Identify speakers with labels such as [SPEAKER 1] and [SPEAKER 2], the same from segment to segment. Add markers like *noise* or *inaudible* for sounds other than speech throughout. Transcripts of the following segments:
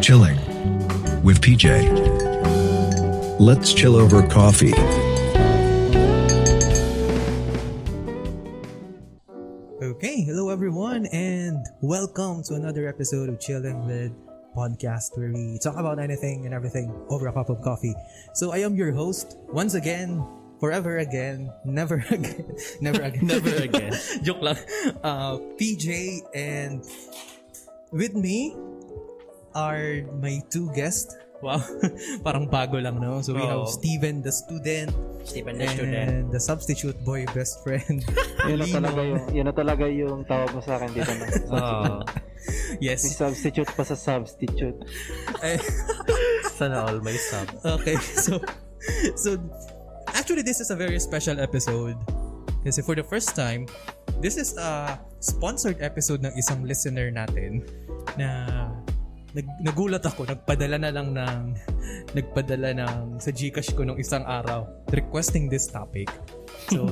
[SPEAKER 1] Chilling with PJ. Let's chill over coffee.
[SPEAKER 2] Okay, hello everyone, and welcome to another episode of Chilling with Podcast, where we talk about anything and everything over a cup of coffee. So I am your host once again, forever again, never *laughs* again, never again,
[SPEAKER 3] *laughs* Never again.
[SPEAKER 2] *laughs* Joke lang. Uh, PJ and with me are my two guests. Wow, *laughs* parang bago lang, no? So we have
[SPEAKER 3] Oo.
[SPEAKER 2] Steven the student
[SPEAKER 3] Stephen Oh. the student.
[SPEAKER 2] and the substitute boy best friend. *laughs*
[SPEAKER 4] Yun na
[SPEAKER 2] Lino.
[SPEAKER 4] talaga yung, yun na talaga yung tawag mo sa akin dito.
[SPEAKER 3] *laughs*
[SPEAKER 4] Na.
[SPEAKER 3] Oh, *laughs*
[SPEAKER 4] May
[SPEAKER 2] Yes.
[SPEAKER 4] substitute pa sa substitute.
[SPEAKER 3] sana all my sub.
[SPEAKER 2] Okay, *laughs* so so actually this is a very special episode kasi for the first time, this is a sponsored episode ng isang listener natin na nag, nagulat ako, nagpadala na lang ng *laughs* nagpadala ng sa Gcash ko nung isang araw requesting this topic. So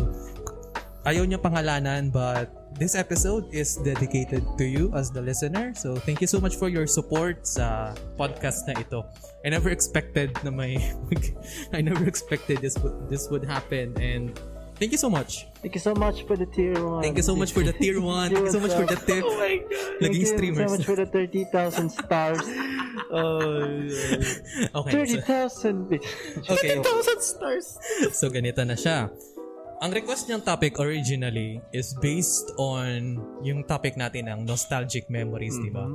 [SPEAKER 2] ayaw niya pangalanan but this episode is dedicated to you as the listener. So thank you so much for your support sa podcast na ito. I never expected na may *laughs* I never expected this would- this would happen and thank you so much.
[SPEAKER 4] Thank you so much for the tier 1.
[SPEAKER 2] Thank you so much for the tier 1. Thank you so much
[SPEAKER 4] *laughs*
[SPEAKER 2] for the tip. Naging
[SPEAKER 4] Oh Thank you so
[SPEAKER 2] streamers. Oh,
[SPEAKER 4] much for the 30,000
[SPEAKER 2] *laughs*
[SPEAKER 4] stars.
[SPEAKER 2] Okay. So,
[SPEAKER 4] 30,000! bit.
[SPEAKER 2] okay.
[SPEAKER 3] stars.
[SPEAKER 2] *laughs* So ganito na siya. Ang request niyang topic originally is based on yung topic natin ng nostalgic memories, di ba?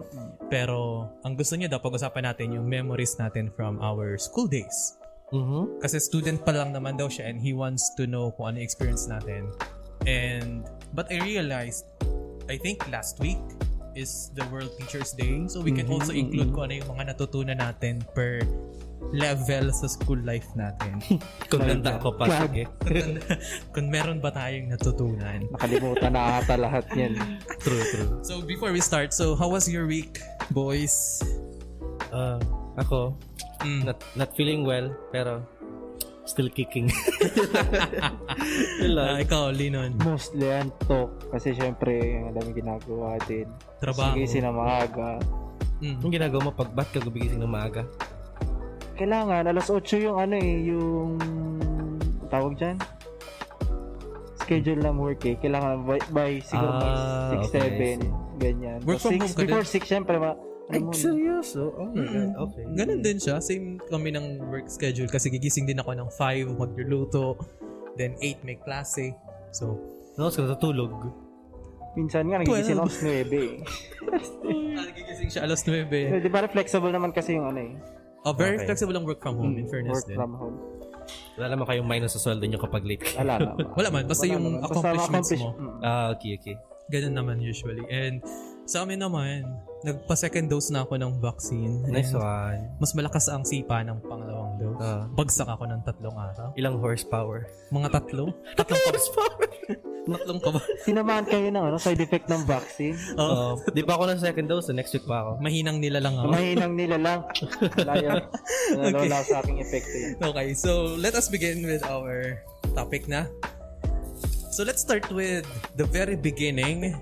[SPEAKER 2] Pero ang gusto niya daw pag-usapan natin yung memories natin from our school days.
[SPEAKER 4] Mm-hmm.
[SPEAKER 2] Kasi student pa lang naman daw siya and he wants to know kung ano yung experience natin. And, but I realized, I think last week is the World Teachers Day. So we can
[SPEAKER 3] Mm-hmm,
[SPEAKER 2] also include kung ano yung mga natutunan natin per level sa school life natin.
[SPEAKER 3] *laughs* Kung nanda ko pa,
[SPEAKER 4] God.
[SPEAKER 3] sige.
[SPEAKER 2] *laughs* kung, kung meron ba tayong natutunan.
[SPEAKER 4] Nakalimutan na ata lahat yan.
[SPEAKER 3] True, true.
[SPEAKER 2] So before we start, so how was your week, boys?
[SPEAKER 3] Uh, ako,
[SPEAKER 2] Mm.
[SPEAKER 3] not, not feeling well, pero still kicking. *laughs*
[SPEAKER 2] Ah,
[SPEAKER 3] Wala.
[SPEAKER 2] ikaw, Linon.
[SPEAKER 4] Mostly ang talk. Kasi syempre, ang dami ginagawa din.
[SPEAKER 2] Trabaho.
[SPEAKER 4] Sige, sinamahaga.
[SPEAKER 2] Mm.
[SPEAKER 3] Anong ginagawa mo pag ba't ka gumigising ng maaga?
[SPEAKER 4] Kailangan, alas 8 yung ano eh, yung tawag dyan? Schedule ng work eh. Kailangan by, by siguro
[SPEAKER 3] Ah,
[SPEAKER 4] by 6,
[SPEAKER 3] okay.
[SPEAKER 4] 7, ganyan.
[SPEAKER 2] Work
[SPEAKER 4] So,
[SPEAKER 2] from
[SPEAKER 4] six-
[SPEAKER 2] home ka
[SPEAKER 4] Before 6, syempre, ma, ano mo,
[SPEAKER 3] seryoso? Oh my
[SPEAKER 2] God,
[SPEAKER 3] okay.
[SPEAKER 2] Ganun din siya. Same kami ng work schedule kasi gigising din ako ng 5, magluluto. Then 8, may klase. So,
[SPEAKER 3] Tapos ka natutulog.
[SPEAKER 4] minsan nga, nagigising ako 9 eh.
[SPEAKER 2] ah, gigising siya alas 9.
[SPEAKER 4] Pero di ba flexible naman kasi yung ano eh,
[SPEAKER 2] Oh, very
[SPEAKER 3] Okay.
[SPEAKER 2] flexible ang work from home, in fairness
[SPEAKER 4] Mm, work
[SPEAKER 2] din.
[SPEAKER 4] from home.
[SPEAKER 3] Wala naman kayong minus sa sweldo nyo kapag late kayo.
[SPEAKER 4] Wala na.
[SPEAKER 2] *laughs* Wala man, basta yung
[SPEAKER 4] naman. Basta
[SPEAKER 2] accomplishments
[SPEAKER 4] accomplish-
[SPEAKER 2] mo.
[SPEAKER 4] Mm.
[SPEAKER 3] Ah, okay, okay.
[SPEAKER 2] Ganun naman usually. And sa amin naman, nagpa-second dose na ako ng vaccine.
[SPEAKER 3] Nice
[SPEAKER 4] ah.
[SPEAKER 2] And
[SPEAKER 3] one.
[SPEAKER 2] Mas malakas ang sipa ng pangalawang dose.
[SPEAKER 3] Ah.
[SPEAKER 2] Bagsak ako ng tatlong araw.
[SPEAKER 3] Ilang horsepower?
[SPEAKER 2] Mga tatlo? *laughs* Tatlong horsepower! tatlong pa ba? Oh.
[SPEAKER 4] Sinamahan kayo ng ano, side effect ng vaccine.
[SPEAKER 2] Oo.
[SPEAKER 3] Oo. Oh, di ba ako ng second dose? Next week pa ako.
[SPEAKER 2] Mahinang nila lang ako.
[SPEAKER 4] Mahinang nila
[SPEAKER 2] *laughs*
[SPEAKER 4] lang. Layo. Nalala sa aking eh. epekto yun.
[SPEAKER 2] Okay, so let us begin with our topic na. So let's start with the very beginning.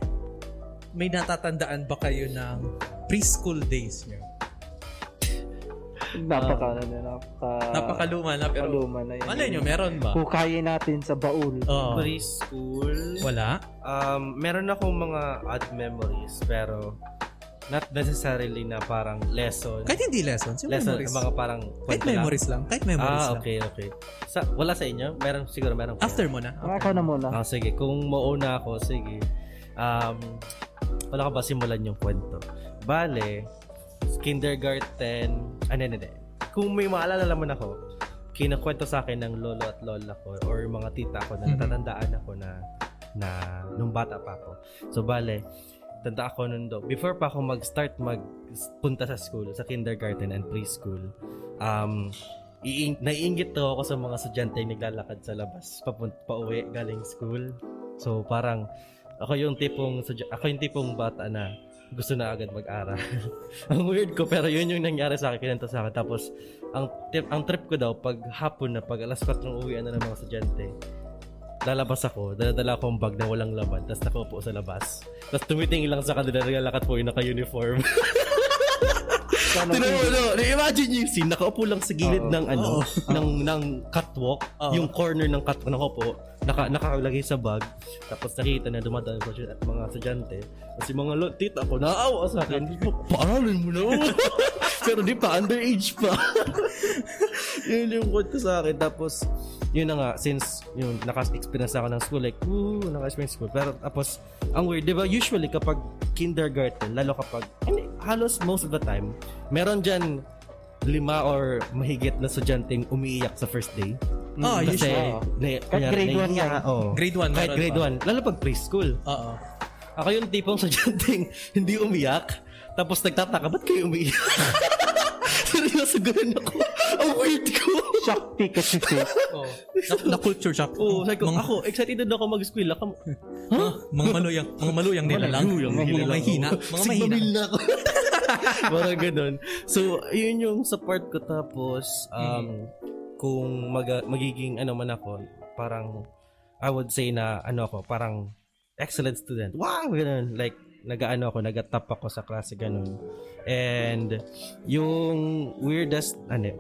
[SPEAKER 2] May natatandaan ba kayo ng preschool days niyo? Ah.
[SPEAKER 4] Napaka, ano, napaka...
[SPEAKER 2] Napakaluma na pero
[SPEAKER 4] Paluma na yun.
[SPEAKER 2] malay Ah. niyo meron ba?
[SPEAKER 4] Hukayin natin sa baul.
[SPEAKER 2] Oo.
[SPEAKER 3] Preschool.
[SPEAKER 2] wala.
[SPEAKER 3] Um, meron akong mga odd memories pero not necessarily na parang lesson.
[SPEAKER 2] Kahit hindi lessons, yung
[SPEAKER 3] lesson,
[SPEAKER 2] memories.
[SPEAKER 3] mga parang
[SPEAKER 2] Kahit
[SPEAKER 3] kwento lang.
[SPEAKER 2] memories lang. Kahit memories
[SPEAKER 3] Ah,
[SPEAKER 2] lang.
[SPEAKER 3] okay, okay. Sa, wala sa inyo? Meron, siguro meron. kayo.
[SPEAKER 2] After mo na.
[SPEAKER 4] Ah, Ikaw na muna.
[SPEAKER 3] Ah, sige. Kung mauna ako, sige. Um, wala ka ba simulan yung kwento? Bale, kindergarten, ano, ano, ano. Kung may maalala naman ako, kinakwento sa akin ng lolo at lola ko or mga tita ko na
[SPEAKER 2] Mhm.
[SPEAKER 3] natatandaan ako na na nung bata pa ako. So, bale, tanda ako nun do. Before pa ako mag-start magpunta sa school, sa kindergarten and preschool, um, iing- naiingit daw ako sa mga estudyante yung naglalakad sa labas, papunt pauwi galing school. So, parang, ako yung tipong, sadya- ako yung tipong bata na gusto na agad mag-aral. *laughs* ang weird ko, pero yun yung nangyari sa akin, kinanta sa akin. Tapos, ang, tip, ang trip ko daw, pag hapon na, pag alas 4 ng uwian na ng mga ano estudyante, lalabas ako, daladala akong bag na walang laman, tapos nakaupo sa labas. Tapos tumitingin lang sa kanila, naglalakad po yung naka-uniform.
[SPEAKER 4] Sana
[SPEAKER 3] Tinan mo, no? imagine yung scene, nakaupo lang sa gilid
[SPEAKER 4] Oo.
[SPEAKER 3] ng ano,
[SPEAKER 2] Ano Oo.
[SPEAKER 3] ng, ng catwalk,
[SPEAKER 2] Oo.
[SPEAKER 3] yung corner ng catwalk, nakaupo, naka, nakalagay sa bag, tapos nakita na dumadaan po siya at mga sadyante, tapos yung mga lo- tita ko, naawa sa akin, paaralin
[SPEAKER 2] *laughs*
[SPEAKER 3] mo na, oh." pero di pa, underage pa. yun yung quote ko sa akin, tapos, yun na nga, since yun, naka-experience ako ng school, like, woo, naka-experience school. Pero tapos, ang weird, di ba, usually kapag kindergarten, lalo kapag, hindi, halos most of the time, meron dyan lima or mahigit na estudyanteng umiiyak sa first day.
[SPEAKER 2] Ah,
[SPEAKER 3] Kasi,
[SPEAKER 2] usually.
[SPEAKER 3] na,
[SPEAKER 4] Kahit grade one nga.
[SPEAKER 3] oh.
[SPEAKER 2] Grade 1
[SPEAKER 3] Kahit grade 1, lalo pag preschool.
[SPEAKER 2] Oo.
[SPEAKER 3] Ako yung tipong sadyanteng *laughs* hindi umiyak, tapos nagtataka, ba't kayo umiiyak? *laughs* Sinasagulan ako. Ang weird ko.
[SPEAKER 4] Shock Pikachu face.
[SPEAKER 2] Oh. Na, na culture shock.
[SPEAKER 3] Oo, Oh, sabi ko,
[SPEAKER 2] Mang-
[SPEAKER 3] ako, excited na ako mag-squeal. Ako,
[SPEAKER 2] Huh? Mga maluyang, mga maluyang nila lang. Mga
[SPEAKER 3] *laughs*
[SPEAKER 2] mahina. Mga mahina.
[SPEAKER 3] Sigmamil na ako. *laughs* Parang ganun. So, yun yung sa part ko tapos, um, kung mag- magiging ano man ako, parang, I would say na, ano ako, parang, excellent student. Wow! Ganun. Like, nag-ano ako, nag-top ako sa klase, ganun. And, yung weirdest, ano,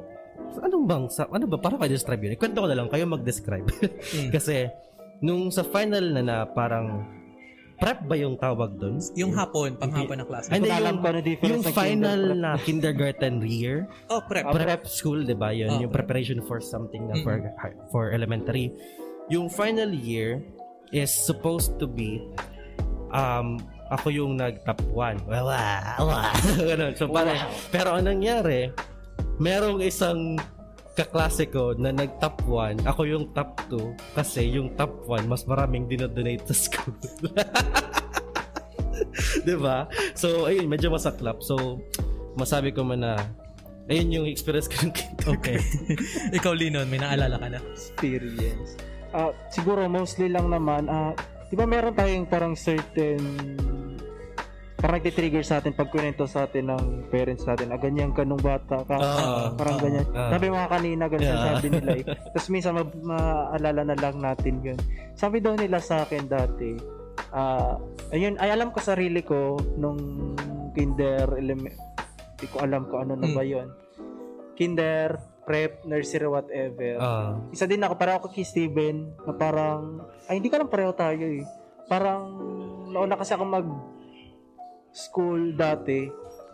[SPEAKER 3] anong bang, sa, ano ba, parang ka-describe yun. Kwento ko na lang, kayo mag-describe. *laughs*
[SPEAKER 2] Mm.
[SPEAKER 3] Kasi, nung sa final na na, parang, prep ba yung tawag doon?
[SPEAKER 2] Yung hapon, panghapon na klase.
[SPEAKER 3] Ay,
[SPEAKER 4] Hindi ko
[SPEAKER 3] hindi,
[SPEAKER 4] na alam
[SPEAKER 3] yung-
[SPEAKER 4] kung ano difference
[SPEAKER 3] Yung
[SPEAKER 4] ng
[SPEAKER 3] final
[SPEAKER 4] kinder-
[SPEAKER 3] na kindergarten year,
[SPEAKER 2] Oh, prep.
[SPEAKER 3] prep school, di ba? Yun,
[SPEAKER 2] Ah,
[SPEAKER 3] yung preparation for something na
[SPEAKER 2] Mm.
[SPEAKER 3] for, for elementary. Yung final year is supposed to be, um, ako yung nag-top 1. *laughs* Wala, wala. Ganun. So, parang, pero ang nangyari, merong isang kaklase ko na nag-top 1, ako yung top 2 kasi yung top 1 mas maraming dinodonate sa school. *laughs* 'Di ba? So ayun, medyo masaklap. So masabi ko man na ayun yung experience ko *laughs* ng
[SPEAKER 2] Okay. Ikaw, Linon, may naalala ka na?
[SPEAKER 4] experience. Ah, siguro mostly lang naman, ah, di ba meron tayong parang certain parang nagtitrigger sa atin pag kunento sa atin ng parents natin, ah, ganyan ka nung bata ka,
[SPEAKER 3] Ah,
[SPEAKER 4] parang
[SPEAKER 2] ah,
[SPEAKER 4] ganyan.
[SPEAKER 3] ah.
[SPEAKER 4] sabi mga kanina, ganun
[SPEAKER 3] Yeah.
[SPEAKER 4] sabi nila
[SPEAKER 3] *laughs*
[SPEAKER 4] eh. Tapos minsan ma- maalala na lang natin yun. Sabi daw nila sa akin dati, ah, ayun, ay alam ko sarili ko nung kinder, element, hindi ko alam kung ano na
[SPEAKER 3] Hmm.
[SPEAKER 4] ba yun. Kinder, prep, nursery, whatever
[SPEAKER 3] Ah,
[SPEAKER 4] isa din ako, parang ako kay Steven, na parang, ay hindi ka lang pareho tayo eh. Parang, nauna kasi ako mag school dati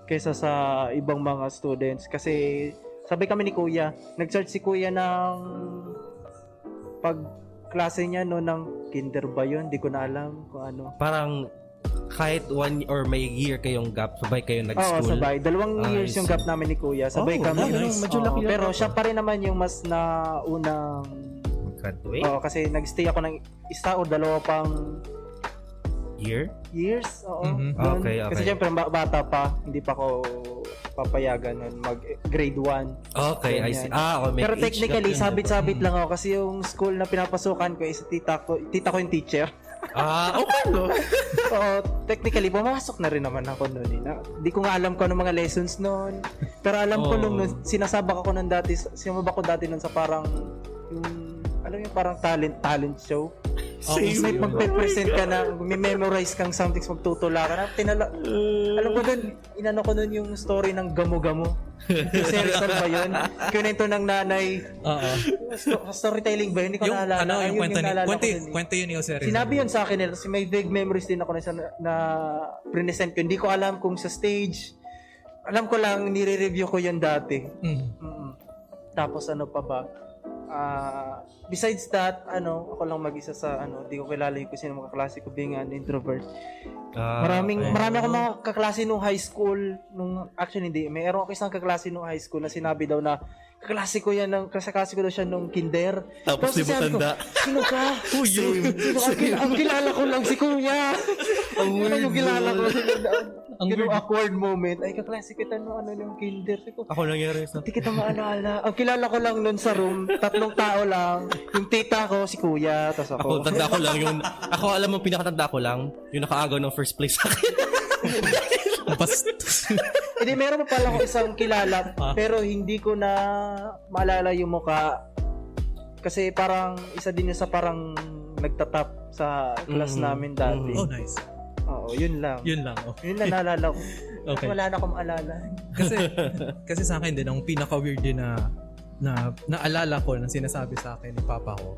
[SPEAKER 4] kaysa sa ibang mga students. Kasi, sabi kami ni Kuya, nag-search si Kuya ng pag klase niya no ng kinder ba yun? Di ko na alam kung ano.
[SPEAKER 3] parang kahit one or may year kayong gap, sabay kayo
[SPEAKER 4] Oo,
[SPEAKER 3] nag-school.
[SPEAKER 4] sabay. Dalawang
[SPEAKER 3] Ah, I
[SPEAKER 4] years yung
[SPEAKER 3] see.
[SPEAKER 4] gap namin ni Kuya. Sabay
[SPEAKER 3] Oh,
[SPEAKER 4] kami.
[SPEAKER 2] nice.
[SPEAKER 4] Oo,
[SPEAKER 3] Medyo laki yung
[SPEAKER 4] pero
[SPEAKER 3] gap,
[SPEAKER 4] siya
[SPEAKER 3] ah.
[SPEAKER 4] pa rin naman yung mas na unang
[SPEAKER 3] Graduate?
[SPEAKER 4] Oo, kasi nagstay ako ng isa o dalawa pang
[SPEAKER 3] Year?
[SPEAKER 4] years. Oo.
[SPEAKER 2] Mhm.
[SPEAKER 4] Doon.
[SPEAKER 3] Mm-hmm. Okay, okay.
[SPEAKER 4] Kasi syempre ba- bata pa, hindi pa ako papayagan nun mag grade 1.
[SPEAKER 3] Okay, I see. Ah, okay. may
[SPEAKER 4] Pero
[SPEAKER 3] age gap
[SPEAKER 4] technically,
[SPEAKER 3] yun, diba? di ba? Mm-hmm.
[SPEAKER 4] sabit-sabit lang ako kasi yung school na pinapasukan ko is tita ko, tita ko yung teacher.
[SPEAKER 3] Ah, okay. no?
[SPEAKER 4] Oo, technically, bumasok na rin naman ako noon. Eh. Na- Di ko nga alam ko ano mga lessons noon. Pero alam ko
[SPEAKER 3] Oo.
[SPEAKER 2] Oh.
[SPEAKER 4] nung, nun, sinasabak ako nun dati, sinumabak ko dati nun sa parang, yung, alam mo yung parang talent, talent
[SPEAKER 2] *laughs*
[SPEAKER 4] show.
[SPEAKER 2] Oo,
[SPEAKER 4] Tapos may
[SPEAKER 2] same. Oh
[SPEAKER 4] magpe-present ka na, may memorize kang something, magtutula ka na. Tinala,
[SPEAKER 2] Uh.
[SPEAKER 4] alam ko dun, inano ko nun yung story ng gamo-gamo. Yung
[SPEAKER 2] *laughs*
[SPEAKER 4] seryosan ba yun? Kunento ng nanay.
[SPEAKER 2] Oo.
[SPEAKER 4] Sto- Storytelling ba yun? Hindi ko
[SPEAKER 2] Yung,
[SPEAKER 4] naalala.
[SPEAKER 2] ano, yung
[SPEAKER 4] Ayun
[SPEAKER 2] kwento ni,
[SPEAKER 4] naalala ko
[SPEAKER 2] kwento,
[SPEAKER 4] dun eh.
[SPEAKER 2] kwento yun ni Jose Rizal.
[SPEAKER 4] Sinabi yun sa akin nila. Kasi may vague memories din ako na, isa na- na present ko. Hindi ko alam kung sa stage. Alam ko lang, nire-review ko yun dati.
[SPEAKER 2] Mm.
[SPEAKER 4] Mm. Tapos ano pa ba? Ah, besides that, ano, ako lang mag-isa sa ano, di ko kilala yung kasi mga kaklase ko being an introvert.
[SPEAKER 3] Ah,
[SPEAKER 4] Maraming
[SPEAKER 3] okay.
[SPEAKER 4] marami akong mga kaklase nung high school, nung actually hindi, mayroon ako isang kaklase nung high school na sinabi daw na kaklase ko yan ng kaklase ko daw siya nung kinder.
[SPEAKER 3] Tapos di
[SPEAKER 4] sinabi ko,
[SPEAKER 3] matanda.
[SPEAKER 4] Sino ka?
[SPEAKER 3] *laughs* Uy, yun.
[SPEAKER 4] Sino ka? Ang- Ang kilala ko lang si
[SPEAKER 3] *laughs*
[SPEAKER 4] Kuya. Ang
[SPEAKER 3] weird
[SPEAKER 4] yung kilala ko.
[SPEAKER 2] Ang
[SPEAKER 4] Ang
[SPEAKER 2] weird.
[SPEAKER 4] awkward moment. Ay, kaklase kita nung ano nung kinder. Sabi ko,
[SPEAKER 3] Ako nangyari sa...
[SPEAKER 4] Hindi kita maalala. Ang kilala ko lang nun sa room, tatlong tao lang. Yung tita ko, si kuya, tapos ako.
[SPEAKER 3] Ako, tanda ko lang yun. Ako, alam mo, pinakatanda ko lang, yung nakaagaw ng first place sa akin.
[SPEAKER 2] Bastos.
[SPEAKER 4] Hindi, Eh, meron pa pala ako isang kilala,
[SPEAKER 2] *laughs* Ah.
[SPEAKER 4] pero hindi ko na maalala yung mukha. Kasi parang isa din yun sa parang nagtatap sa class
[SPEAKER 5] Mhm.
[SPEAKER 4] namin dati.
[SPEAKER 2] *laughs* Oh, nice.
[SPEAKER 4] Oo, yun lang. Yun,
[SPEAKER 2] Yun lang. Oh.
[SPEAKER 4] na naalala ko.
[SPEAKER 2] *laughs* Okay.
[SPEAKER 4] Wala na akong maalala.
[SPEAKER 2] kasi *laughs* kasi sa akin din ang pinaka weird din na na naalala ko na sinasabi sa akin ni papa ko.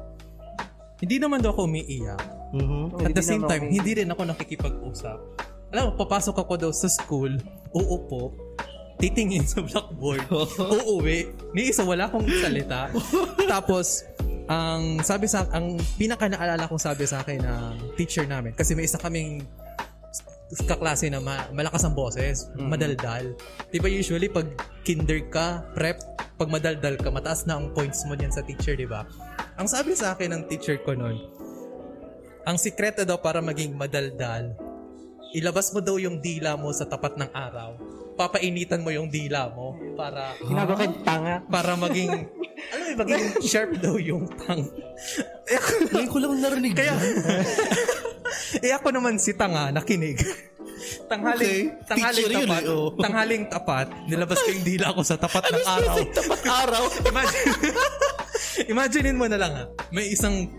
[SPEAKER 2] Hindi naman daw ako umiiyak.
[SPEAKER 5] Mhm.
[SPEAKER 4] Oo,
[SPEAKER 2] At
[SPEAKER 4] hindi
[SPEAKER 2] the same
[SPEAKER 4] naman
[SPEAKER 2] time,
[SPEAKER 4] okay.
[SPEAKER 2] hindi rin ako nakikipag-usap. Alam mo, papasok ako daw sa school, uupo, titingin sa blackboard, uuwi, ni isa wala akong salita. Tapos, ang sabi sa ang pinaka naalala kong sabi sa akin ng teacher namin kasi may isa kaming kaklase na ma- malakas ang boses, madaldal. Di ba usually pag kinder ka, prep, pag madaldal ka, mataas na ang points mo niyan sa teacher, di ba? Ang sabi sa akin ng teacher ko noon, ang sikreto daw para maging madaldal, ilabas mo daw yung dila mo sa tapat ng araw. Papainitan mo yung dila mo para
[SPEAKER 4] Ginagawa kang tanga.
[SPEAKER 2] para maging
[SPEAKER 5] *laughs*
[SPEAKER 2] ano eh, maging sharp daw yung tang. Eh ako,
[SPEAKER 5] Ngayon ko lang narinig.
[SPEAKER 2] kaya eh ako naman si tanga nakinig. Tanghaling,
[SPEAKER 5] Okay.
[SPEAKER 2] tanghaling
[SPEAKER 5] Teacher yun
[SPEAKER 2] tapat,
[SPEAKER 5] eh, oh.
[SPEAKER 2] tanghaling tapat, nilabas ko yung dila ko sa
[SPEAKER 5] *laughs*
[SPEAKER 2] tapat ng araw.
[SPEAKER 5] Tapat araw.
[SPEAKER 2] Imagine, *laughs* imaginein mo na lang ha, may isang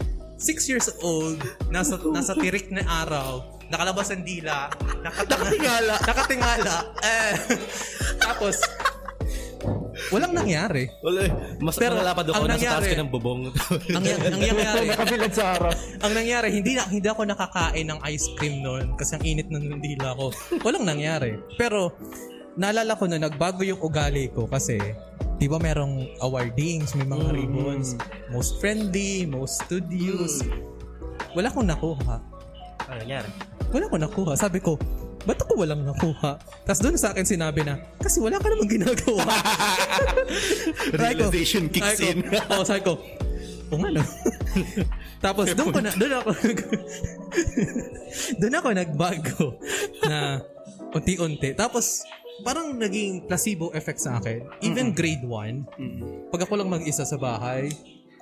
[SPEAKER 2] 6 years old, nasa, nasa tirik na araw, nakalabas ang dila, nakatingala, *laughs* nakatingala, eh, *laughs* tapos, walang nangyari.
[SPEAKER 5] Wala eh. Mas
[SPEAKER 2] Pero,
[SPEAKER 5] Pero, malapad ako
[SPEAKER 2] ang
[SPEAKER 5] nasa taas
[SPEAKER 2] nangyari-
[SPEAKER 5] ka ng
[SPEAKER 3] *laughs*
[SPEAKER 5] bubong.
[SPEAKER 2] Ang, ang nangyari,
[SPEAKER 4] *laughs* Nakabilad sa harap.
[SPEAKER 2] ang nangyari, hindi, na, hindi ako nakakain ng ice cream noon kasi ang init ng dila ko. Walang nangyari. Pero, naalala ko na nagbago yung ugali ko kasi, di ba merong awardings, may mga ribbons, most friendly, most studious. Wala akong nakuha.
[SPEAKER 3] Ano
[SPEAKER 5] Ang nangyari?
[SPEAKER 2] Wala akong nakuha. Sabi ko, ba't ako walang nakuha? Tapos doon sa akin sinabi na, kasi wala ka namang
[SPEAKER 5] *laughs*
[SPEAKER 2] ginagawa. Sabi ko-
[SPEAKER 5] Realization kicks
[SPEAKER 2] sabi
[SPEAKER 5] in.
[SPEAKER 2] ko- *laughs* Oo, sabi ko, o
[SPEAKER 5] *laughs*
[SPEAKER 2] nga no. Tapos doon ko na, doon ako, *laughs* doon ako nagbago *laughs* na unti-unti. Tapos parang naging placebo effect sa akin. Even grade 1, pag ako lang mag-isa sa bahay,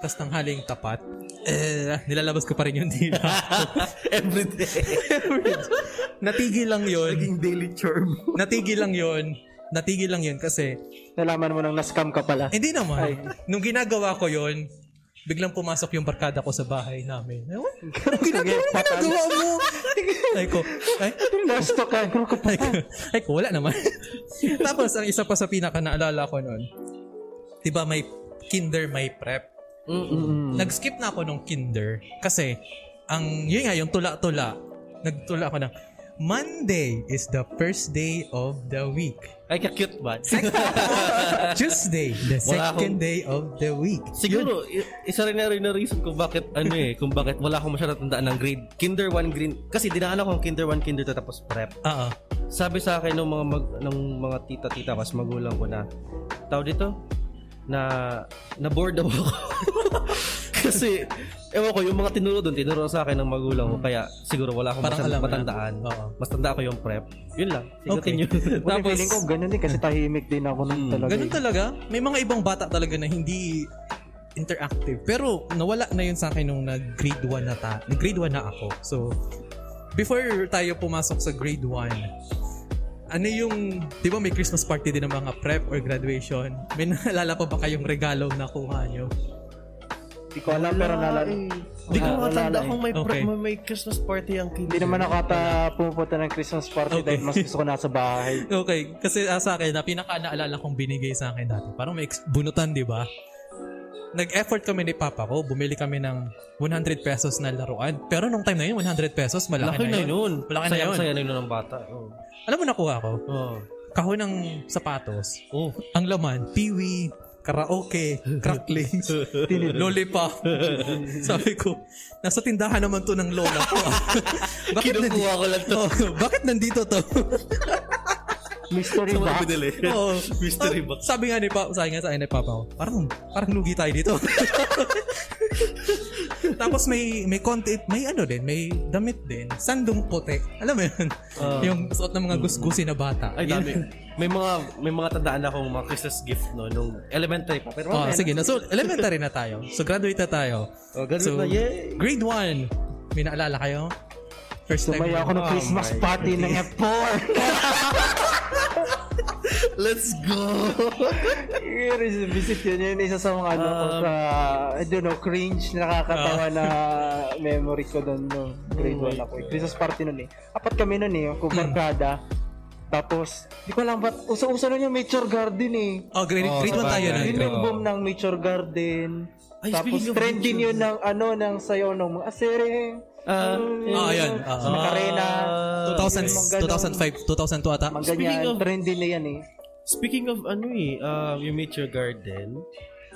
[SPEAKER 2] tas tanghaling tapat, eh, nilalabas ko pa rin yung *laughs* dila.
[SPEAKER 5] Every day.
[SPEAKER 2] Natigil lang yon
[SPEAKER 5] Naging daily charm.
[SPEAKER 2] Natigil lang yon Natigil lang yun kasi
[SPEAKER 4] Nalaman mo nang na-scam ka pala.
[SPEAKER 2] Hindi naman. Nung ginagawa ko yon biglang pumasok yung barkada ko sa bahay namin. Ewan, anong ginagawa, anong
[SPEAKER 4] Patay.
[SPEAKER 2] ginagawa mo? Ay ko, ay,
[SPEAKER 4] Nasto ka. Ano ka
[SPEAKER 2] ay ko, ay ko, wala naman. Tapos, ang isa pa sa pinaka naalala ko nun, di ba may kinder, may prep. Nag-skip na ako nung kinder kasi, ang, yun nga, yung tula-tula, nagtula ako ng, Monday is the first day of the week.
[SPEAKER 5] Ay, ka-cute ba?
[SPEAKER 2] Tuesday, the
[SPEAKER 5] Wala
[SPEAKER 2] second
[SPEAKER 5] akong-
[SPEAKER 2] day of the week.
[SPEAKER 5] Siguro, i- isa rin na rin na reason kung bakit, ano eh, kung bakit wala akong masyadong tandaan ng grade. Kinder 1, grade. Kasi dinaan ako ng kinder 1, kinder 2, tapos prep.
[SPEAKER 2] Oo.
[SPEAKER 5] Sabi sa akin ng mga mag, ng mga tita-tita mas magulang ko na, tao dito, na, na bored daw ako. *laughs* Kasi, ewan ko, yung mga tinuro doon, tinuro sa akin ng magulang ko. Kaya, siguro wala akong
[SPEAKER 2] Parang
[SPEAKER 5] masyadong
[SPEAKER 2] alam na.
[SPEAKER 5] matandaan.
[SPEAKER 2] Oo.
[SPEAKER 5] Mas tanda ko yung prep. Yun lang. Sige,
[SPEAKER 2] Okay.
[SPEAKER 3] *laughs*
[SPEAKER 5] continue.
[SPEAKER 2] Tapos-
[SPEAKER 4] Tapos,
[SPEAKER 2] Mm.
[SPEAKER 4] feeling ko ganun din kasi tahimik din ako nun talaga. eh.
[SPEAKER 2] Ganun talaga. May mga ibang bata talaga na hindi interactive. Pero nawala na yun sa akin nung nag-grade 1 na ta. Nag-grade 1 na ako. So, before tayo pumasok sa grade 1, ano yung, di ba may Christmas party din ng mga prep or graduation? May *laughs* naalala pa ba kayong regalo na kuha nyo?
[SPEAKER 4] Hindi ko alam pero nalala.
[SPEAKER 5] Hindi ko
[SPEAKER 4] Wala- wala
[SPEAKER 5] matanda
[SPEAKER 4] na eh.
[SPEAKER 5] kung may,
[SPEAKER 2] Okay.
[SPEAKER 5] pre- may Christmas party ang kinder.
[SPEAKER 4] Hindi naman ako ata pumupunta ng Christmas party
[SPEAKER 2] Okay.
[SPEAKER 4] dahil mas gusto ko nasa bahay.
[SPEAKER 2] Okay, kasi ah, sa akin, na pinaka naalala kong binigay sa akin dati, parang may ex- bunutan, di ba? Nag-effort kami ni Papa ko, bumili kami ng 100 pesos na laruan. Pero nung time na yun, 100 pesos,
[SPEAKER 5] Laki
[SPEAKER 2] malaki na yun.
[SPEAKER 5] nun.
[SPEAKER 2] Malaki na yun.
[SPEAKER 5] Sayang-saya na yun ng bata. Oh. Oo.
[SPEAKER 2] Alam mo nakuha ko,
[SPEAKER 5] Oh.
[SPEAKER 2] kahon ng sapatos,
[SPEAKER 5] Oh.
[SPEAKER 2] ang laman, piwi, karaoke,
[SPEAKER 5] *laughs*
[SPEAKER 2] cracklings, lollipop. Sabi ko, nasa tindahan naman to ng lola ko.
[SPEAKER 5] *laughs*
[SPEAKER 2] ah. bakit
[SPEAKER 5] Kinukuha ko lang to.
[SPEAKER 2] Oh, bakit nandito to?
[SPEAKER 4] Mystery box.
[SPEAKER 2] Oo.
[SPEAKER 5] Mystery
[SPEAKER 2] Ah,
[SPEAKER 5] box.
[SPEAKER 2] Sabi nga ni Papa, sabi nga sa akin ni Papa, ko, parang, parang lugi tayo dito. *laughs* Tapos may may konti, may ano din, may damit din. Sandong puti. Alam mo yun? yung suot ng mga gusgusi na bata.
[SPEAKER 5] Ay,
[SPEAKER 2] Yun.
[SPEAKER 5] dami. may mga may mga tandaan akong mga Christmas gift no nung elementary pa. Pero
[SPEAKER 2] Oh,
[SPEAKER 5] mamaya
[SPEAKER 2] sige.
[SPEAKER 5] na.
[SPEAKER 2] na. So, elementary na tayo. So, graduate na tayo.
[SPEAKER 5] Oh, ganun
[SPEAKER 2] so,
[SPEAKER 5] na. Yay!
[SPEAKER 2] grade 1. May naalala kayo? First time.
[SPEAKER 4] Sumaya ako ng
[SPEAKER 5] Oh
[SPEAKER 4] Christmas
[SPEAKER 5] my
[SPEAKER 4] party ng F4.
[SPEAKER 6] *laughs* Let's go!
[SPEAKER 4] Revisit visit yun. Yun isa sa mga ano, ko
[SPEAKER 6] Um,
[SPEAKER 4] sa, I don't know, cringe, nakakatawa
[SPEAKER 6] Ah.
[SPEAKER 4] na memory ko doon no, grade
[SPEAKER 6] Oh
[SPEAKER 4] 1 ako. eh. Christmas party noon eh. Apat kami noon eh, yung
[SPEAKER 6] Hmm.
[SPEAKER 4] kubarkada. Tapos, di ko alam ba't uso-uso nun yung Mature Garden eh.
[SPEAKER 2] Oh, grade,
[SPEAKER 6] Oh,
[SPEAKER 2] grade
[SPEAKER 6] sa
[SPEAKER 2] 1 tayo
[SPEAKER 6] bagay.
[SPEAKER 2] na.
[SPEAKER 4] Yun yung
[SPEAKER 3] oo.
[SPEAKER 4] boom ng Mature Garden.
[SPEAKER 3] Ay,
[SPEAKER 4] Tapos
[SPEAKER 3] speaking of
[SPEAKER 4] trending
[SPEAKER 3] Mature
[SPEAKER 4] yun ng ano, ng sayo ng mga asere.
[SPEAKER 3] Ah,
[SPEAKER 2] Oh, ayun.
[SPEAKER 4] Sa Macarena.
[SPEAKER 3] Ah,
[SPEAKER 2] 2000,
[SPEAKER 4] Yung mga ganun.
[SPEAKER 2] 2005, 2002 ata.
[SPEAKER 4] Mga
[SPEAKER 3] Speaking
[SPEAKER 4] ganyan,
[SPEAKER 3] of-
[SPEAKER 4] trending na yan eh.
[SPEAKER 3] Speaking of ano eh, um, you meet your garden,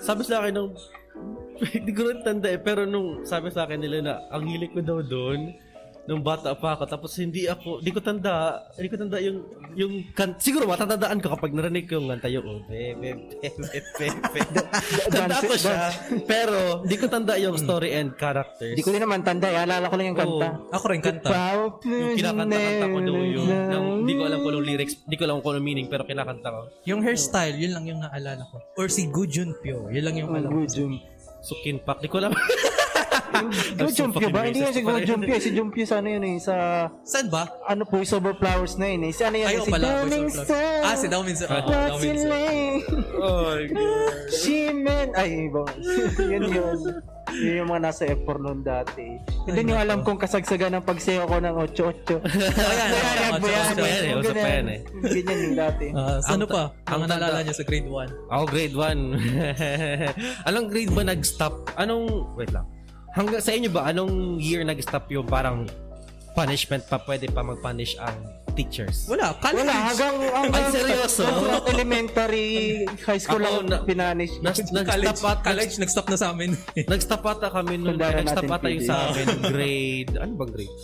[SPEAKER 3] sabi sa akin ng, *laughs* hindi ko rin tanda eh, pero nung sabi sa akin nila na, ang hilig ko daw doon, nung bata pa ako, tapos hindi ako, hindi ko tanda, hindi ko tanda yung, yung kan siguro matatandaan ko kapag narinig ko yung kanta yung, oh, bebe, bebe, bebe. tanda ko siya, pero hindi ko tanda yung story and characters.
[SPEAKER 4] Di ko din naman tanda eh. Alala ko lang yung kanta.
[SPEAKER 3] Oo. Ah,
[SPEAKER 2] Ako rin kanta.
[SPEAKER 4] Kanta.
[SPEAKER 3] Yung kinakanta-kanta ko daw yun. Nang- Hindi ko alam kung anong lyrics, hindi ko alam kung anong meaning, pero kinakanta ko.
[SPEAKER 2] Yung hairstyle, yun lang yung naalala ko. Or si Gu Junpyo, yun lang yung
[SPEAKER 4] Mm.
[SPEAKER 2] alam ko.
[SPEAKER 3] Sukin pak, hindi ko alam.
[SPEAKER 4] *laughs* Go
[SPEAKER 3] I'm so
[SPEAKER 4] jump yun
[SPEAKER 3] fucking
[SPEAKER 4] ba? Hindi
[SPEAKER 3] racist
[SPEAKER 4] yan si
[SPEAKER 3] pa
[SPEAKER 4] Go
[SPEAKER 3] rin. *laughs*
[SPEAKER 4] jump yun. Si jump yun sa ano yun eh. Sa
[SPEAKER 2] Saan ba?
[SPEAKER 4] ano po, Voice Over Flowers na yun eh. Si ano yan?
[SPEAKER 2] Ayaw
[SPEAKER 4] Si
[SPEAKER 2] pala.
[SPEAKER 4] Daming
[SPEAKER 2] Voice of
[SPEAKER 4] Star.
[SPEAKER 2] Love. Ah, si Dawmin Sir. Oo,
[SPEAKER 4] What's
[SPEAKER 2] Dawmin
[SPEAKER 4] your
[SPEAKER 2] *laughs* Sir.
[SPEAKER 4] name?
[SPEAKER 3] Oh,
[SPEAKER 4] She meant. Ay, iba. yun yun. Yun yung mga nasa F4 noon dati. And then yung alam kong kasagsagan ng pagsayo ko ng
[SPEAKER 2] Oh, Ayan,
[SPEAKER 4] 8-8.
[SPEAKER 2] ayan, ayan.
[SPEAKER 4] Bayarag,
[SPEAKER 3] Usapan yan eh,
[SPEAKER 4] bayarag.
[SPEAKER 3] usapan yan eh.
[SPEAKER 4] Ganyan yung dati.
[SPEAKER 2] Ah, sa ano
[SPEAKER 3] Ang ta-
[SPEAKER 2] pa?
[SPEAKER 3] ang
[SPEAKER 2] Ang naalala
[SPEAKER 3] tanda-
[SPEAKER 2] niya sa grade 1.
[SPEAKER 3] Ako grade 1. *laughs* Anong grade ba nag-stop? Anong, wait lang. Hanggang sa inyo ba, anong year nag-stop yung parang punishment pa pwede pa mag-punish ang teachers?
[SPEAKER 2] Wala, college.
[SPEAKER 4] Wala, hanggang, hanggang
[SPEAKER 3] Ay, seryoso?
[SPEAKER 4] hanggang elementary, high school ako
[SPEAKER 3] Ako na-
[SPEAKER 4] pinanish.
[SPEAKER 3] Nas,
[SPEAKER 2] college,
[SPEAKER 3] nag-stop at,
[SPEAKER 2] college, nag-stop na sa amin. *laughs* Eh,
[SPEAKER 3] nag-stop ata kami nung,
[SPEAKER 4] Tandaan natin,
[SPEAKER 3] nag-stop ata yung
[SPEAKER 4] PD.
[SPEAKER 3] sa amin, grade, ano bang grade?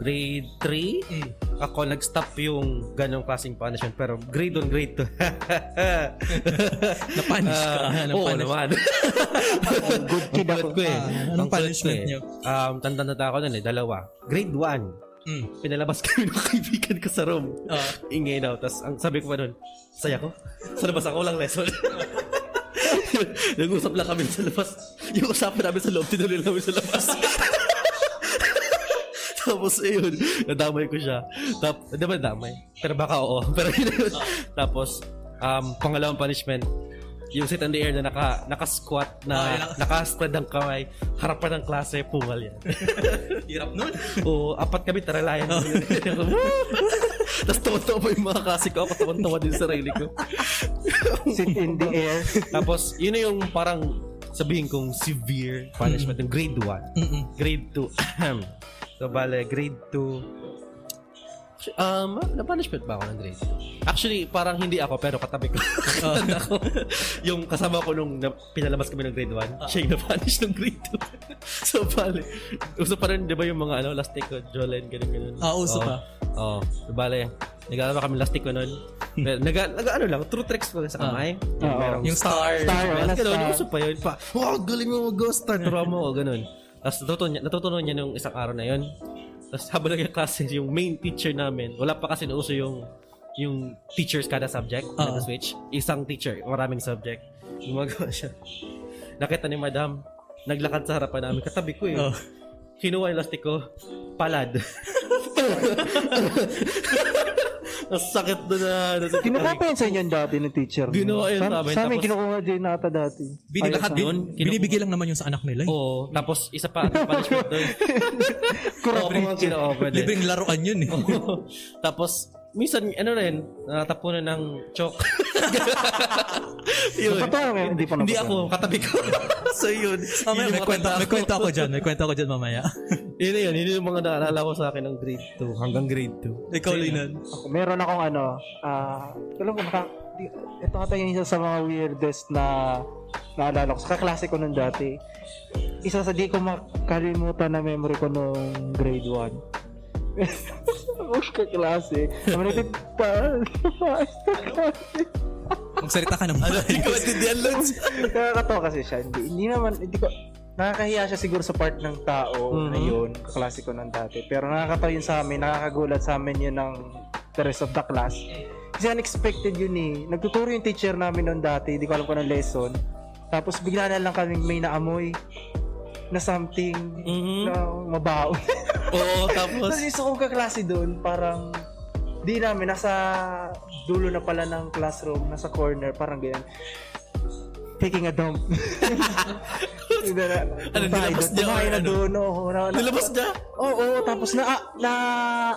[SPEAKER 3] Grade 3?
[SPEAKER 2] Mm.
[SPEAKER 3] ako nag-stop yung ganong klaseng punishment pero grade 1 grade *laughs* 2
[SPEAKER 2] Na-punish ka, na-punish.
[SPEAKER 3] oo *laughs* naman
[SPEAKER 4] Good kid ako.
[SPEAKER 3] Kulit ko eh
[SPEAKER 2] Ah,
[SPEAKER 3] Ang
[SPEAKER 2] anong
[SPEAKER 3] kulit ko
[SPEAKER 2] punishment
[SPEAKER 3] eh.
[SPEAKER 2] niyo?
[SPEAKER 3] um, tanda na ako nun eh dalawa grade 1
[SPEAKER 2] Mm.
[SPEAKER 3] pinalabas *laughs* kami ng kaibigan ko sa room
[SPEAKER 2] Ah.
[SPEAKER 3] ingay daw tapos ang sabi ko pa nun saya ko sa labas ako lang lesson nag-usap lang kami sa labas yung usapan namin sa loob tinuloy namin sa labas Tapos ayun, nadamay ko siya. Tap, hindi ba nadamay? Pero baka oo. Pero yun. Tapos, um, pangalawang punishment, yung sit in the air na naka, naka-squat na
[SPEAKER 2] Ah, yun lang.
[SPEAKER 3] naka-spread ang kamay, harapan ng klase, pumal yan.
[SPEAKER 2] Hirap nun.
[SPEAKER 3] Oo, apat kami taralayan. Woo! Tapos tuwa-tuwa pa yung mga klase ko. Ako tuwa-tuwa din sa sarili ko.
[SPEAKER 4] Sit in the air.
[SPEAKER 3] Tapos, yun na yung parang sabihin kong severe punishment. Yung grade
[SPEAKER 2] Mm-mm.
[SPEAKER 3] 1. Grade 2. so, bale, grade 2. Um, na-punishment ba ako ng grade 2? Actually, parang hindi ako, pero katabi ko.
[SPEAKER 2] *laughs* Oh.
[SPEAKER 3] Tanda ko. yung kasama ko nung na- pinalabas kami ng grade 1,
[SPEAKER 2] Ah.
[SPEAKER 3] siya yung na-punish ng grade 2. *laughs* so, bale, uso pa rin, di ba yung mga ano, lastiko, Jolene, ganun, ganun.
[SPEAKER 2] Ah, uso
[SPEAKER 3] Oo.
[SPEAKER 2] pa.
[SPEAKER 3] Oo. So, bale, nag-alama kami lastiko nun. Pero,
[SPEAKER 2] Hmm.
[SPEAKER 3] nag, nag, ano lang, true tricks ko sa
[SPEAKER 2] Ah.
[SPEAKER 3] kamay. Yung
[SPEAKER 4] Oo.
[SPEAKER 3] merong
[SPEAKER 2] Yung star.
[SPEAKER 4] Star, wala
[SPEAKER 3] Tapos ganun,
[SPEAKER 4] star.
[SPEAKER 3] yung uso pa yun. Pa, wow, galing mo mag-ghost star. Turuan mo ako, ganun. Tapos natutunan niya, natutunan niya nung isang araw na yun. Tapos habang naging klase, yung main teacher namin, wala pa kasi nauso yung yung teachers kada subject
[SPEAKER 2] Ah.
[SPEAKER 3] nag switch isang teacher maraming subject gumagawa siya nakita ni madam naglakad sa harapan namin katabi ko eh
[SPEAKER 2] Oh.
[SPEAKER 3] kinuha yung lastik ko palad ang sakit na na nasa
[SPEAKER 4] Kinukuha pa yun sa inyo dati ng teacher. mo.
[SPEAKER 3] Ginawa yun
[SPEAKER 4] Sa-
[SPEAKER 3] namin,
[SPEAKER 4] Sa amin,
[SPEAKER 3] tapos-
[SPEAKER 4] kinukuha din nata dati.
[SPEAKER 2] Binib-
[SPEAKER 3] Lahat
[SPEAKER 2] bin-
[SPEAKER 3] yun, kinukuha. Oh,
[SPEAKER 2] Binibigay lang naman yung sa anak nila. eh.
[SPEAKER 3] Oo. Tapos, isa pa ang punishment doon.
[SPEAKER 4] Corrupt
[SPEAKER 3] Oo, mga ginawa pwede. Oh.
[SPEAKER 2] Libreng *laughs* laruan yun eh.
[SPEAKER 3] Tapos, minsan, ano rin, natapunan ng chok. yun.
[SPEAKER 4] Napatawa ngayon, hindi pa
[SPEAKER 3] Hindi
[SPEAKER 4] napatawa.
[SPEAKER 3] ako, katabi ko. *laughs* so, yun.
[SPEAKER 2] Ah, may,
[SPEAKER 3] Yun yung
[SPEAKER 2] may
[SPEAKER 3] mga
[SPEAKER 2] kwento,
[SPEAKER 3] tanda
[SPEAKER 2] may kwento ako dyan. May kwento ako dyan mamaya.
[SPEAKER 3] Yun na yun. Yun yung mga naalala ko sa akin ng grade 2 hanggang grade 2.
[SPEAKER 2] Ikaw, Linan.
[SPEAKER 4] Ako, meron akong ano, ah, alam ko, maka, di- ito ata yung isa sa mga weirdest na naalala ko. Sa kaklase ko nun dati. Isa sa di ko makalimutan na memory ko nung grade *laughs* 1. Ush, kaklase. Naman ito, pa, *laughs* sa kaklase.
[SPEAKER 2] Magsalita ka naman.
[SPEAKER 3] Hindi ko matindihan, Ano, Lods.
[SPEAKER 4] Nakakatawa kasi siya. Hindi, hindi naman, hindi ko, nakakahiya siya siguro sa part ng tao na yun, kaklase ko ng dati. Pero nakakatawa yun sa amin, nakakagulat sa amin yun ng the rest of the class. Kasi unexpected yun eh. Nagtuturo yung teacher namin noon dati, hindi ko alam kung anong lesson. Tapos bigla na lang kaming may naamoy na something
[SPEAKER 3] Mhm.
[SPEAKER 4] na mabaho.
[SPEAKER 3] *laughs* Oo, tapos.
[SPEAKER 4] Tapos isa kong kaklase doon, parang Di namin, nasa dulo na pala ng classroom, nasa corner, parang ganyan. Taking a
[SPEAKER 3] *laughs*
[SPEAKER 4] dump. Hindi na,
[SPEAKER 3] Ano, nilabas niya or
[SPEAKER 4] Tumayo na
[SPEAKER 3] ano?
[SPEAKER 4] doon, oo. na- na-
[SPEAKER 3] Nilabas na?
[SPEAKER 4] Oo, oo, tapos na, ah, na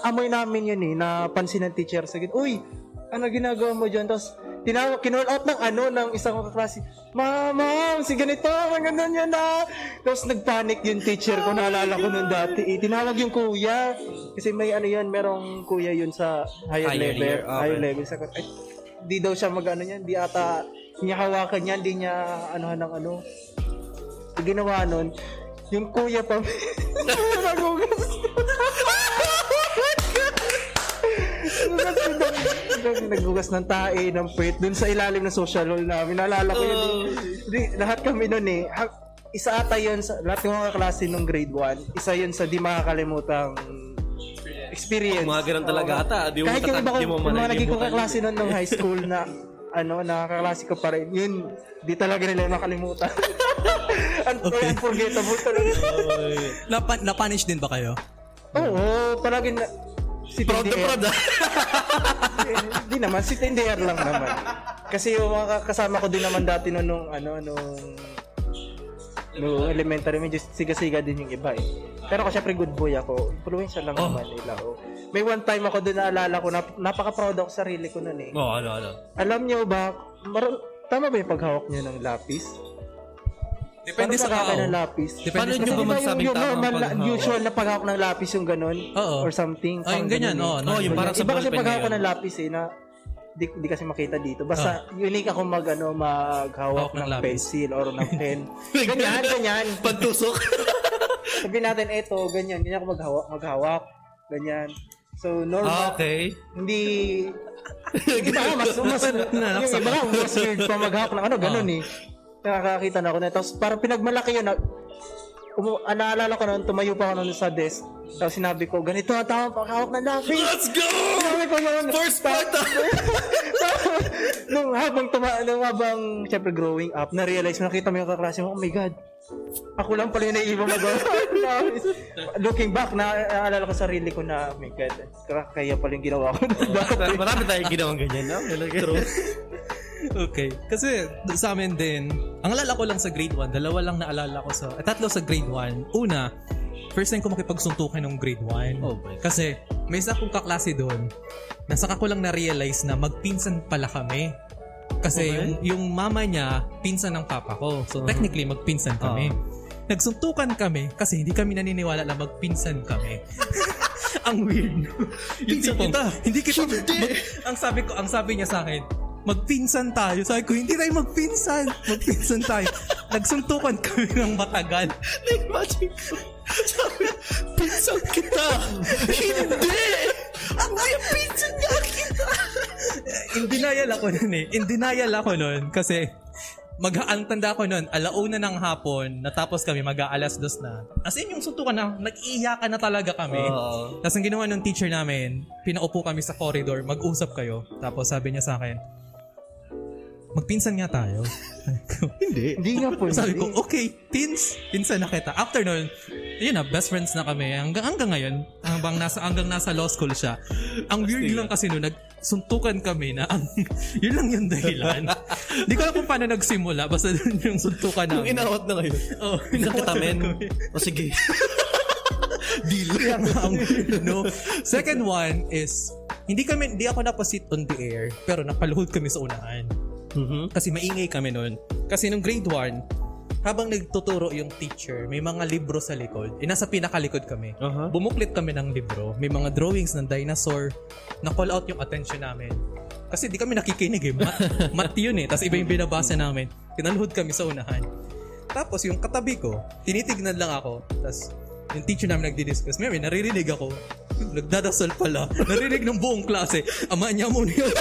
[SPEAKER 4] amoy namin yun eh, napansin ng teacher sa gin, uy, ano ginagawa mo dyan? Tapos, tinawa, kinall out ng ano, ng isang kaklase, ma'am, ma'am, si ganito, ang ganun yan na. Tapos nagpanic yung teacher ko, naalala ko nun dati eh. Tinawag yung kuya, kasi may ano yan, merong kuya yun sa higher,
[SPEAKER 5] Higher
[SPEAKER 4] level.
[SPEAKER 5] year, okay.
[SPEAKER 4] Higher level. Sa, ay, di daw siya mag ano yan, di ata, niya hawakan yan, di niya ano ng ano. Yung ginawa nun, yung kuya pa, *laughs* nagugas. nagugas ko ng, nagugas ng tae, ng puwet, dun sa ilalim ng social hall namin. Naalala ko yun.
[SPEAKER 5] Oh.
[SPEAKER 4] Di, lahat kami nun eh. Ha- isa ata yun, sa, lahat ng mga klase nung grade 1, isa yun sa di makakalimutang experience.
[SPEAKER 5] Mga ganun talaga
[SPEAKER 4] Oo.
[SPEAKER 5] ata, di mo
[SPEAKER 4] Kahit yung
[SPEAKER 5] matatag-
[SPEAKER 4] iba ko,
[SPEAKER 5] di mo
[SPEAKER 4] yung mga naging
[SPEAKER 5] malilimutan.
[SPEAKER 4] kaklase nun nung high school na ano, nakakaklase ko pa rin. Yun, di talaga nila makalimutan. *laughs* Un- Unforgettable talaga.
[SPEAKER 3] Napa- napanish din ba kayo?
[SPEAKER 4] Oo, palagi na... Si
[SPEAKER 3] Proud na
[SPEAKER 4] Tindier.
[SPEAKER 3] proud ah.
[SPEAKER 4] Eh, Hindi naman, si Tindier lang naman. Kasi yung mga kasama ko din naman dati noon nung, ano, nung... Nung elementary, medyo siga-siga din yung iba eh. Pero kasi syempre good boy ako. Influensya lang naman nila. Oh. May one time ako doon naalala ko, nap- napaka-proud ako sa sarili ko noon eh.
[SPEAKER 2] Oh.
[SPEAKER 5] Oo, ano, ano.
[SPEAKER 4] Alam niyo ba, mar- tama ba yung paghawak niyo ng lapis?
[SPEAKER 2] Depende
[SPEAKER 4] Paano
[SPEAKER 2] sa
[SPEAKER 4] paghawak
[SPEAKER 2] tao.
[SPEAKER 4] ng lapis?
[SPEAKER 2] Depende
[SPEAKER 5] Paano
[SPEAKER 2] sa
[SPEAKER 5] nyo ba
[SPEAKER 4] Kasi di ba yung,
[SPEAKER 5] magsabing
[SPEAKER 4] yung
[SPEAKER 5] tama ang
[SPEAKER 4] normal,
[SPEAKER 5] paghawak?
[SPEAKER 4] usual na paghawak ng lapis yung ganun?
[SPEAKER 2] Oo.
[SPEAKER 4] Or something?
[SPEAKER 2] Ay,
[SPEAKER 4] parang
[SPEAKER 2] ganyan, Oh,
[SPEAKER 4] ganun eh.
[SPEAKER 2] oo.
[SPEAKER 5] Oo, Oh, yung parang sa
[SPEAKER 4] Iba kasi
[SPEAKER 5] ballpen
[SPEAKER 4] pag
[SPEAKER 5] na
[SPEAKER 4] ako
[SPEAKER 5] yun.
[SPEAKER 4] ng lapis eh, na di, di kasi makita dito. Basta unique ako mag, ano, maghawak
[SPEAKER 2] Hawak ng
[SPEAKER 4] ng,
[SPEAKER 2] lapis.
[SPEAKER 4] pencil or ng pen. ganyan, ganyan.
[SPEAKER 3] Pagtusok.
[SPEAKER 4] *laughs* Sabihin natin, eto, ganyan. Ganyan ako maghawak. maghawak ganyan.
[SPEAKER 5] Ah,
[SPEAKER 4] So, normal.
[SPEAKER 5] okay.
[SPEAKER 4] Hindi... yung iba nga, mas, mas, yung iba nga, mas weird pa maghawak ng ano, ganun eh. Nakakakita na ako na. Tapos parang pinagmalaki yun. Na, umu, ah, naalala ko noon, tumayo pa ako noon sa desk. Tapos sinabi ko, ganito ang tama paghawak ng lapis.
[SPEAKER 3] Let's go!
[SPEAKER 4] Sinabi ko yun.
[SPEAKER 3] First part ah.
[SPEAKER 4] *laughs* nung habang tuma, nung habang syempre growing up, na-realize mo, nakita mo yung kaklase mo, oh my god, ako lang pala yung naiiba magawa. *laughs* Looking back, na naalala ko sarili ko na, oh my god, kaya pala yung ginawa ko. *laughs*
[SPEAKER 5] Pero marami tayong ginawang ganyan, no? Talaga.
[SPEAKER 3] *laughs*
[SPEAKER 2] Okay. Kasi sa amin din, ang alala ko lang sa grade 1, dalawa lang naalala ko sa, eh, tatlo sa grade 1. Una, first time ko makipagsuntukan ng grade 1.
[SPEAKER 5] Oh my God.
[SPEAKER 2] Kasi may isa akong kaklase doon, nasaka ko lang na-realize na magpinsan pala kami. Kasi
[SPEAKER 5] Okay. Mm-hmm.
[SPEAKER 2] yung, yung mama niya, pinsan ng papa ko. So technically, magpinsan kami.
[SPEAKER 5] Ah.
[SPEAKER 2] Nagsuntukan kami kasi hindi kami naniniwala na magpinsan kami.
[SPEAKER 3] *laughs*
[SPEAKER 2] ang weird. Yung tipong, Hindi kita. mag- *laughs* ang sabi ko, ang sabi niya sa akin, magpinsan tayo. Sabi ko, hindi tayo
[SPEAKER 3] *laughs*
[SPEAKER 2] magpinsan. Magpinsan tayo. Nagsuntukan kami ng matagal.
[SPEAKER 3] Imagine ko. Sabi, pinsan
[SPEAKER 2] *laughs*
[SPEAKER 3] kita. Hindi! Ako yung pinsan niya kita.
[SPEAKER 2] *laughs* In denial ako nun eh. In denial ako nun kasi mag ang tanda ko nun, alauna ng hapon, natapos kami, mag-aalas dos na. As in, yung suntukan na, nag-iiyakan na talaga kami.
[SPEAKER 5] Oo.
[SPEAKER 2] Tapos ang ginawa ng teacher namin, pinaupo kami sa corridor, mag-usap kayo. Tapos sabi niya sa akin, magpinsan nga tayo.
[SPEAKER 4] Hindi nga po.
[SPEAKER 2] *laughs* Sabi ko, okay, pins, pinsan na kita. After nun, yun na, best friends na kami. Hanggang, hanggang ngayon, hanggang nasa, hanggang nasa law school siya. Ang weird lang kasi nun, nagsuntukan kami na ang, *laughs* yun lang yung dahilan. Hindi ko alam kung paano nagsimula, basta *laughs* dun yung suntukan
[SPEAKER 3] Ang
[SPEAKER 2] namin.
[SPEAKER 3] inawat na ngayon.
[SPEAKER 2] Oh,
[SPEAKER 5] Isang
[SPEAKER 3] *laughs*
[SPEAKER 5] katamin.
[SPEAKER 2] kami.
[SPEAKER 5] O sige.
[SPEAKER 3] Deal.
[SPEAKER 2] Kaya nga, ang weird, no? Second one is, hindi kami, hindi ako napasit on the air, pero napaluhod kami sa unahan.
[SPEAKER 3] Mm-hmm.
[SPEAKER 5] Mhm.
[SPEAKER 2] Kasi maingay kami nun. Kasi nung grade 1, habang nagtuturo yung teacher, may mga libro sa likod. Eh, nasa pinakalikod kami.
[SPEAKER 5] Aha.
[SPEAKER 2] Bumuklit kami ng libro. May mga drawings ng dinosaur. Na-call out yung attention namin. Kasi di kami nakikinig eh. Mat, mat yun eh. Tapos iba yung binabasa namin. Tinaluhod kami sa unahan. Tapos yung katabi ko, tinitignan lang ako. Tapos yung teacher namin nagdi-discuss. May naririnig ako. Nagdadasal pala. Narinig ng buong klase. Ama niya muna yun. *laughs*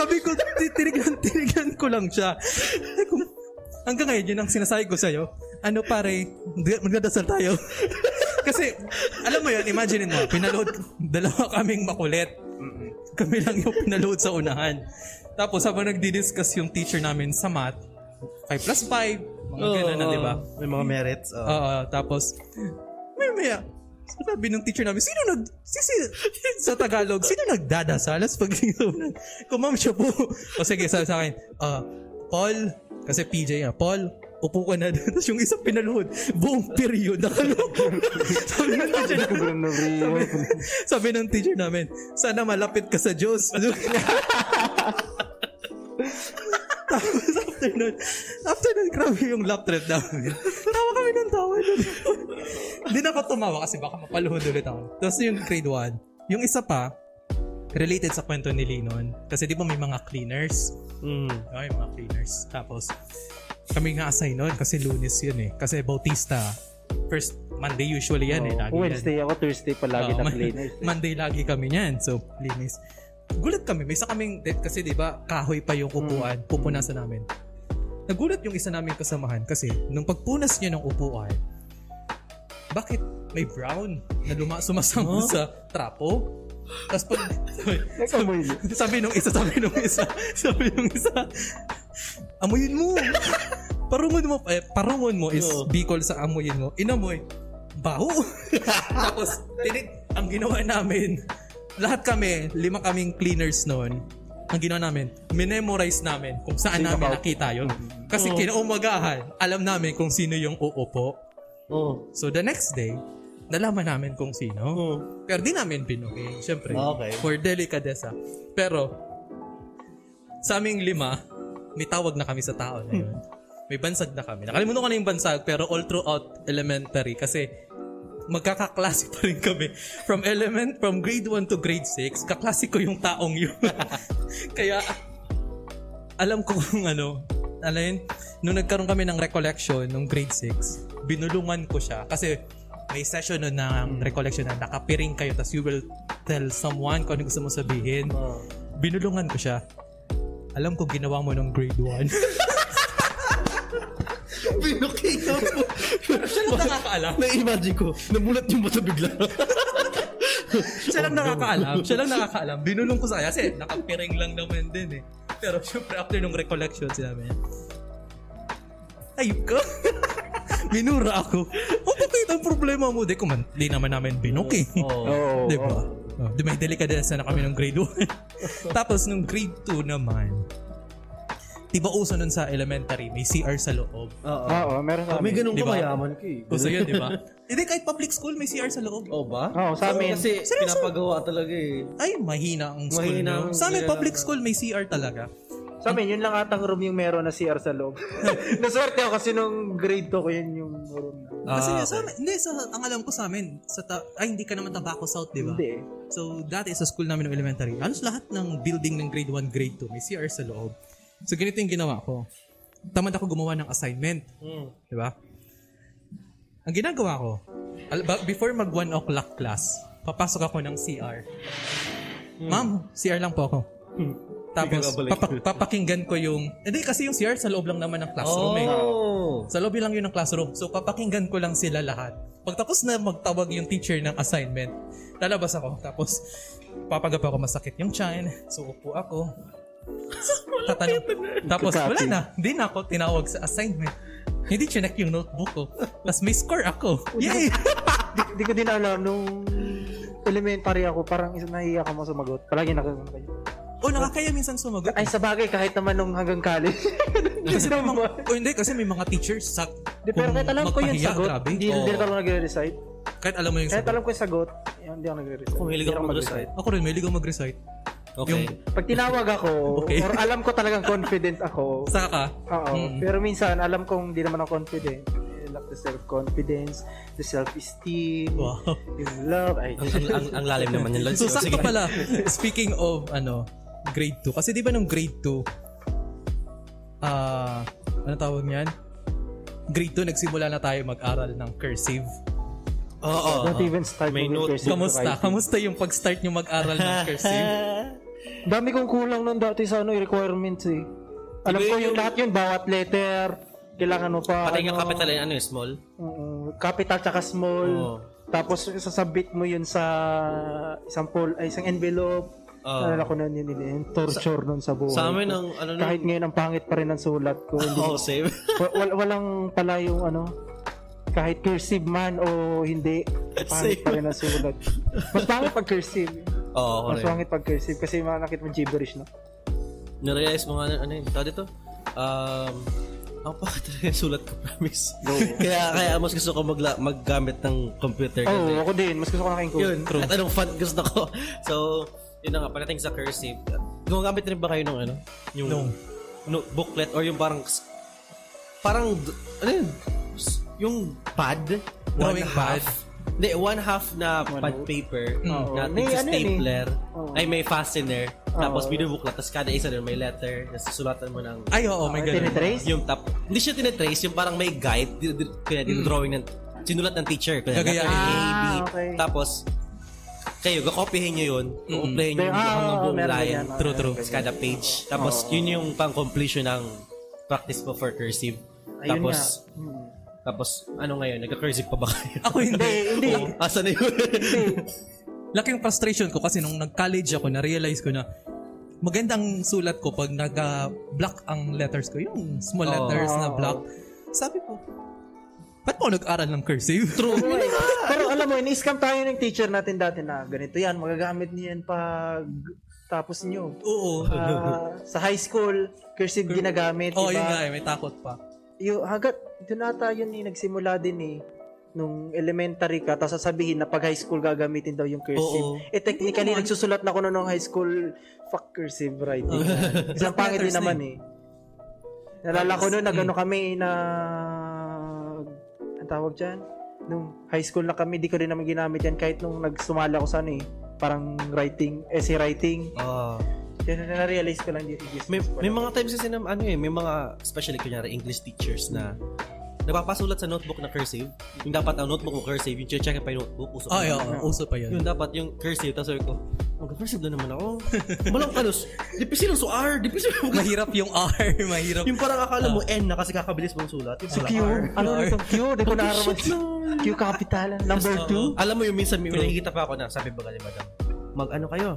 [SPEAKER 2] Sabi ko, ti- tinignan, *laughs* tinignan ko lang siya. Sabi ko, Hanggang ngayon, yun ang sinasabi ko sa'yo. Ano pare, mag- magdadasal tayo. *laughs* Kasi, alam mo yun, imagine mo, pinaload, dalawa kaming makulit. Kami lang yung pinaload sa unahan. Tapos, habang nagdi-discuss yung teacher namin sa math, 5 plus
[SPEAKER 3] Oh,
[SPEAKER 2] 5, mga ganun na, di ba? Ah.
[SPEAKER 5] May mga merits. oo.
[SPEAKER 2] Oo, tapos, maya maya, Sabi ng teacher namin, sino nag... Si, si, sa Tagalog, sino nagdadasalas pag inuman? Kumam siya po. O sige, sabi sa akin, ah, Paul, kasi PJ nga, Paul, upo ka na. *laughs* Tapos yung isang pinaluhod, buong period nakaluhod. *laughs* sabi ng teacher
[SPEAKER 4] Hindi ko
[SPEAKER 2] namin,
[SPEAKER 4] ganun na rin.
[SPEAKER 2] *laughs* sabi ng teacher namin, sana malapit ka sa Diyos. *laughs* Tapos after nun, after nun, grabe yung lap trip namin. Tawa kami ng tawa nun. *laughs* Hindi na ako tumawa kasi baka mapaluhod ulit ako. Tapos yung grade 1, yung isa pa, related sa kwento ni Linon. Kasi di ba may mga cleaners?
[SPEAKER 5] Mm.
[SPEAKER 2] Okay, mga cleaners. Tapos, kami nga assign nun kasi lunes yun eh. Kasi Bautista, first Monday usually yan eh.
[SPEAKER 4] Oh,
[SPEAKER 2] Lagi yan.
[SPEAKER 4] Wednesday ako, Thursday
[SPEAKER 2] Oo,
[SPEAKER 4] palagi na
[SPEAKER 2] man-
[SPEAKER 4] cleaners.
[SPEAKER 2] Monday lagi kami niyan. So, linis. Gulat kami. May isa kaming, de- kasi di ba kahoy pa yung upuan. Pupunasan namin. Nagulat yung isa namin kasamahan kasi nung pagpunas niya ng upuan, bakit may brown na luma sumasama sa trapo? Tapos
[SPEAKER 4] *laughs*
[SPEAKER 2] pag,
[SPEAKER 4] Nagkamoy niya.
[SPEAKER 2] *laughs* sabi nung isa, sabi nung isa, sabi nung isa, amuyin mo. parungon mo, eh, parungon mo is
[SPEAKER 3] Oo.
[SPEAKER 2] Bicol sa amuyin mo. Inamoy, baho. *laughs* Tapos, tinig, ang ginawa namin, lahat kami, lima kaming cleaners noon, ang ginawa namin, minemorize namin kung saan
[SPEAKER 4] Think
[SPEAKER 2] namin
[SPEAKER 4] about- Mm-hmm.
[SPEAKER 2] nakita yun. Kasi kinaumagahan, alam namin kung sino yung uupo.
[SPEAKER 3] Oh.
[SPEAKER 2] So the next day, nalaman namin kung sino.
[SPEAKER 3] Oh. Ah,
[SPEAKER 2] Pero di namin pinukay. Siyempre.
[SPEAKER 3] Okay.
[SPEAKER 2] For delicadeza. Pero, sa aming lima, may tawag na kami sa tao na
[SPEAKER 3] Hmm.
[SPEAKER 2] yun. May bansag na kami. Nakalimutan ko na yung bansag, pero all throughout elementary kasi magkakaklase pa rin kami. From element, from grade 1 to grade 6, kaklase ko yung taong yun. *laughs* Kaya, alam ko kung ano, alam yun, nung nagkaroon kami ng recollection nung grade 6, binulungan ko siya kasi may session nun ng recollection na nakapiring kayo tapos you will tell someone kung ano gusto mo sabihin. Binulungan ko siya. Alam ko ginawa mo nung grade 1.
[SPEAKER 3] Pinukita mo.
[SPEAKER 2] siya *laughs* lang nakakaalam.
[SPEAKER 3] Na-imagine ko. Namulat yung mata bigla.
[SPEAKER 2] Siya lang nakakaalam. Siya *laughs* lang nakakaalam. Binulong ko sa kanya kasi nakapiring lang naman din eh. Pero syempre after nung recollection sinabi niya, ayup ka. *laughs* Minura ako. O bakit ang problema mo? Di ko man, di naman namin binuki.
[SPEAKER 4] Oo.
[SPEAKER 2] *laughs* Di ba? Oh, di may delikadesa na kami nung grade *laughs* 1. Tapos nung grade 2 naman, di ba uso nun sa elementary, may CR sa loob.
[SPEAKER 4] Oo, oh, meron sa
[SPEAKER 3] Ah, May
[SPEAKER 4] amin.
[SPEAKER 3] ganun
[SPEAKER 2] Di ba?
[SPEAKER 3] ka mayaman ka eh.
[SPEAKER 2] Uso yun, di *laughs* ba? Hindi, kahit public school, may CR sa loob.
[SPEAKER 3] Oh ba?
[SPEAKER 4] Oo, sa amin.
[SPEAKER 3] Kasi pinapagawa talaga eh.
[SPEAKER 2] Ay, mahina ang school
[SPEAKER 3] Mahina
[SPEAKER 2] nyo.
[SPEAKER 3] ang-
[SPEAKER 2] Sa amin, public school, may CR talaga.
[SPEAKER 4] Sa amin, yun lang atang room yung meron na CR sa
[SPEAKER 2] *laughs*
[SPEAKER 4] loob. *laughs* Naswerte ako kasi nung grade 2 ko yun yung room.
[SPEAKER 2] Kasi sa amin, hindi, sa, ang alam ko sa amin, sa ta- ay, hindi ka naman Tabaco South, di ba?
[SPEAKER 4] Hindi eh.
[SPEAKER 2] So, dati sa school namin ng elementary, halos lahat ng building ng grade 1, grade 2, may CR sa loob. So, ganito yung ginawa ko. Tamad ako gumawa ng assignment.
[SPEAKER 3] Hmm.
[SPEAKER 2] Di ba? Ang ginagawa ko, al- ba- before mag 1 o'clock class, papasok ako ng CR. Ma'am, CR lang po ako. Tapos, papa- papakinggan ko yung... Hindi, kasi yung CR sa loob lang naman ng classroom eh.
[SPEAKER 3] Oh.
[SPEAKER 2] Sa lobby lang yun ng classroom. So, papakinggan ko lang sila lahat. Pagtapos na magtawag yung teacher ng assignment, lalabas ako. Tapos, papagap ako masakit yung chan. So, upo ako. Tatanong. Tapos, wala na. Hindi na ako tinawag sa assignment. Hindi chinek yung notebook ko. Tapos may score ako.
[SPEAKER 4] *laughs*
[SPEAKER 2] Yay!
[SPEAKER 4] Hindi ko din alam nung elementary ako, parang isa nahiya ako sumagot. Palagi nakagano kayo.
[SPEAKER 2] o, Oh, nakakaya minsan sumagot.
[SPEAKER 4] Ay, sa bagay, kahit naman nung hanggang college.
[SPEAKER 2] kasi may mga, o Oh, hindi, kasi may mga teachers sa
[SPEAKER 4] Di, pero
[SPEAKER 2] kung
[SPEAKER 4] kahit alam ko yung
[SPEAKER 2] magpahiya,
[SPEAKER 4] sagot,
[SPEAKER 2] grabe.
[SPEAKER 4] hindi
[SPEAKER 2] Oo.
[SPEAKER 4] hindi rin ako nagre-recite.
[SPEAKER 2] Kahit alam mo yung
[SPEAKER 4] Kahit
[SPEAKER 2] sagot.
[SPEAKER 4] alam ko yung sagot, yun, hindi ako nagre-recite.
[SPEAKER 3] Kung hilig
[SPEAKER 4] Hindi
[SPEAKER 3] ako mag-recite.
[SPEAKER 2] Ako rin, may ligaw mag-recite.
[SPEAKER 3] Okay.
[SPEAKER 2] Yung-
[SPEAKER 4] Pag tinawag ako,
[SPEAKER 2] Okay.
[SPEAKER 4] or alam ko talagang confident ako,
[SPEAKER 2] Saka ka.
[SPEAKER 4] Oo.
[SPEAKER 2] Mm.
[SPEAKER 4] Pero minsan, alam kong hindi naman ako confident. Eh, Lack the self-confidence, the self-esteem,
[SPEAKER 2] Wow.
[SPEAKER 4] yung love. Ay,
[SPEAKER 5] Ang, ang, ang, ang lalim naman yun.
[SPEAKER 2] So,
[SPEAKER 5] Sige, sige.
[SPEAKER 2] sakto pala. Speaking of, ano, grade 2. Kasi di ba nung grade 2, ah, ano tawag niyan? Grade 2, nagsimula na tayo mag-aral ng cursive.
[SPEAKER 5] Oo.
[SPEAKER 4] Don't even start
[SPEAKER 5] May
[SPEAKER 4] with
[SPEAKER 5] note.
[SPEAKER 4] cursive
[SPEAKER 2] Kamusta?
[SPEAKER 4] writing.
[SPEAKER 2] Kamusta yung pag-start nyo mag-aral ng
[SPEAKER 5] *laughs*
[SPEAKER 2] cursive?
[SPEAKER 4] Dami kong kulang nun dati sa ano, requirements eh. Alam ko yung lahat yun, bawat letter, kailangan mo pa.
[SPEAKER 5] Pati
[SPEAKER 4] ano,
[SPEAKER 5] yung capital yun,
[SPEAKER 3] eh,
[SPEAKER 5] ano yung small?
[SPEAKER 4] Oo, capital tsaka small.
[SPEAKER 5] Oo.
[SPEAKER 4] Tapos sasabit mo yun sa isang pol, ay, isang envelope.
[SPEAKER 5] Oo.
[SPEAKER 4] Naalala ko nun yun, yun, yun, torture nun sa buhay.
[SPEAKER 5] Sa amin,
[SPEAKER 4] ko.
[SPEAKER 5] ang ano nun-
[SPEAKER 4] Kahit ngayon, ang pangit pa rin ang sulat ko. Hindi *laughs*
[SPEAKER 5] Oo, same. *laughs*
[SPEAKER 4] Wa- wal- walang pala yung ano kahit cursive man o hindi Pangit pa rin ang sulat. Mas pangit pag cursive.
[SPEAKER 3] *laughs* Oo, oh,
[SPEAKER 4] Mas pangit pag cursive kasi makakit mo gibberish, no?
[SPEAKER 3] Narealize mo nga na, ano yun, tawag dito? Um, ang pakit *laughs* talaga yung sulat ko, promise. kaya, kaya mas gusto ko magla- maggamit ng computer.
[SPEAKER 4] Oo,
[SPEAKER 3] kasi-
[SPEAKER 4] oh, ako din. Mas gusto ko na kayong
[SPEAKER 3] Yun, at anong font gusto ko. So, yun na nga, parating sa cursive. Gumagamit rin ba kayo ng ano? Yung no, booklet or yung parang s- parang d- ano yun? S- Yung pad?
[SPEAKER 2] Drawing pad? Mm.
[SPEAKER 3] Hindi, one half na pad paper na
[SPEAKER 4] May
[SPEAKER 3] may,
[SPEAKER 4] ano yun eh. Oh.
[SPEAKER 3] stapler.
[SPEAKER 4] Oo.
[SPEAKER 3] Ay, may fastener. Tapos
[SPEAKER 4] Oo.
[SPEAKER 3] binubuklat. Tapos kada isa doon may letter. Tapos susulatan mo ng
[SPEAKER 2] Ay, oo, may ganun.
[SPEAKER 4] Tinitrace?
[SPEAKER 3] yung top. Hindi siya tinetrace. Yung parang may guide. Di, di, kaya dinodrawing ng sinulat ng teacher. Kaya
[SPEAKER 2] Gagaya.
[SPEAKER 3] letter A, B.
[SPEAKER 4] Hmm. Ah, okay.
[SPEAKER 3] Tapos, kayo, gakopihin nyo yun. Kukuplayin nyo
[SPEAKER 4] Pero,
[SPEAKER 3] yung
[SPEAKER 4] ah,
[SPEAKER 3] buong,
[SPEAKER 4] oo,
[SPEAKER 3] buong
[SPEAKER 4] meron
[SPEAKER 3] line.
[SPEAKER 4] ganyan, oo,
[SPEAKER 3] True,
[SPEAKER 4] meron
[SPEAKER 3] true.
[SPEAKER 4] ganyan.
[SPEAKER 3] Sa kada page. Tapos, yun yung pang-completion ng practice mo for cursive.
[SPEAKER 4] Ayun
[SPEAKER 3] tapos,
[SPEAKER 4] nga. Hmm.
[SPEAKER 3] tapos, ano ngayon? Nagka-cursive pa ba kayo?
[SPEAKER 2] Ako hindi.
[SPEAKER 4] Hindi.
[SPEAKER 3] *laughs* Asa na yun?
[SPEAKER 2] Laking frustration ko kasi nung nag-college ako, na-realize ko na magandang sulat ko pag nag-block ang letters ko. Yung small
[SPEAKER 3] Oo.
[SPEAKER 2] letters na block. Sabi ko, ba't mo nag-aral ng cursive? *laughs* True.
[SPEAKER 4] Pero alam mo, ini-scam tayo ng teacher natin dati na ganito yan, magagamit niyan pag tapos nyo.
[SPEAKER 2] Oo.
[SPEAKER 4] Ah, sa high school, cursive ginagamit,
[SPEAKER 2] Oo, yun nga
[SPEAKER 4] diba?
[SPEAKER 2] eh. May takot pa.
[SPEAKER 4] Yung, hagat, doon ata yun eh, nagsimula din eh nung elementary ka, tapos sasabihin na pag high school gagamitin daw yung cursive.
[SPEAKER 3] Oo.
[SPEAKER 4] Eh technically, nagsusulat na ko noon nung high school, fuck cursive writing. Isang
[SPEAKER 2] Black
[SPEAKER 4] pangit din
[SPEAKER 2] letters na
[SPEAKER 4] naman eh. Nalala ko noon,
[SPEAKER 3] Mm.
[SPEAKER 4] nagano kami na ang tawag dyan? Nung high school na kami, di ko rin naman ginamit yan kahit nung nagsumala ko sa ano eh. Parang writing, essay writing.
[SPEAKER 3] *laughs* Ah.
[SPEAKER 4] Yan na realize ko lang dito.
[SPEAKER 3] may, may mga times kasi na, ano eh, may mga, especially kunyari, English teachers na nagpapasulat sa notebook na cursive. Yung dapat ang notebook mo cursive, yung check pa yung notebook, usok
[SPEAKER 2] Ay, oo. Uso pa yun.
[SPEAKER 3] Yun dapat yung cursive. Tapos sabi ko, mag-cursive na naman ako. Walang kalos. Dipisil ang suar. Dipisil ang
[SPEAKER 2] Mahirap yung *laughs* R. Mahirap.
[SPEAKER 3] Yung parang akala mo N na kasi kakabilis mong sulat. Yung pala
[SPEAKER 4] Q?
[SPEAKER 3] R.
[SPEAKER 4] Ano na itong Q? Di ko naarawan.
[SPEAKER 3] Shit lang.
[SPEAKER 4] Q capital. ah. Number 2?
[SPEAKER 3] Alam mo yung minsan may nakikita pa ako na sabi ba ni madam, mag ano kayo?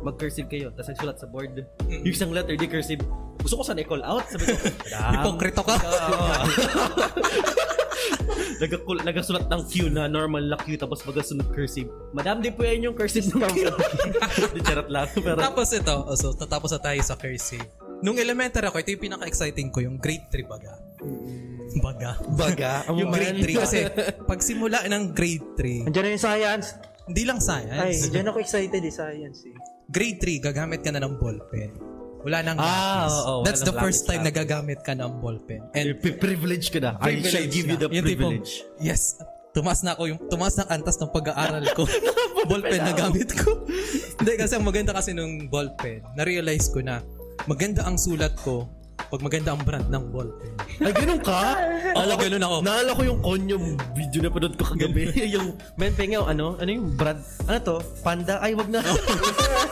[SPEAKER 3] Mag-cursive kayo. Tapos nagsulat sa board. Yung isang letter, di cursive. Gusto ko sana i-call out.
[SPEAKER 2] *laughs*
[SPEAKER 3] Sabi ko, madam.
[SPEAKER 2] Hipokrito
[SPEAKER 3] *laughs*
[SPEAKER 2] ka.
[SPEAKER 3] Oo. Nagakul- nagasulat ng Q na normal na Q tapos magasunod cursive. Madam, di po yan yung cursive ng *laughs* Q. Di charot lang. Pero,
[SPEAKER 2] Tapos ito, oh, so tatapos na tayo sa cursive. Nung elementary ako, ito yung pinaka-exciting ko, yung grade 3 baga.
[SPEAKER 3] Mm-hmm.
[SPEAKER 2] Baga.
[SPEAKER 3] baga.
[SPEAKER 2] *laughs* yung grade 3
[SPEAKER 3] *laughs*
[SPEAKER 2] kasi pagsimula ng grade 3,
[SPEAKER 4] Andiyan na yung science.
[SPEAKER 2] hindi lang
[SPEAKER 4] Ay,
[SPEAKER 2] science.
[SPEAKER 4] dyan ako excited eh, science eh.
[SPEAKER 2] Grade 3, gagamit ka na ng ballpen. Wala nang lapis.
[SPEAKER 3] Ah, oo, wala
[SPEAKER 2] That's
[SPEAKER 3] nang
[SPEAKER 2] the first
[SPEAKER 3] lapis,
[SPEAKER 2] time
[SPEAKER 3] lapis.
[SPEAKER 2] na gagamit ka ng ballpen. And
[SPEAKER 3] eh, privilege ka na. I shall
[SPEAKER 2] privilege
[SPEAKER 3] give you
[SPEAKER 2] na.
[SPEAKER 3] the
[SPEAKER 2] Yung tipong,
[SPEAKER 3] privilege.
[SPEAKER 2] yes, tumas na ako yung tumas na antas ng pag-aaral ko.
[SPEAKER 3] *laughs*
[SPEAKER 2] ballpen na gamit ko. *laughs* Hindi kasi ang maganda kasi nung ballpen, na-realize ko na maganda ang sulat ko pag maganda ang brand ng ballpen.
[SPEAKER 3] Ay, ganun ka?
[SPEAKER 2] Alam, ganun ako.
[SPEAKER 3] Naalala ko yung kon yung video na panood ko kagabi. *laughs* yung, men, pengaw, ano? Ano yung brand? Ano to? Panda? Ay, *laughs* wag na.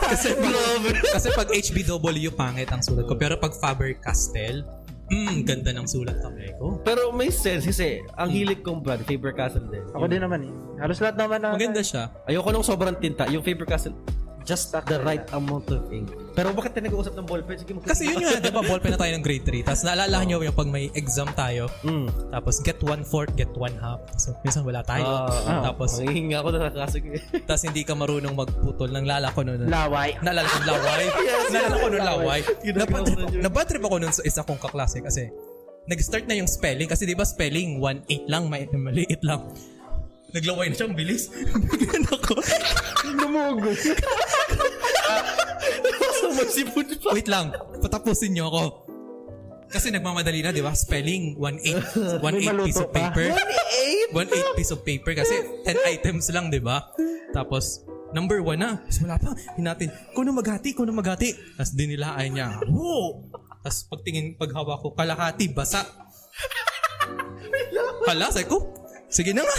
[SPEAKER 2] kasi pag, kasi pag HBW pangit ang sulat ko pero pag Faber-Castell, mm, ganda ng sulat kamay ko.
[SPEAKER 3] Oh, Pero may sense kasi ang hilig kong brand, Faber Castle din.
[SPEAKER 4] Ako din naman eh. Halos lahat naman na...
[SPEAKER 2] Maganda siya.
[SPEAKER 3] Ayoko nung sobrang tinta. Yung Faber Castle, just the right amount of ink. Pero bakit tayo nag-uusap ng ballpen? Sige, magkita.
[SPEAKER 2] Kasi yun yun, di ba, ballpen na tayo ng grade 3. Tapos naalala nyo yung pag may exam tayo,
[SPEAKER 3] Mm.
[SPEAKER 2] tapos get one fourth, get one half. So, minsan wala tayo. tapos,
[SPEAKER 3] Ah, Ang ako na
[SPEAKER 2] *laughs*
[SPEAKER 3] nakakasag.
[SPEAKER 2] tapos hindi ka marunong magputol ng lala ko noon.
[SPEAKER 4] Laway.
[SPEAKER 2] Naalala ko laway. Naalala ko nung laway.
[SPEAKER 3] Ginagawa ko na yun.
[SPEAKER 2] Nabatrip ako nun sa isa kong kaklase kasi nag-start na yung spelling. Kasi di ba spelling, 1-8 lang, may maliit lang. Naglaway na siya, ang bilis. *laughs* Bigyan ako.
[SPEAKER 4] Lumugod.
[SPEAKER 3] Sumasipod pa.
[SPEAKER 2] Wait lang, patapusin niyo ako. Kasi nagmamadali na, di ba? Spelling,
[SPEAKER 4] *laughs*
[SPEAKER 2] 1-8 1-8 piece of
[SPEAKER 4] maluto pa.
[SPEAKER 2] paper. 1-8 piece of paper kasi 10 items lang, di ba? Tapos, number 1 na. Tapos wala pa. Hinatin, kuno maghati, kuno maghati. Tapos dinilaan niya. Wow! Tapos pagtingin, paghawa ko, kalahati, basa. Hala, sabi ko, sige na nga.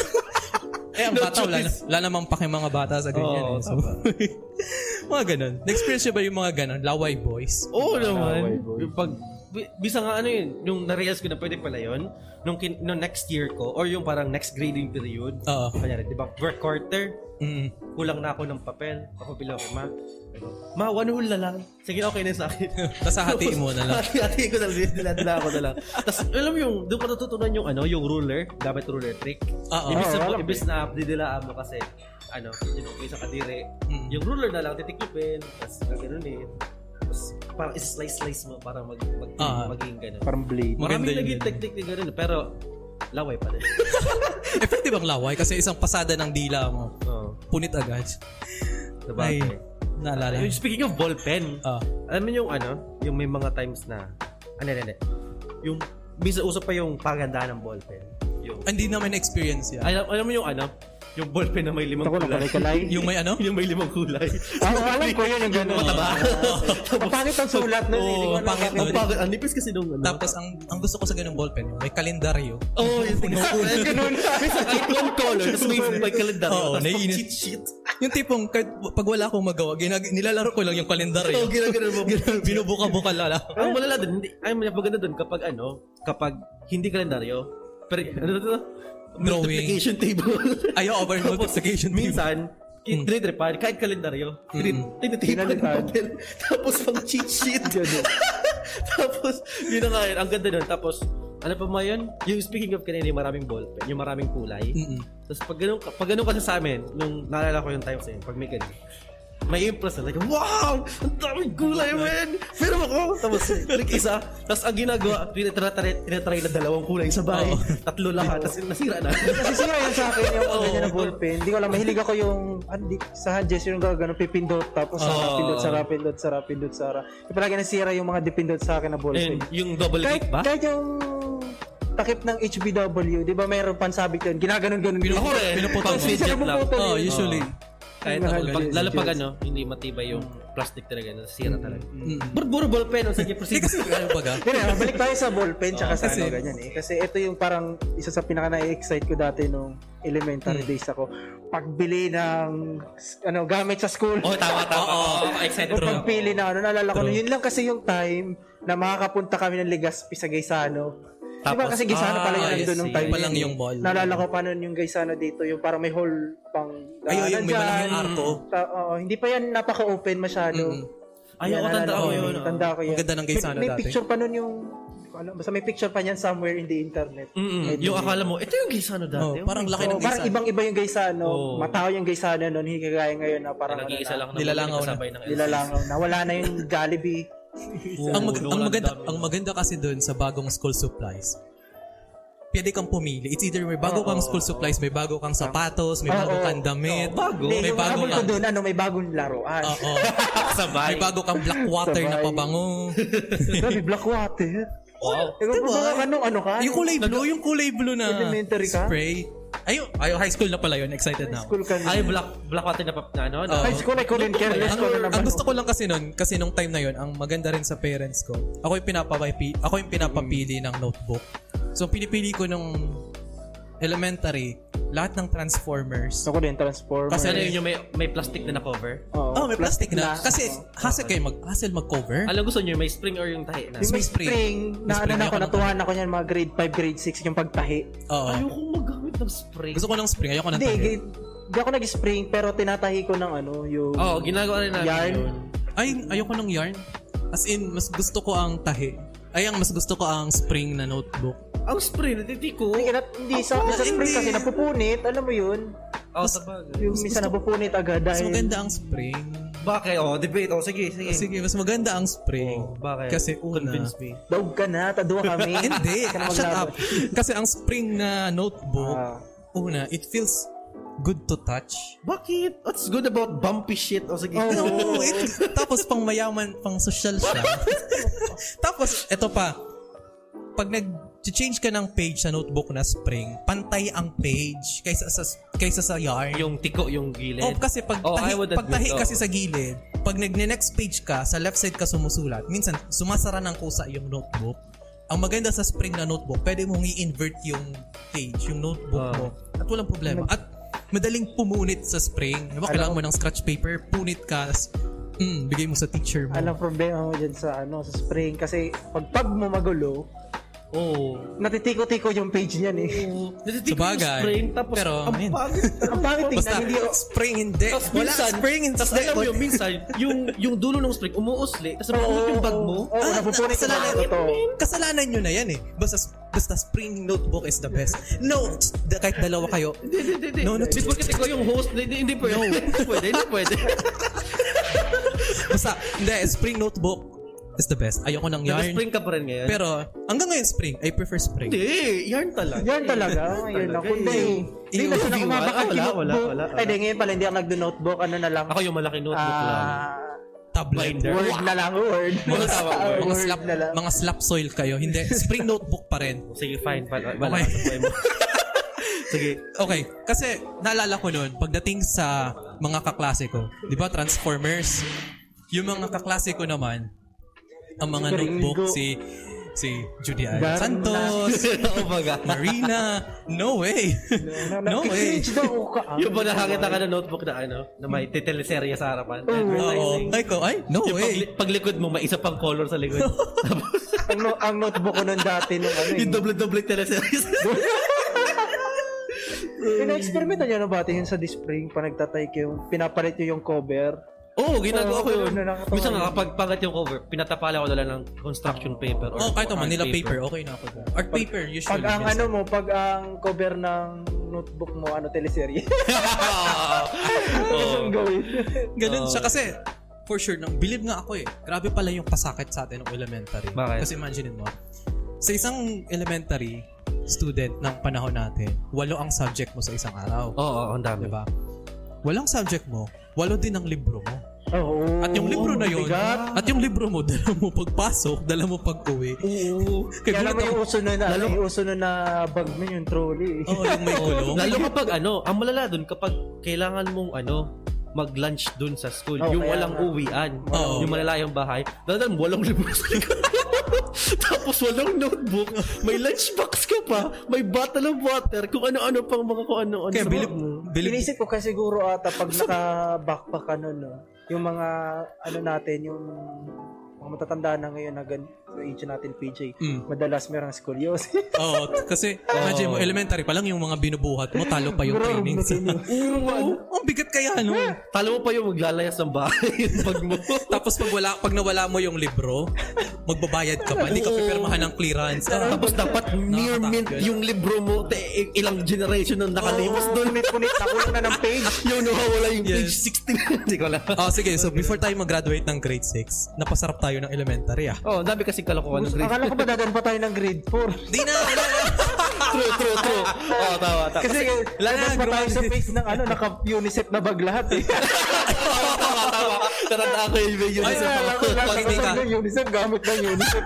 [SPEAKER 4] *laughs*
[SPEAKER 2] eh, ang bata, wala, na- wala namang pake mga bata sa ganyan. eh. So, *laughs* mga ganun. Na-experience niyo ba yung mga ganun? Laway boys?
[SPEAKER 3] Oo naman. Yung pag bi- bisa nga ano yun, nung na-realize ko na pwede pala yun, nung, kin- nung next year ko, or yung parang next grading period,
[SPEAKER 2] Oo.
[SPEAKER 3] kanyari, di ba, per quarter,
[SPEAKER 2] Mm.
[SPEAKER 3] kulang na ako ng papel, papapila ako, ma, ma, one whole na lang. Sige, okay na sa akin.
[SPEAKER 2] *laughs* Tapos hahatiin mo na lang.
[SPEAKER 3] Hati-hati ko na lang, dinadala ko na lang. Tapos, alam mo yung, doon ko natutunan yung, ano, yung ruler, gamit ruler trick.
[SPEAKER 2] Oo.
[SPEAKER 3] Ibig,
[SPEAKER 4] Oo,
[SPEAKER 3] sa,
[SPEAKER 4] alam ko
[SPEAKER 3] ibig na didilaan mo kasi, ano, yun, yung isang kadiri,
[SPEAKER 2] Mm.
[SPEAKER 3] yung ruler na lang, titiklipin, tapos gano'n eh. Tapos, parang is-slice-slice mo, parang mag, mag,
[SPEAKER 2] Ah.
[SPEAKER 3] magiging gano'n.
[SPEAKER 4] Parang blade.
[SPEAKER 2] Maganda
[SPEAKER 3] Maraming
[SPEAKER 2] yun, yun.
[SPEAKER 3] naging technique na gano'n, pero laway pa
[SPEAKER 2] *laughs*
[SPEAKER 3] rin.
[SPEAKER 2] Effective ang laway kasi isang pasada ng dila mo.
[SPEAKER 3] Oo.
[SPEAKER 2] Punit agad.
[SPEAKER 3] Diba?
[SPEAKER 2] Ay,
[SPEAKER 3] Okay.
[SPEAKER 2] naalala.
[SPEAKER 3] Yung speaking of ball pen,
[SPEAKER 2] Ah,
[SPEAKER 3] alam mo yung ano, yung may mga times na, ano, ano, ano, yung, bisa uso pa yung paganda ng ball pen. Yung,
[SPEAKER 2] hindi namin na-experience yan.
[SPEAKER 3] alam, alam mo yung ano, yung ball pen na may limang
[SPEAKER 4] Ako lang,
[SPEAKER 3] kulay. *laughs*
[SPEAKER 4] kalay-kalay.
[SPEAKER 2] Yung may ano?
[SPEAKER 3] yung may limang kulay.
[SPEAKER 4] Ah, alam ko yun yung gano'n. *laughs*
[SPEAKER 3] Mataba.
[SPEAKER 4] Ang pangit ang sulat nun. eh. Hindi ko
[SPEAKER 2] Oo,
[SPEAKER 4] alam.
[SPEAKER 2] pangit
[SPEAKER 3] Ang
[SPEAKER 2] nun.
[SPEAKER 3] pangit, ang nipis kasi nung ano.
[SPEAKER 2] Tapos ang ang gusto ko sa ganung ballpen, yung may kalendaryo.
[SPEAKER 3] Oo, oh, yung tingnan. Ganun. Minsan kahit one color, tapos may, may kalendar.
[SPEAKER 2] Oo,
[SPEAKER 3] tapos
[SPEAKER 2] naiinit.
[SPEAKER 3] cheat sheet.
[SPEAKER 2] Yung tipong kahit pag wala akong magawa, ginag- nilalaro ko lang yung
[SPEAKER 3] Oo,
[SPEAKER 2] kalendaryo.
[SPEAKER 3] ginagano mo.
[SPEAKER 2] *laughs* Binubuka-buka lang.
[SPEAKER 3] Ang malala dun, hindi, ay, napaganda dun kapag ano, kapag hindi kalendaryo, pero ano to?
[SPEAKER 2] Drawing.
[SPEAKER 3] Multiplication table. *laughs*
[SPEAKER 2] Ayaw over multiplication. table.
[SPEAKER 3] Minsan,
[SPEAKER 2] Hmm.
[SPEAKER 3] mm. dinidripan, kahit kalendaryo, mm. tinitipan ng
[SPEAKER 4] Tinalipan.
[SPEAKER 3] papel. *laughs* Tapos pang cheat sheet.
[SPEAKER 4] Ganun.
[SPEAKER 3] *laughs* tapos, yun na nga yun. Ang ganda nun. Tapos, ano pa ba yun? Yung speaking of kanina, yung maraming ball pen, yung maraming kulay.
[SPEAKER 2] Mm-mm.
[SPEAKER 3] Tapos pag ganun, ka- pag ganun kasi sa amin, nung naalala ko yung times na yun, pag may ganun, may impress na, like, wow! Ang daming gulay, man! Meron ako! Tapos, like, isa. Tapos, ang ginagawa, tinatry, tinatry na dalawang kulay sa bahay.
[SPEAKER 2] Oo.
[SPEAKER 3] Tatlo lahat. Tapos, nasira
[SPEAKER 2] *laughs*
[SPEAKER 3] na.
[SPEAKER 4] Nasisira yun sa akin yung oh, ganyan na ballpen. Hindi ko alam, mahilig ako yung ah, di, sa hand gesture yung gagano, pipindot, tapos
[SPEAKER 3] Oo.
[SPEAKER 4] sara, pindot, sara, pindot, sara, pindot, sara. Yung palagi nasira yung mga dipindot sa akin na ballpen.
[SPEAKER 3] Ayun, yung double
[SPEAKER 4] Kahit,
[SPEAKER 3] click ba?
[SPEAKER 4] kahit yung takip ng HBW, di ba mayroon pansabit yun, ginaganon-ganon.
[SPEAKER 3] Ako rin.
[SPEAKER 2] Pinuputol
[SPEAKER 3] Pang
[SPEAKER 2] mo.
[SPEAKER 3] fidget
[SPEAKER 4] Minsan
[SPEAKER 3] lang.
[SPEAKER 4] napuputol
[SPEAKER 2] Oh,
[SPEAKER 4] yun.
[SPEAKER 2] usually.
[SPEAKER 3] Kahit
[SPEAKER 4] Mahal
[SPEAKER 3] ako, pag,
[SPEAKER 4] yun,
[SPEAKER 3] lalo pag
[SPEAKER 4] yes.
[SPEAKER 3] ano, hindi matibay yung plastic talaga, nasira talaga.
[SPEAKER 2] Mm.
[SPEAKER 3] But puro ballpen, ang sige
[SPEAKER 2] Hindi
[SPEAKER 3] proceed.
[SPEAKER 2] kasi ano baga?
[SPEAKER 4] Pero ah, balik tayo sa ballpen
[SPEAKER 3] Ah,
[SPEAKER 4] tsaka sa
[SPEAKER 2] kasi-
[SPEAKER 4] ano ganyan eh. Kasi ito yung parang isa sa pinaka na-excite ko dati nung elementary
[SPEAKER 3] Hmm.
[SPEAKER 4] days ako. Pagbili ng ano gamit sa school.
[SPEAKER 3] Oh, tama, tama. Oo, excited
[SPEAKER 4] Yung
[SPEAKER 3] ako.
[SPEAKER 4] pagpili na ano, naalala ko,
[SPEAKER 2] True.
[SPEAKER 4] nun, yun lang kasi yung time na makakapunta kami ng Legazpi sa Gaisano. Di ba
[SPEAKER 3] Tapos,
[SPEAKER 4] kasi Gaisano pala yung
[SPEAKER 2] Ah,
[SPEAKER 4] nandun
[SPEAKER 2] yes, yun
[SPEAKER 4] nung time.
[SPEAKER 2] pa
[SPEAKER 4] na
[SPEAKER 2] lang
[SPEAKER 4] yun.
[SPEAKER 2] yung ball.
[SPEAKER 4] Naalala ko pa nun yung Gaisano dito, yung parang may hall pang
[SPEAKER 2] Ayaw,
[SPEAKER 4] daanan
[SPEAKER 2] yung may
[SPEAKER 4] dyan.
[SPEAKER 2] malaking arko.
[SPEAKER 4] Ta- oo, hindi pa yan napaka-open masyado.
[SPEAKER 2] Mm-mm.
[SPEAKER 3] *laughs* Ayaw
[SPEAKER 4] Yan,
[SPEAKER 3] ko, tanda
[SPEAKER 4] naalala
[SPEAKER 3] ko
[SPEAKER 4] yun,
[SPEAKER 2] eh.
[SPEAKER 3] yun. oh.
[SPEAKER 4] Tanda ko yan.
[SPEAKER 2] Ang ganda ng Gaisano
[SPEAKER 4] may, may
[SPEAKER 2] dati.
[SPEAKER 4] picture pa nun yung, hindi ko alam, basta may picture pa niyan somewhere in the internet.
[SPEAKER 3] oh. Mm-mm. Yung akala mo, ito yung Gisano
[SPEAKER 2] Oh,
[SPEAKER 3] dati.
[SPEAKER 2] parang laki
[SPEAKER 4] Oo,
[SPEAKER 2] Mm, ng
[SPEAKER 4] parang
[SPEAKER 2] isa.
[SPEAKER 4] ibang-iba yung Gaisano.
[SPEAKER 3] Oo.
[SPEAKER 4] Matao yung Gaisano nun, hindi kagaya ngayon na parang ano
[SPEAKER 3] Nag-iisa
[SPEAKER 4] na,
[SPEAKER 3] lang
[SPEAKER 2] Nilalangaw na.
[SPEAKER 3] kasabay ng
[SPEAKER 4] nilalangaw na. Wala na yung Jollibee.
[SPEAKER 2] Ang, mag- ang maganda ang maganda kasi doon sa bagong school supplies. Pwede kang pumili. It's either may bago kang school supplies, may bago kang sapatos, may
[SPEAKER 4] Oo,
[SPEAKER 2] bago
[SPEAKER 4] oo.
[SPEAKER 2] kang damit,
[SPEAKER 3] bago.
[SPEAKER 2] may
[SPEAKER 4] Hindi,
[SPEAKER 2] Ah.
[SPEAKER 4] yung
[SPEAKER 2] bago
[SPEAKER 4] habol ko
[SPEAKER 2] kang
[SPEAKER 4] doon, ano, may bagong laruan. *laughs*
[SPEAKER 2] Oo.
[SPEAKER 3] Sabay.
[SPEAKER 2] May bago kang black water na
[SPEAKER 4] Sabay.
[SPEAKER 2] pabango.
[SPEAKER 4] Sabi, black water.
[SPEAKER 3] Wow.
[SPEAKER 4] Ikaw diba? ano, ano ka?
[SPEAKER 2] yung kulay blue, yung kulay blue na
[SPEAKER 4] Elementary ka?
[SPEAKER 2] spray. Ayun, ayun, high school na pala yun. Excited na ako.
[SPEAKER 4] School ka na.
[SPEAKER 3] Ay, black, black water na pap- na ano?
[SPEAKER 2] Oh.
[SPEAKER 3] na-
[SPEAKER 4] High school, I couldn't care less ko na
[SPEAKER 2] Ang,
[SPEAKER 4] naman. oh.
[SPEAKER 2] ang gusto ko lang kasi nun, kasi nung time na yun, ang maganda rin sa parents ko, ako yung, pinapapi, ako yung pinapapili
[SPEAKER 4] Mm.
[SPEAKER 2] ng notebook. So, pinipili ko nung elementary, lahat ng Transformers.
[SPEAKER 4] Gusto ko din, Transformers.
[SPEAKER 2] Kasi
[SPEAKER 3] Ano yun yung may, may plastic na na-cover?
[SPEAKER 4] Oo,
[SPEAKER 2] oh, may plastic, na. Kasi hassle kayo mag hassle mag-cover.
[SPEAKER 3] Alam gusto nyo, may spring or yung tahi na?
[SPEAKER 4] Yung may
[SPEAKER 2] May spring.
[SPEAKER 4] spring,
[SPEAKER 2] May
[SPEAKER 4] na ano
[SPEAKER 2] spring
[SPEAKER 4] na ako,
[SPEAKER 2] ako ng-
[SPEAKER 4] natuhan ako niyan mga grade 5, grade 6, yung pagtahi.
[SPEAKER 2] Oo.
[SPEAKER 3] Ayokong magamit ng spring.
[SPEAKER 2] Gusto ko ng spring, ayoko ng
[SPEAKER 4] Hindi,
[SPEAKER 2] tahi.
[SPEAKER 4] grade- hindi ako nag-spring, pero tinatahi ko ng ano, yung...
[SPEAKER 2] Oh,
[SPEAKER 3] Oo, Oh, ginagawa rin namin
[SPEAKER 4] Yarn.
[SPEAKER 3] yun.
[SPEAKER 2] Ay, ayoko ng yarn. As in, mas gusto ko ang tahi. Ay, ang mas gusto ko ang spring na notebook.
[SPEAKER 3] Ang spring, natiti ko.
[SPEAKER 4] Hindi, kinat- hindi, sa, sa spring kasi napupunit, alam mo yun.
[SPEAKER 3] Oo, sabagay.
[SPEAKER 4] Yung minsan napupunit agad
[SPEAKER 2] Mas
[SPEAKER 4] dahil...
[SPEAKER 2] maganda ang spring.
[SPEAKER 3] Bakit? Oo, debate. Oo, sige, sige.
[SPEAKER 2] Sige, mas maganda ang spring.
[SPEAKER 4] Oh,
[SPEAKER 3] Oo, bakit?
[SPEAKER 2] Kasi una,
[SPEAKER 3] Convince me.
[SPEAKER 4] Daog ka na, tadwa kami.
[SPEAKER 2] Hindi,
[SPEAKER 4] Ka na
[SPEAKER 2] ah, shut
[SPEAKER 4] maglaro.
[SPEAKER 2] up.
[SPEAKER 4] *laughs*
[SPEAKER 2] Kasi ang spring na notebook,
[SPEAKER 4] Ah.
[SPEAKER 2] una, it feels good to touch.
[SPEAKER 3] Bakit? What's good about bumpy shit? O
[SPEAKER 2] *laughs*
[SPEAKER 3] sige.
[SPEAKER 4] Oo.
[SPEAKER 2] No, it, tapos pang mayaman, pang social
[SPEAKER 4] *laughs*
[SPEAKER 2] siya. tapos, eto pa, pag nag-change ka ng page sa notebook na spring, pantay ang page kaysa sa, kaysa sa yarn.
[SPEAKER 3] Yung tiko, yung gilid.
[SPEAKER 2] Oh, kasi pag
[SPEAKER 3] Oh,
[SPEAKER 2] tahi,
[SPEAKER 3] I would
[SPEAKER 2] pag
[SPEAKER 3] admit,
[SPEAKER 2] tahi
[SPEAKER 3] oo.
[SPEAKER 2] kasi sa gilid, pag next page ka, sa left side ka sumusulat, minsan sumasara ng kusa yung notebook. Ang maganda sa spring na notebook, pwede mong i-invert yung page, yung notebook
[SPEAKER 3] Oh.
[SPEAKER 2] mo. At walang problema. At madaling pumunit sa spring. Diba, kailangan mo ng scratch paper, punit ka, tas Mm, bigay mo sa teacher mo.
[SPEAKER 4] Alam problema mo dyan sa ano sa spring kasi pag pag mo magulo,
[SPEAKER 3] Oo.
[SPEAKER 4] natitiko-tiko yung page niyan eh. *laughs*
[SPEAKER 3] Natitig ko yung
[SPEAKER 2] Sabagay.
[SPEAKER 3] spring, tapos
[SPEAKER 2] Pero,
[SPEAKER 3] ang
[SPEAKER 2] ayun.
[SPEAKER 3] pangit.
[SPEAKER 4] Ang pangit
[SPEAKER 2] Basta,
[SPEAKER 4] tingnan, hindi
[SPEAKER 2] spring hindi.
[SPEAKER 3] Tapos
[SPEAKER 2] Wala
[SPEAKER 3] minsan,
[SPEAKER 2] spring hindi.
[SPEAKER 3] Tapos alam mo yun, minsan, yung, yung dulo ng spring, umuusli, tapos napunod yung bag mo.
[SPEAKER 4] Oo, oh, napupunit sa
[SPEAKER 2] Ah, kasalanan,
[SPEAKER 4] mga to.
[SPEAKER 2] kasalanan nyo na yan eh. Basta, basta spring notebook is the
[SPEAKER 3] *laughs*
[SPEAKER 2] best. No, tsk, da- kahit dalawa kayo.
[SPEAKER 3] Hindi, hindi, hindi.
[SPEAKER 2] No, no,
[SPEAKER 3] Just because ikaw yung host, hindi, hindi pwede. Hindi pwede, hindi *laughs* pwede.
[SPEAKER 2] Basta, hindi, spring notebook is the best. Ayoko ng yarn.
[SPEAKER 3] Nag-spring ka pa rin ngayon.
[SPEAKER 2] Pero, hanggang ngayon spring, I prefer spring.
[SPEAKER 3] hindi, yarn talaga.
[SPEAKER 4] Yan talaga. Yan
[SPEAKER 3] eh.
[SPEAKER 4] ako. Hindi. Hindi
[SPEAKER 3] Yung
[SPEAKER 4] na sana
[SPEAKER 3] view,
[SPEAKER 4] kumabakal
[SPEAKER 3] Ah, wala,
[SPEAKER 4] yung
[SPEAKER 3] wala,
[SPEAKER 4] notebook.
[SPEAKER 3] wala, wala.
[SPEAKER 4] Ay, di, ngayon pala hindi ako nag-notebook. Ano na lang.
[SPEAKER 3] Ako yung malaki notebook lang.
[SPEAKER 4] ah,
[SPEAKER 2] Tablet.
[SPEAKER 4] Word na lang. Word.
[SPEAKER 2] Mga, slap,
[SPEAKER 4] Ah,
[SPEAKER 2] mga,
[SPEAKER 4] word
[SPEAKER 2] slap,
[SPEAKER 4] na lang.
[SPEAKER 2] mga slap soil kayo. Hindi, spring notebook pa rin.
[SPEAKER 3] Sige, fine. Pal-
[SPEAKER 2] Okay.
[SPEAKER 3] mo. *laughs* Sige.
[SPEAKER 2] Okay, kasi naalala ko noon, pagdating sa mga kaklase ko, di ba Transformers? Yung mga kaklase ko naman, ang mga notebook si si Judy Ayan
[SPEAKER 4] Darna.
[SPEAKER 2] Santos,
[SPEAKER 3] Oo, baga.
[SPEAKER 2] Marina, no way. No
[SPEAKER 4] *laughs*
[SPEAKER 2] way.
[SPEAKER 4] Nag-cringe daw ako ka.
[SPEAKER 3] eh. Yung ba nakakita ka ng notebook na ano, na may titeleserya sa harapan.
[SPEAKER 2] Oo.
[SPEAKER 3] Advertising.
[SPEAKER 2] Ay ko, ay, no
[SPEAKER 3] Yung
[SPEAKER 2] way.
[SPEAKER 3] pagli- paglikod mo, may isa pang color
[SPEAKER 2] *laughs*
[SPEAKER 3] sa likod. Tapos,
[SPEAKER 4] ang, no- ang notebook ko nun dati nung ano eh.
[SPEAKER 3] yung doble-doble teleserye.
[SPEAKER 2] *laughs*
[SPEAKER 4] Pina-experiment na niya na bati yun sa dispring pa nagtatay kayo. Pinapalit niyo yung cover. ano
[SPEAKER 3] Oo, ginagawa ko yun.
[SPEAKER 4] Oo, nakakatawa
[SPEAKER 3] Minsan
[SPEAKER 4] yun.
[SPEAKER 3] nga, kapag pangat yung cover, pinatapala ko na lang ng construction paper. or
[SPEAKER 2] Oh, kahit ang
[SPEAKER 3] art
[SPEAKER 2] Manila paper, okay na ako. dun. Art paper, usually.
[SPEAKER 4] Pag ang
[SPEAKER 2] yes.
[SPEAKER 4] ano mo, pag ang cover ng notebook mo, ano, teleserye. *laughs*
[SPEAKER 2] *laughs*
[SPEAKER 3] Oo.
[SPEAKER 4] Ang gawin.
[SPEAKER 2] Ganun siya kasi for sure nang believe nga ako eh. Grabe pala yung pasakit sa atin ng elementary.
[SPEAKER 3] Bakit?
[SPEAKER 2] Kasi imaginein mo, sa isang elementary student ng panahon natin, walo ang subject mo sa isang araw.
[SPEAKER 3] Oo, oo, ang dami.
[SPEAKER 2] Di ba? Walang subject mo, walo din ang libro mo.
[SPEAKER 4] Oo.
[SPEAKER 2] At yung libro na yun,
[SPEAKER 4] mabigat.
[SPEAKER 2] at yung libro mo, *laughs* dala mo pagpasok, dala mo pag-uwi.
[SPEAKER 3] Oo.
[SPEAKER 2] Kaya
[SPEAKER 4] Kaya naman
[SPEAKER 2] gulat
[SPEAKER 4] yung
[SPEAKER 2] ako,
[SPEAKER 4] uso na, na
[SPEAKER 3] Lalo-
[SPEAKER 4] yung uso na na bag na yung trolley.
[SPEAKER 2] *laughs*
[SPEAKER 4] eh.
[SPEAKER 2] oh, yung may kulong.
[SPEAKER 3] Lalo kapag ano, ang malala dun, kapag kailangan mong ano, mag-lunch dun sa school.
[SPEAKER 4] Oo,
[SPEAKER 3] yung
[SPEAKER 4] kaya
[SPEAKER 3] walang
[SPEAKER 4] nga.
[SPEAKER 3] uwian.
[SPEAKER 2] Oo.
[SPEAKER 3] Yung malalayang bahay. Dahil walang libro sa likod. *laughs* Tapos walang notebook. May lunchbox ka pa. May bottle of water. Kung ano-ano pang mga kung ano-ano.
[SPEAKER 2] Kaya believe, believe,
[SPEAKER 4] Iniisip ko kasi siguro ata pag naka-backpack ka nun, no, yung mga ano natin, yung mga matatanda na ngayon na gan sa age natin PJ,
[SPEAKER 2] Mm.
[SPEAKER 4] madalas merang scoliosis. *laughs*
[SPEAKER 2] Oo, kasi imagine mo, elementary pa lang yung mga binubuhat mo, talo pa yung trainings. *laughs* Oo, ang bigat kaya nun.
[SPEAKER 3] Talo mo pa yung maglalayas ng bahay. *laughs* Pag mo.
[SPEAKER 2] Tapos pag, wala, pag nawala mo yung libro, magbabayad ka pa. Hindi ka pipirmahan ng clearance. Ah,
[SPEAKER 3] Tapos dapat near
[SPEAKER 2] Nakakatakot
[SPEAKER 3] mint
[SPEAKER 2] yun.
[SPEAKER 3] yung libro mo. Te, ilang generation nang nakalipas doon.
[SPEAKER 4] Punit-punit na kulang na ng page.
[SPEAKER 3] *laughs* Yung nawawala yung page 16. *laughs* Hindi ko alam.
[SPEAKER 2] Oh, sige. So, before tayo mag-graduate ng grade 6, napasarap tayo ng elementary, ah.
[SPEAKER 3] Oh, dami kasi kalokohan ng grade.
[SPEAKER 4] Akala ko ba dadaan pa tayo ng grade 4?
[SPEAKER 2] Di na, wala
[SPEAKER 3] *laughs*
[SPEAKER 2] na.
[SPEAKER 3] true, true, true. Oo, tama, tama.
[SPEAKER 4] Kasi
[SPEAKER 2] wala na,
[SPEAKER 4] dadaan pa tayo
[SPEAKER 2] grown-
[SPEAKER 4] sa face ng ano, naka-unicef na bag lahat eh.
[SPEAKER 3] tama, tama, tama. Tatandaan ko yung video
[SPEAKER 2] Ay, ay,
[SPEAKER 3] niya.
[SPEAKER 2] ay, ay.
[SPEAKER 4] Lahat
[SPEAKER 2] hindi ka-
[SPEAKER 4] ng unicef, gamit ng unicef.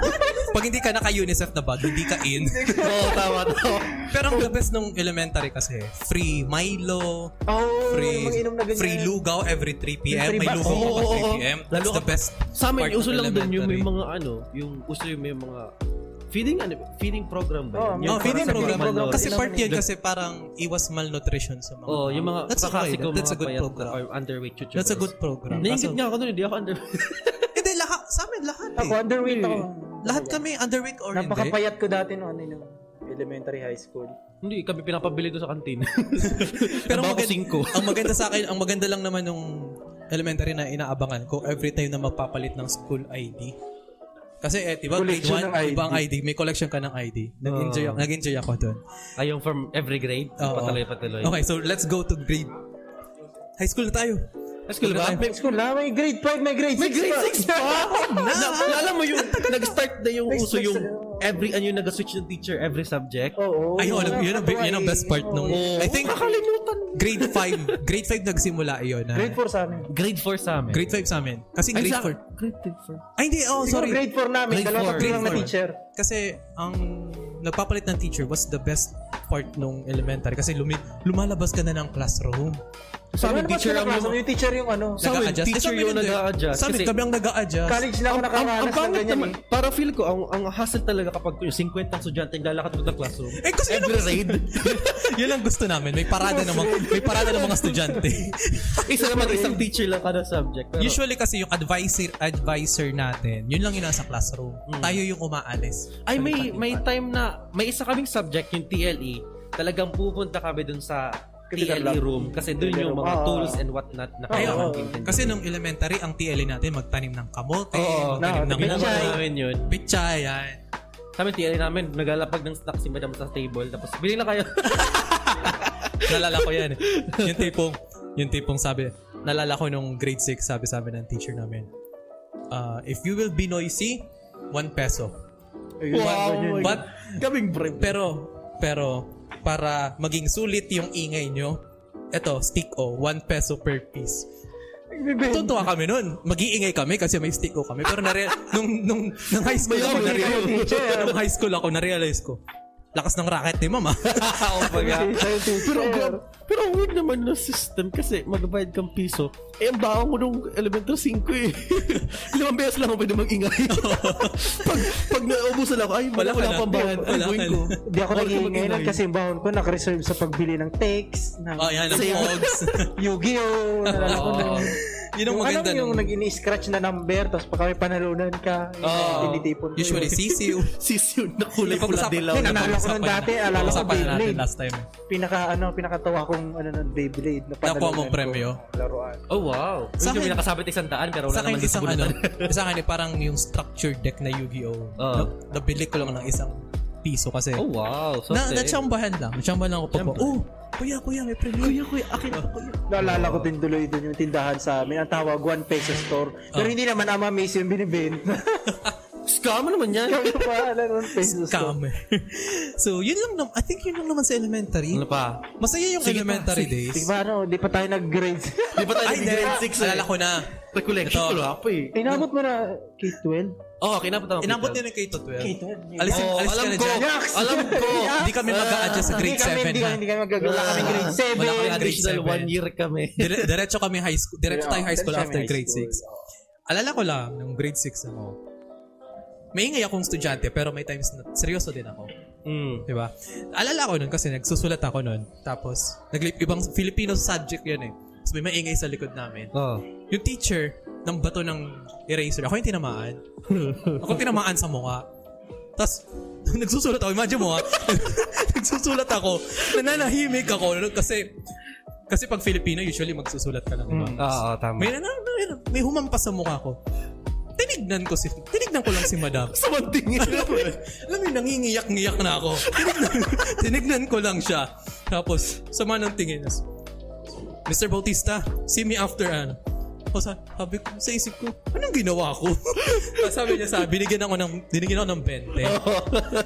[SPEAKER 2] Pag hindi ka naka-UNICEF na bag, hindi ka in.
[SPEAKER 3] Oo, tama, tama.
[SPEAKER 2] Pero ang the best nung elementary kasi, free Milo,
[SPEAKER 4] Oh,
[SPEAKER 2] free,
[SPEAKER 4] mag-inom na ganyan.
[SPEAKER 2] free lugaw every 3 p.m.
[SPEAKER 4] Free
[SPEAKER 2] May
[SPEAKER 4] bus.
[SPEAKER 2] lugaw ka
[SPEAKER 3] Oo,
[SPEAKER 2] pa
[SPEAKER 3] oo,
[SPEAKER 2] 3
[SPEAKER 3] oo.
[SPEAKER 2] p.m.
[SPEAKER 3] Lalo
[SPEAKER 2] That's the
[SPEAKER 3] ka-
[SPEAKER 2] best
[SPEAKER 3] Sa amin,
[SPEAKER 2] part
[SPEAKER 3] uso
[SPEAKER 2] ng
[SPEAKER 3] lang dun yung may
[SPEAKER 2] elementary.
[SPEAKER 3] mga ano, yung uso yung may mga feeding ano, feeding program ba?
[SPEAKER 4] Oo,
[SPEAKER 3] yun? Yung
[SPEAKER 2] Oh, feeding
[SPEAKER 3] para sa
[SPEAKER 2] program.
[SPEAKER 3] mga
[SPEAKER 4] program.
[SPEAKER 3] manlolo.
[SPEAKER 2] Kasi
[SPEAKER 4] Ilang
[SPEAKER 2] part yan
[SPEAKER 3] minutes.
[SPEAKER 2] kasi parang iwas malnutrition sa mga
[SPEAKER 3] Oh, yung mga
[SPEAKER 2] That's
[SPEAKER 3] kakasi
[SPEAKER 2] okay.
[SPEAKER 3] ko,
[SPEAKER 2] That's a
[SPEAKER 3] mga
[SPEAKER 2] good
[SPEAKER 3] payat
[SPEAKER 2] program.
[SPEAKER 3] Or underweight chuchubers.
[SPEAKER 2] That's a good program.
[SPEAKER 3] Nainggit
[SPEAKER 2] Kaso-
[SPEAKER 3] nga ako nun, hindi ako underweight.
[SPEAKER 2] Hindi, lahat, sa amin lahat eh.
[SPEAKER 4] Ako, underweight ako.
[SPEAKER 2] lahat kami underweight or hindi.
[SPEAKER 4] Napakapayat ko dati no, ano yun, elementary high school.
[SPEAKER 3] *laughs* hindi, kami pinapabili doon sa kantina.
[SPEAKER 2] *laughs* Pero
[SPEAKER 3] Pero
[SPEAKER 2] maganda-
[SPEAKER 3] singko.
[SPEAKER 2] ang maganda sa akin, ang maganda lang naman nung elementary na inaabangan ko every time na magpapalit ng school ID. Kasi eh, di ba, grade 1,
[SPEAKER 4] Collection ng
[SPEAKER 2] iba ang ID. May collection ka ng ID.
[SPEAKER 3] Oh.
[SPEAKER 2] Nag-enjoy, ako- nag-enjoy ako doon.
[SPEAKER 3] Ayun, from every grade.
[SPEAKER 2] Oo.
[SPEAKER 3] Patuloy-patuloy.
[SPEAKER 2] Okay, so let's go to grade. High school na tayo.
[SPEAKER 3] Let's go,
[SPEAKER 2] Diba?
[SPEAKER 3] ba?
[SPEAKER 4] High school na, may grade 5, may grade 6
[SPEAKER 3] May grade 6 pa! na, alam mo yung, nag-start na yung
[SPEAKER 4] Next
[SPEAKER 3] uso
[SPEAKER 4] week
[SPEAKER 3] yung
[SPEAKER 4] sa'yo.
[SPEAKER 3] every, ano yung nag-switch ng teacher every subject.
[SPEAKER 4] *laughs* Oo.
[SPEAKER 2] Ayun, alam, yun, ang, yun ang best part nung, I think,
[SPEAKER 3] Nakalimutan.
[SPEAKER 2] grade 5, grade 5 nagsimula yun. Na,
[SPEAKER 4] Grade 4 sa amin.
[SPEAKER 3] Grade 4 sa amin.
[SPEAKER 2] grade 5 sa amin. Kasi
[SPEAKER 3] Ay,
[SPEAKER 2] grade
[SPEAKER 3] sa-
[SPEAKER 2] 4,
[SPEAKER 5] Grade 3 for...
[SPEAKER 2] Ay, hindi. Oh,
[SPEAKER 4] Siguro
[SPEAKER 2] sorry.
[SPEAKER 4] grade 4 namin.
[SPEAKER 2] Grade
[SPEAKER 4] Dalawa
[SPEAKER 2] four,
[SPEAKER 4] tatlo lang
[SPEAKER 2] grade
[SPEAKER 4] na
[SPEAKER 2] four.
[SPEAKER 4] teacher.
[SPEAKER 2] Kasi ang nagpapalit ng teacher was the best part nung elementary kasi lumi- lumalabas ka na ng classroom.
[SPEAKER 4] Sa amin, teacher ang
[SPEAKER 5] luma-
[SPEAKER 4] Yung teacher yung ano.
[SPEAKER 5] Sa amin,
[SPEAKER 2] Nag-a-adjust. Eh,
[SPEAKER 5] teacher
[SPEAKER 2] amin
[SPEAKER 5] yung
[SPEAKER 2] hindi.
[SPEAKER 5] nag-a-adjust.
[SPEAKER 2] Sa amin,
[SPEAKER 5] Kasi-
[SPEAKER 2] kami ang nag-a-adjust.
[SPEAKER 4] College na ako
[SPEAKER 5] ang
[SPEAKER 4] nakakaranas ng
[SPEAKER 5] pangit
[SPEAKER 4] ganyan
[SPEAKER 5] naman,
[SPEAKER 4] eh.
[SPEAKER 5] para feel ko, ang, ang hassle talaga kapag yung 50 ang sudyante yung lalakad mo ng classroom.
[SPEAKER 2] eh, kasi yun ang,
[SPEAKER 5] Every raid.
[SPEAKER 2] *laughs* yun ang gusto namin. May parada ng mga, may parada ng mga
[SPEAKER 5] *laughs*
[SPEAKER 2] estudyante.
[SPEAKER 5] Isa naman, isang teacher lang kada subject. Pero,
[SPEAKER 2] Usually kasi yung advisor advisor natin, yun lang yung nasa classroom.
[SPEAKER 5] Mm.
[SPEAKER 2] Tayo yung umaalis.
[SPEAKER 5] Ay, may may time na, may isa kaming subject, yung TLE. Talagang pupunta kami dun sa
[SPEAKER 4] Computer
[SPEAKER 5] TLE
[SPEAKER 4] lab.
[SPEAKER 5] room kasi dun yung mga
[SPEAKER 4] Ah.
[SPEAKER 5] tools and whatnot na
[SPEAKER 4] Ay,
[SPEAKER 5] kailangan
[SPEAKER 4] oo.
[SPEAKER 5] intindihin.
[SPEAKER 2] Kasi eh, nung elementary, ang TLE natin, magtanim ng kamote,
[SPEAKER 5] Oo,
[SPEAKER 2] magtanim
[SPEAKER 4] na-
[SPEAKER 2] ng
[SPEAKER 4] Pichay.
[SPEAKER 5] Ginagawa
[SPEAKER 2] ulo,
[SPEAKER 5] namin yun.
[SPEAKER 2] pichay, yan.
[SPEAKER 5] Kami tiyari E namin, naglalapag ng snack si madam sa table. Tapos, bili na kayo.
[SPEAKER 2] Nalala ko yan. Yung tipong, yung tipong sabi, nalala ko nung grade 6, sabi sa amin ng teacher namin, uh, if you will be noisy, 1 peso.
[SPEAKER 4] Ayun, wow.
[SPEAKER 2] But, kaming brave. Pero, pero, para maging sulit yung ingay nyo, eto, stick o, 1 peso per piece. Tutuwa kami nun. Mag-iingay kami kasi may stick o kami. Pero nare *laughs* nung, nung, nung high school ako, nare- *laughs* nung high school ako, na-realize ko, lakas ng racket ni
[SPEAKER 4] *laughs*
[SPEAKER 2] mama.
[SPEAKER 3] Pero, grab, pero ang weird naman ng system kasi mag-abide kang piso. Eh, ang baho mo nung elementary 5 eh. *laughs* Limang beses lang ako pwede mag-ingay. *laughs* pag, pag naubusan ako, ay, wala,
[SPEAKER 2] Wala ka
[SPEAKER 3] wala
[SPEAKER 2] na.
[SPEAKER 3] pang bahan. Ano
[SPEAKER 2] Wala
[SPEAKER 3] gawin
[SPEAKER 2] ka
[SPEAKER 3] ko?
[SPEAKER 2] na.
[SPEAKER 4] Hindi ako
[SPEAKER 3] Bawal ka
[SPEAKER 4] nag-iingay nun
[SPEAKER 3] mag-ingay.
[SPEAKER 4] kasi yung baon ko nakareserve sa pagbili ng takes, ng
[SPEAKER 2] oh, yan. Ang
[SPEAKER 3] Same.
[SPEAKER 2] pogs.
[SPEAKER 4] Yu-Gi-Oh! Nalala ko na.
[SPEAKER 2] *laughs* Yun ang
[SPEAKER 4] Yung
[SPEAKER 2] maganda
[SPEAKER 4] alam mo yung
[SPEAKER 2] nung-
[SPEAKER 4] nag ini-scratch na number tapos pag kami panalunan ka,
[SPEAKER 2] Oo.
[SPEAKER 4] tinitipon ko
[SPEAKER 2] Usually
[SPEAKER 4] yun.
[SPEAKER 2] sisiw.
[SPEAKER 3] Sisiw na kulay pula
[SPEAKER 2] Napag-usapan-
[SPEAKER 3] dilaw.
[SPEAKER 4] Hindi,
[SPEAKER 2] Napag-usapan
[SPEAKER 4] naalala ko nun
[SPEAKER 2] na-
[SPEAKER 4] dati, alala ko
[SPEAKER 2] napag-usapan na natin
[SPEAKER 4] Beyblade.
[SPEAKER 2] last time. eh.
[SPEAKER 4] Pinaka ano, pinakatawa kong ano nun, Beyblade na panalunan
[SPEAKER 2] Nakuha mong
[SPEAKER 4] ko.
[SPEAKER 2] premyo?
[SPEAKER 4] Laruan.
[SPEAKER 5] Oh, wow. Sa
[SPEAKER 2] Sa
[SPEAKER 5] Hindi
[SPEAKER 2] akin-
[SPEAKER 5] kami nakasabit isang daan, pero wala
[SPEAKER 2] Sa akin
[SPEAKER 5] naman
[SPEAKER 2] isang ano, *laughs*
[SPEAKER 5] bunutan.
[SPEAKER 2] sa akin eh, parang yung structured deck na Yu-Gi-Oh.
[SPEAKER 5] Oo.
[SPEAKER 2] Na-
[SPEAKER 3] Ah.
[SPEAKER 2] Nabili ko lang ng isang piso kasi.
[SPEAKER 5] *laughs* Oh, wow. So,
[SPEAKER 2] na,
[SPEAKER 5] na,
[SPEAKER 2] natsambahan lang. Natsambahan lang ako pag,
[SPEAKER 5] Siyempre.
[SPEAKER 2] oh, kuya, kuya, may Oh. premyo. Kuya, kuya, akin, kuya.
[SPEAKER 4] Naalala ko din tuloy dun yung tindahan sa amin. Ang tawag, 1 peso store.
[SPEAKER 2] Oh.
[SPEAKER 4] Pero hindi naman ama miss yung binibenta. *laughs*
[SPEAKER 3] Scam naman yan.
[SPEAKER 4] Kami pa, ano, one peso store.
[SPEAKER 2] Scammer. *laughs* so, yun lang naman. I think yun lang naman sa elementary.
[SPEAKER 3] Ano pa?
[SPEAKER 2] Masaya yung
[SPEAKER 3] Sige pa,
[SPEAKER 2] elementary
[SPEAKER 3] sige.
[SPEAKER 2] days.
[SPEAKER 4] Di ba ano, di pa tayo nag-grade. *laughs*
[SPEAKER 3] Di ba tayo
[SPEAKER 2] Ay,
[SPEAKER 3] nag-grade
[SPEAKER 2] dahil-
[SPEAKER 3] 6 eh?
[SPEAKER 2] Alala ko na.
[SPEAKER 3] Recollection
[SPEAKER 2] Ito.
[SPEAKER 3] ko lang ako eh.
[SPEAKER 4] Inabot mo na K-12?
[SPEAKER 3] Oo, kinabot ako.
[SPEAKER 2] Inabot nila kay to 12.
[SPEAKER 4] K-12.
[SPEAKER 2] Alis,
[SPEAKER 3] Oo,
[SPEAKER 2] alis ka
[SPEAKER 3] alam
[SPEAKER 2] na
[SPEAKER 3] ko.
[SPEAKER 2] dyan.
[SPEAKER 4] Yaks!
[SPEAKER 3] Alam ko.
[SPEAKER 2] Hindi kami mag-a-adjust sa grade
[SPEAKER 4] Hindi kami,
[SPEAKER 2] 7
[SPEAKER 4] hindi kami,
[SPEAKER 2] na.
[SPEAKER 4] hindi kami mag- Wala kami grade
[SPEAKER 2] Wala kami grade
[SPEAKER 4] 7.
[SPEAKER 3] Additional
[SPEAKER 2] seven.
[SPEAKER 3] 1 year kami.
[SPEAKER 2] Dire- diretso kami high school. Diretso
[SPEAKER 4] Yeah,
[SPEAKER 2] tayo high school
[SPEAKER 4] diretso
[SPEAKER 2] after
[SPEAKER 4] kami high
[SPEAKER 2] grade
[SPEAKER 4] school.
[SPEAKER 2] 6. Alala ko lang, nung grade 6 ako, maingay akong estudyante pero may times na seryoso din ako.
[SPEAKER 5] Mm.
[SPEAKER 2] Di ba? Alala ko nun kasi nagsusulat ako nun. Tapos, nagli- ibang Filipino subject yun eh. Tapos may maingay sa likod namin.
[SPEAKER 5] Oh.
[SPEAKER 2] Yung teacher, ng bato ng eraser. Ako yung tinamaan. Ako tinamaan sa mukha. Tapos, *laughs* nagsusulat ako. Imagine mo ha. *laughs* nagsusulat ako. Nananahimik ako. Kasi, kasi pag Filipino, usually magsusulat ka lang. Diba?
[SPEAKER 3] Mm.
[SPEAKER 5] Oo,
[SPEAKER 3] Ah.
[SPEAKER 5] oo, Ah, tama.
[SPEAKER 2] May, na, may, may humampas sa mukha ko. Tinignan ko si, tinignan ko lang si madam.
[SPEAKER 3] *laughs* Sa mantingin.
[SPEAKER 2] Alam mo, yun, nangingiyak-ngiyak na ako. Tinignan, *laughs* tinignan ko lang siya. Tapos, sama ng tingin. niya. Mr. Bautista, see me after ano. O sa, sabi ko, sa isip ko, anong ginawa ko? *laughs* Tapos sabi niya sa, binigyan ako ng, binigyan ako ng
[SPEAKER 3] *laughs*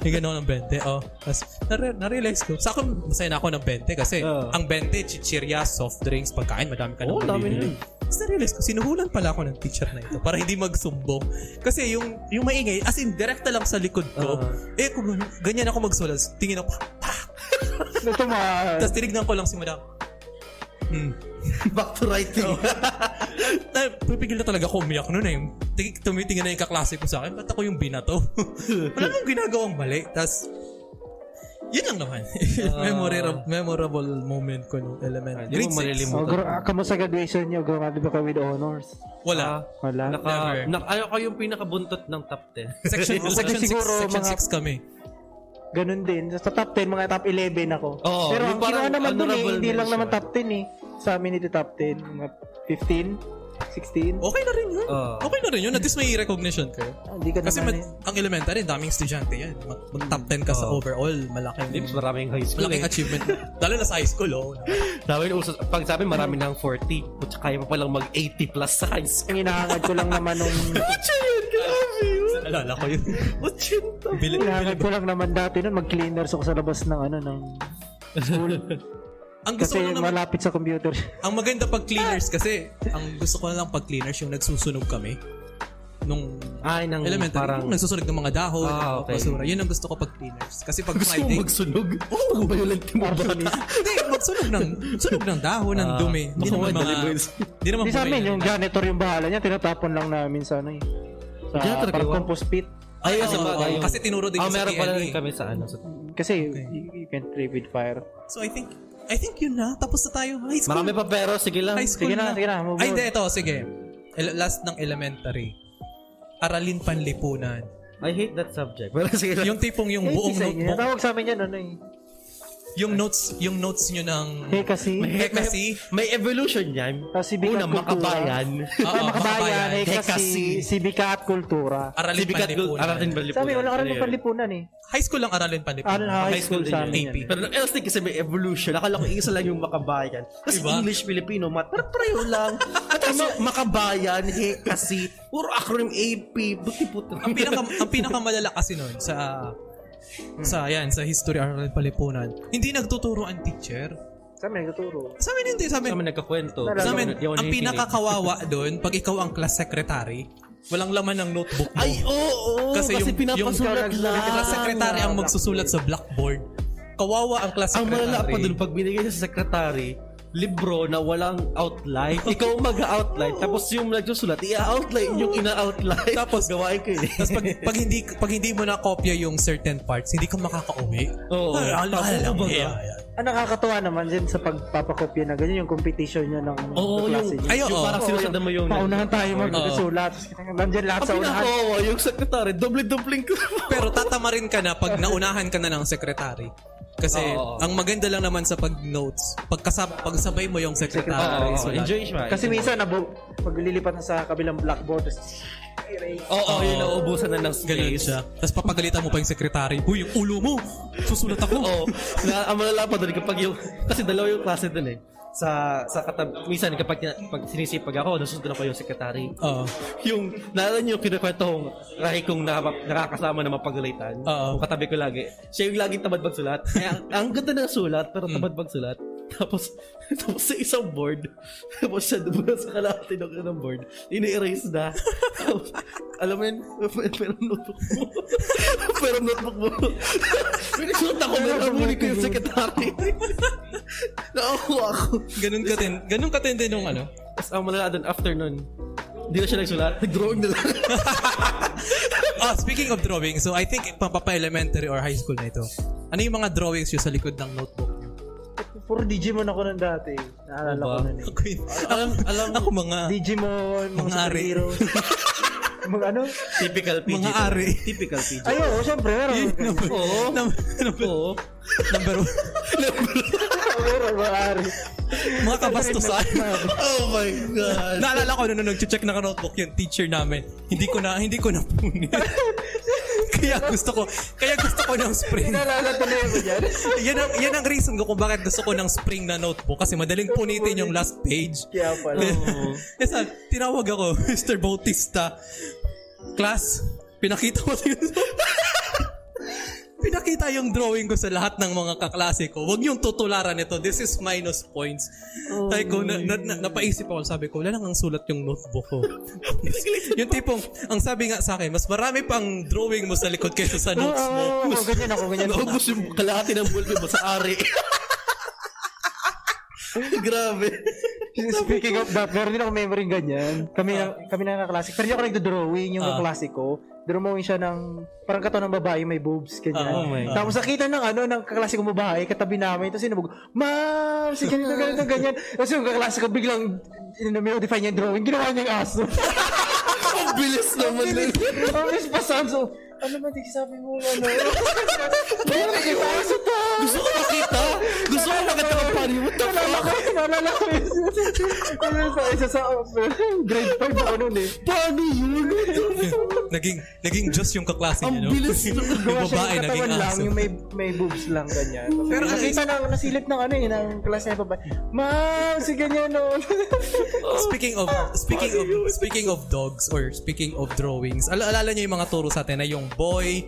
[SPEAKER 2] 20. binigyan ako ng 20, oh. Tapos, nare, narealize ko, sa akin, masaya na ako ng 20 kasi, ang 20, chichirya, soft drinks, pagkain, madami ka na
[SPEAKER 3] Oo, dami na
[SPEAKER 2] bumibili.
[SPEAKER 3] yun.
[SPEAKER 2] Tapos na-realize ko, sinuhulan pala ako ng teacher na ito para hindi magsumbong. Kasi yung, yung maingay, as in, direkta lang sa likod ko. eh, kung ganyan ako magsulat, tingin ako,
[SPEAKER 4] Natumaan.
[SPEAKER 2] tapos tinignan ko lang si madam. Hmm.
[SPEAKER 3] Back to writing.
[SPEAKER 2] *laughs* Na, pipigil na talaga ako umiyak noon eh. Tig- Tumitingin na yung kaklase ko sa akin, ba't ako yung binato? *laughs* Wala nang ginagawang mali. Tapos, yun lang naman. *laughs* memorable, memorable moment ko nung elementary.
[SPEAKER 5] Hindi mo
[SPEAKER 2] Grade 6.
[SPEAKER 5] malilimutan.
[SPEAKER 4] Oh, gro- ah, kamusta graduation niyo? Graduate ba kayo with honors?
[SPEAKER 3] Ah.
[SPEAKER 2] Wala.
[SPEAKER 5] Ah.
[SPEAKER 4] Wala.
[SPEAKER 5] Naka,
[SPEAKER 2] Never.
[SPEAKER 5] nak, ayoko yung pinakabuntot ng top
[SPEAKER 3] *laughs*
[SPEAKER 5] 10.
[SPEAKER 2] Section,
[SPEAKER 4] Kasi
[SPEAKER 2] section 6
[SPEAKER 4] siguro
[SPEAKER 2] section
[SPEAKER 4] mga-
[SPEAKER 2] six kami.
[SPEAKER 4] Ganun din. Sa top 10, mga top 11 ako.
[SPEAKER 5] Oo,
[SPEAKER 4] Pero
[SPEAKER 5] yung
[SPEAKER 4] ang ginawa
[SPEAKER 5] parang
[SPEAKER 4] naman dun eh,
[SPEAKER 5] honorable
[SPEAKER 4] hindi lang
[SPEAKER 5] mention.
[SPEAKER 4] naman top 10 eh. Sa amin ito top 10, mga 15, 16.
[SPEAKER 2] Okay na rin yun.
[SPEAKER 5] Oo.
[SPEAKER 2] Okay na rin yun. At least may recognition kayo.
[SPEAKER 4] Ah, Hindi ka
[SPEAKER 2] Kasi
[SPEAKER 4] naman
[SPEAKER 2] mag- ang elementary, daming estudyante yan. Mag, mag top 10 ka sa
[SPEAKER 5] Oo.
[SPEAKER 2] overall, malaking,
[SPEAKER 5] Hindi, mas maraming high school
[SPEAKER 2] malaking
[SPEAKER 5] eh.
[SPEAKER 2] achievement. Lalo na sa high school, oh.
[SPEAKER 5] Sabi nung usos, pag sabi marami na ang 40, putya kaya mo palang mag-80 plus sa high
[SPEAKER 4] eh.
[SPEAKER 5] school.
[SPEAKER 4] Ang inahangad ko lang naman nung...
[SPEAKER 5] Putya yun, grabe yun.
[SPEAKER 2] Alala ko yun.
[SPEAKER 5] Putya
[SPEAKER 2] Bilib,
[SPEAKER 4] inahangad
[SPEAKER 2] bilib.
[SPEAKER 4] ko lang naman dati nun, mag-cleaners ako sa labas ng ano, ng school.
[SPEAKER 2] Ang gusto
[SPEAKER 4] Kasi
[SPEAKER 2] ko lang naman,
[SPEAKER 4] malapit sa computer.
[SPEAKER 2] ang maganda pag cleaners kasi, ang gusto ko na lang pag cleaners yung nagsusunog kami. nung
[SPEAKER 3] Ay, nang
[SPEAKER 2] elementary,
[SPEAKER 3] parang...
[SPEAKER 2] yung nagsusunog ng mga dahon,
[SPEAKER 3] Ah,
[SPEAKER 2] ng mga
[SPEAKER 3] okay.
[SPEAKER 2] basura. Yun ang gusto ko pag cleaners. Kasi pag
[SPEAKER 3] gusto
[SPEAKER 2] Friday,
[SPEAKER 3] mo magsunog? Oo! Oh, violent mo ba?
[SPEAKER 2] hindi, magsunog ng, sunog ng dahon, ng
[SPEAKER 3] Ah,
[SPEAKER 2] dumi. Hindi
[SPEAKER 3] baka
[SPEAKER 2] naman mga,
[SPEAKER 3] madelivery.
[SPEAKER 2] hindi naman
[SPEAKER 4] Hindi sa
[SPEAKER 2] buhay
[SPEAKER 4] amin,
[SPEAKER 2] na
[SPEAKER 4] yung
[SPEAKER 2] nila.
[SPEAKER 4] janitor yung bahala niya, tinatapon lang namin sa ano eh. Sa
[SPEAKER 3] Janitor
[SPEAKER 4] parang
[SPEAKER 3] kayo?
[SPEAKER 4] compost pit.
[SPEAKER 3] Ay, kasi
[SPEAKER 2] Oo,
[SPEAKER 3] bagay Ah, yung...
[SPEAKER 2] kasi tinuro din
[SPEAKER 3] Ah,
[SPEAKER 2] yun sa
[SPEAKER 3] meron pala
[SPEAKER 2] PLA.
[SPEAKER 3] rin kami sa ano. Sa...
[SPEAKER 4] Kasi
[SPEAKER 2] Okay.
[SPEAKER 4] you, you can't play with fire.
[SPEAKER 2] So I think, I think yun na. Tapos na tayo. High school.
[SPEAKER 3] Marami pa pero, sige lang.
[SPEAKER 2] High school
[SPEAKER 4] Sige na, sige na, move
[SPEAKER 2] Ay,
[SPEAKER 4] on.
[SPEAKER 2] hindi, ito, sige. El- last ng elementary. Aralin panlipunan.
[SPEAKER 5] I hate that subject.
[SPEAKER 3] Pero sige lang.
[SPEAKER 2] Yung tipong yung
[SPEAKER 4] Eh,
[SPEAKER 2] buong
[SPEAKER 4] isa yun.
[SPEAKER 2] notebook,
[SPEAKER 4] Tawag sa amin yan, ano eh.
[SPEAKER 2] yung notes, yung notes nyo ng
[SPEAKER 4] Eh, kasi,
[SPEAKER 2] eh, kasi,
[SPEAKER 3] May evolution yan.
[SPEAKER 4] Tapos si Bigat *laughs*
[SPEAKER 3] Una,
[SPEAKER 4] Kultura.
[SPEAKER 3] makabayan.
[SPEAKER 2] Oo,
[SPEAKER 4] Ay, makabayan, eh,
[SPEAKER 3] Eh, kasi.
[SPEAKER 4] kasi, sibika at kultura.
[SPEAKER 2] aralin
[SPEAKER 3] Sibikat gold.
[SPEAKER 2] panlipunan.
[SPEAKER 3] Arating balipunan.
[SPEAKER 4] Sa amin, wala ka rin ng
[SPEAKER 3] Ano yun?
[SPEAKER 4] panlipunan eh.
[SPEAKER 2] High school lang aralin
[SPEAKER 4] Ano,
[SPEAKER 2] panlipunan.
[SPEAKER 4] high
[SPEAKER 3] high
[SPEAKER 4] school
[SPEAKER 3] school
[SPEAKER 4] sa
[SPEAKER 3] din
[SPEAKER 4] amin
[SPEAKER 2] yun.
[SPEAKER 4] yan.
[SPEAKER 3] Pero nung else kasi may evolution. Akala ko isa lang yung makabayan. Tapos
[SPEAKER 2] Diba?
[SPEAKER 3] English, Filipino, math. Parang pareho lang. At ang mga- makabayan, he, kasi. Puro acronym AP. Buti-buti.
[SPEAKER 2] ang pinaka ang pinakamalala kasi noon sa sa yan sa history aralin panlipunan. Hindi nagtuturo ang teacher.
[SPEAKER 4] Sa amin, nagtuturo.
[SPEAKER 2] Sa amin hindi, sa
[SPEAKER 3] Sa
[SPEAKER 2] amin.
[SPEAKER 3] amin nagkakwento.
[SPEAKER 2] Sa amin,
[SPEAKER 3] Di ako
[SPEAKER 2] ang
[SPEAKER 3] nakikinig.
[SPEAKER 2] pinakakawawa doon pag ikaw ang class secretary, walang laman ng notebook mo.
[SPEAKER 3] Ay, oo, oo.
[SPEAKER 2] Kasi
[SPEAKER 3] Kasi,
[SPEAKER 2] yung- yung-
[SPEAKER 3] pinapasulat
[SPEAKER 4] yung-
[SPEAKER 3] lang.
[SPEAKER 4] Ah,
[SPEAKER 2] class secretary ang magsusulat sa blackboard. Kawawa ang class
[SPEAKER 3] Ang
[SPEAKER 2] secretary.
[SPEAKER 3] malala pa dun, pag binigay niya sa secretary, libro na walang
[SPEAKER 2] *laughs*
[SPEAKER 3] outline. Ikaw mag-outline. Tapos yung nagsusulat, i-outline yung ina-outline.
[SPEAKER 2] Tapos,
[SPEAKER 3] gawain ko eh. *laughs*
[SPEAKER 2] Tapos pag, pag, hindi, pag hindi mo nakopya yung certain parts, hindi ka makakauwi.
[SPEAKER 3] Oo.
[SPEAKER 2] Ah, ala-
[SPEAKER 3] Tapos,
[SPEAKER 2] alam mo
[SPEAKER 3] kumbaga,
[SPEAKER 2] yan.
[SPEAKER 4] Ang Ah, nakakatuwa naman din sa pagpapakopya na ganyan yung competition niya ng
[SPEAKER 3] Oo, yung, ano
[SPEAKER 4] klase niya.
[SPEAKER 2] Ay, oo.
[SPEAKER 3] yung parang sinusundan mo yung...
[SPEAKER 4] Paunahan tayo magsulat. Nandiyan lahat
[SPEAKER 3] Ang
[SPEAKER 4] sa unahan.
[SPEAKER 3] pinakawawa, "Oh, yung secretary, doble-dobling ko.
[SPEAKER 2] Pero tatama rin ka na pag naunahan ka na ng secretary. Kasi
[SPEAKER 3] Oo.
[SPEAKER 2] ang maganda lang naman sa pag-notes, pagkasab pagsabay mo yung secretary.
[SPEAKER 3] Ah, Oo,
[SPEAKER 2] sulat.
[SPEAKER 3] enjoy siya.
[SPEAKER 4] Kasi minsan, nabu- pag lilipat na sa kabilang blackboard, tapos erase.
[SPEAKER 3] Oo, oh, yun, nauubusan na ng
[SPEAKER 2] Ganun
[SPEAKER 3] space.
[SPEAKER 2] siya. Tapos papagalitan mo pa yung secretary. Huy, yung ulo mo! Susulat ako!
[SPEAKER 3] Oo. na, ang malala pa doon kapag yung... Kasi dalawa yung klase doon eh. Sa, sa katab... Minsan kapag tina- pag sinisipag ako, "Oh, nasusundan ako yung secretary.
[SPEAKER 2] Oo.
[SPEAKER 3] Yung, naalala niyo yung kinakwento kong rahi kong na, nakakasama na mapagalitan.
[SPEAKER 2] Oo.
[SPEAKER 3] Yung katabi ko lagi. Siya yung laging tamad magsulat. *laughs* Kaya, ang- ang ganda ng sulat, pero tamad magsulat. Tapos, *laughs* tapos sa isang board, *laughs* tapos siya dumula sa kalahati ng ng board, ini-erase na. Tapos, alam mo yun, pero- pero notebook mo. *laughs* pero notebook *laughs* mo. Pinisulat ako, pero kamuli ko yung secretary. *laughs* Nakakuha ako.
[SPEAKER 2] Ganun ka din. Ganun ka din din nung
[SPEAKER 3] *laughs*
[SPEAKER 2] ano.
[SPEAKER 3] Tapos ang malala doon, after nun, hindi na siya nagsulat. Nag-drawing na lang.
[SPEAKER 2] Ah, speaking of drawing, so I think papapa-elementary or high school na ito. Ano yung mga drawings yun sa likod ng notebook niyo?
[SPEAKER 4] Puro Digimon ako nun dati. Naalala ko
[SPEAKER 3] Ba?
[SPEAKER 4] nun eh.
[SPEAKER 2] *laughs* Ako yun. Alam, alam, ako mga, *laughs*
[SPEAKER 4] Digimon, mga
[SPEAKER 2] Mga ari.
[SPEAKER 4] superheroes. mga ano?
[SPEAKER 3] Typical PG.
[SPEAKER 2] mga ari.
[SPEAKER 3] Typical PG.
[SPEAKER 4] Ay, oo, syempre, meron.
[SPEAKER 2] Yun,
[SPEAKER 4] *laughs*
[SPEAKER 2] number, *laughs*
[SPEAKER 3] Oo.
[SPEAKER 2] number, number,
[SPEAKER 3] Oo.
[SPEAKER 2] number
[SPEAKER 3] *laughs*
[SPEAKER 2] one.
[SPEAKER 4] Meron, mga ari.
[SPEAKER 2] Mga kabastusan.
[SPEAKER 3] Oh my God.
[SPEAKER 2] Naalala ko ano, nung nag-check ng notebook yung teacher namin. Hindi ko na, hindi ko na punin. *laughs* kaya gusto ko, kaya gusto ko ng spring.
[SPEAKER 4] Naalala tuloy ako dyan.
[SPEAKER 2] yan, ang, yan ang reason ko kung bakit gusto ko ng spring na notebook kasi madaling punitin yung last page.
[SPEAKER 4] Kaya pala.
[SPEAKER 2] Yes, ah, tinawag ako, *laughs* Mr. Bautista. Class, pinakita mo yung... *laughs* pinakita yung drawing ko sa lahat ng mga kaklase ko. Huwag niyong tutularan ito. This is minus points. Ay ko, na, na, na- napaisip ako. Sabi ko, wala nang ang sulat yung notebook ko. *laughs* yung tipong, ang sabi nga sa akin, mas marami pang drawing mo sa likod kaysa sa notes mo.
[SPEAKER 4] Oo, oo, ganyan ako, ganyan ako.
[SPEAKER 3] Naubos yung kalahati ng bulbe mo sa ari. *laughs* Grabe.
[SPEAKER 4] Speaking of that, meron din ako memory ganyan. Kami na, kami na kaklase. Pero hindi ako nagdo-drawing yung
[SPEAKER 2] Ah.
[SPEAKER 4] kaklase ko. Drawing siya ng parang katawan ng babae may boobs kanya.
[SPEAKER 2] Ah, oh my God.
[SPEAKER 4] Tapos nakita ng ano ng kaklase kong babae katabi namin tapos sinabog, "Ma'am, si ganito ganito ganyan." Tapos yung kaklase ko biglang in-modify niya yung drawing, ginawa niya yung
[SPEAKER 2] *laughs*
[SPEAKER 4] aso.
[SPEAKER 3] Ang bilis naman nun.
[SPEAKER 4] Tapos pasan so, ano ba di sabi mo ano? *laughs* Meron ka yung aso pa.
[SPEAKER 3] Gusto ko makita. Gusto ko makita ang pari mo.
[SPEAKER 4] Nalala ko, nalala ko. Ano sa isa sa grade 5 ako noon eh.
[SPEAKER 3] Paano yun?
[SPEAKER 2] naging, naging just yung kaklase niya,
[SPEAKER 3] Ang
[SPEAKER 2] no?
[SPEAKER 3] bilis
[SPEAKER 2] *laughs*
[SPEAKER 3] naman.
[SPEAKER 2] yung
[SPEAKER 4] Gawa
[SPEAKER 2] babae,
[SPEAKER 4] siya ng
[SPEAKER 2] naging
[SPEAKER 4] katawan lang,
[SPEAKER 2] aso.
[SPEAKER 4] yung may, may boobs lang ganyan. Pero
[SPEAKER 2] Pero at
[SPEAKER 4] nakita ng, nasilip ng ano eh, ng class na babae. Ma'am, si ganyan oh. no. *laughs*
[SPEAKER 2] Speaking of speaking of speaking of dogs or speaking of drawings, ala alala niyo yung mga turo sa atin na yung boy,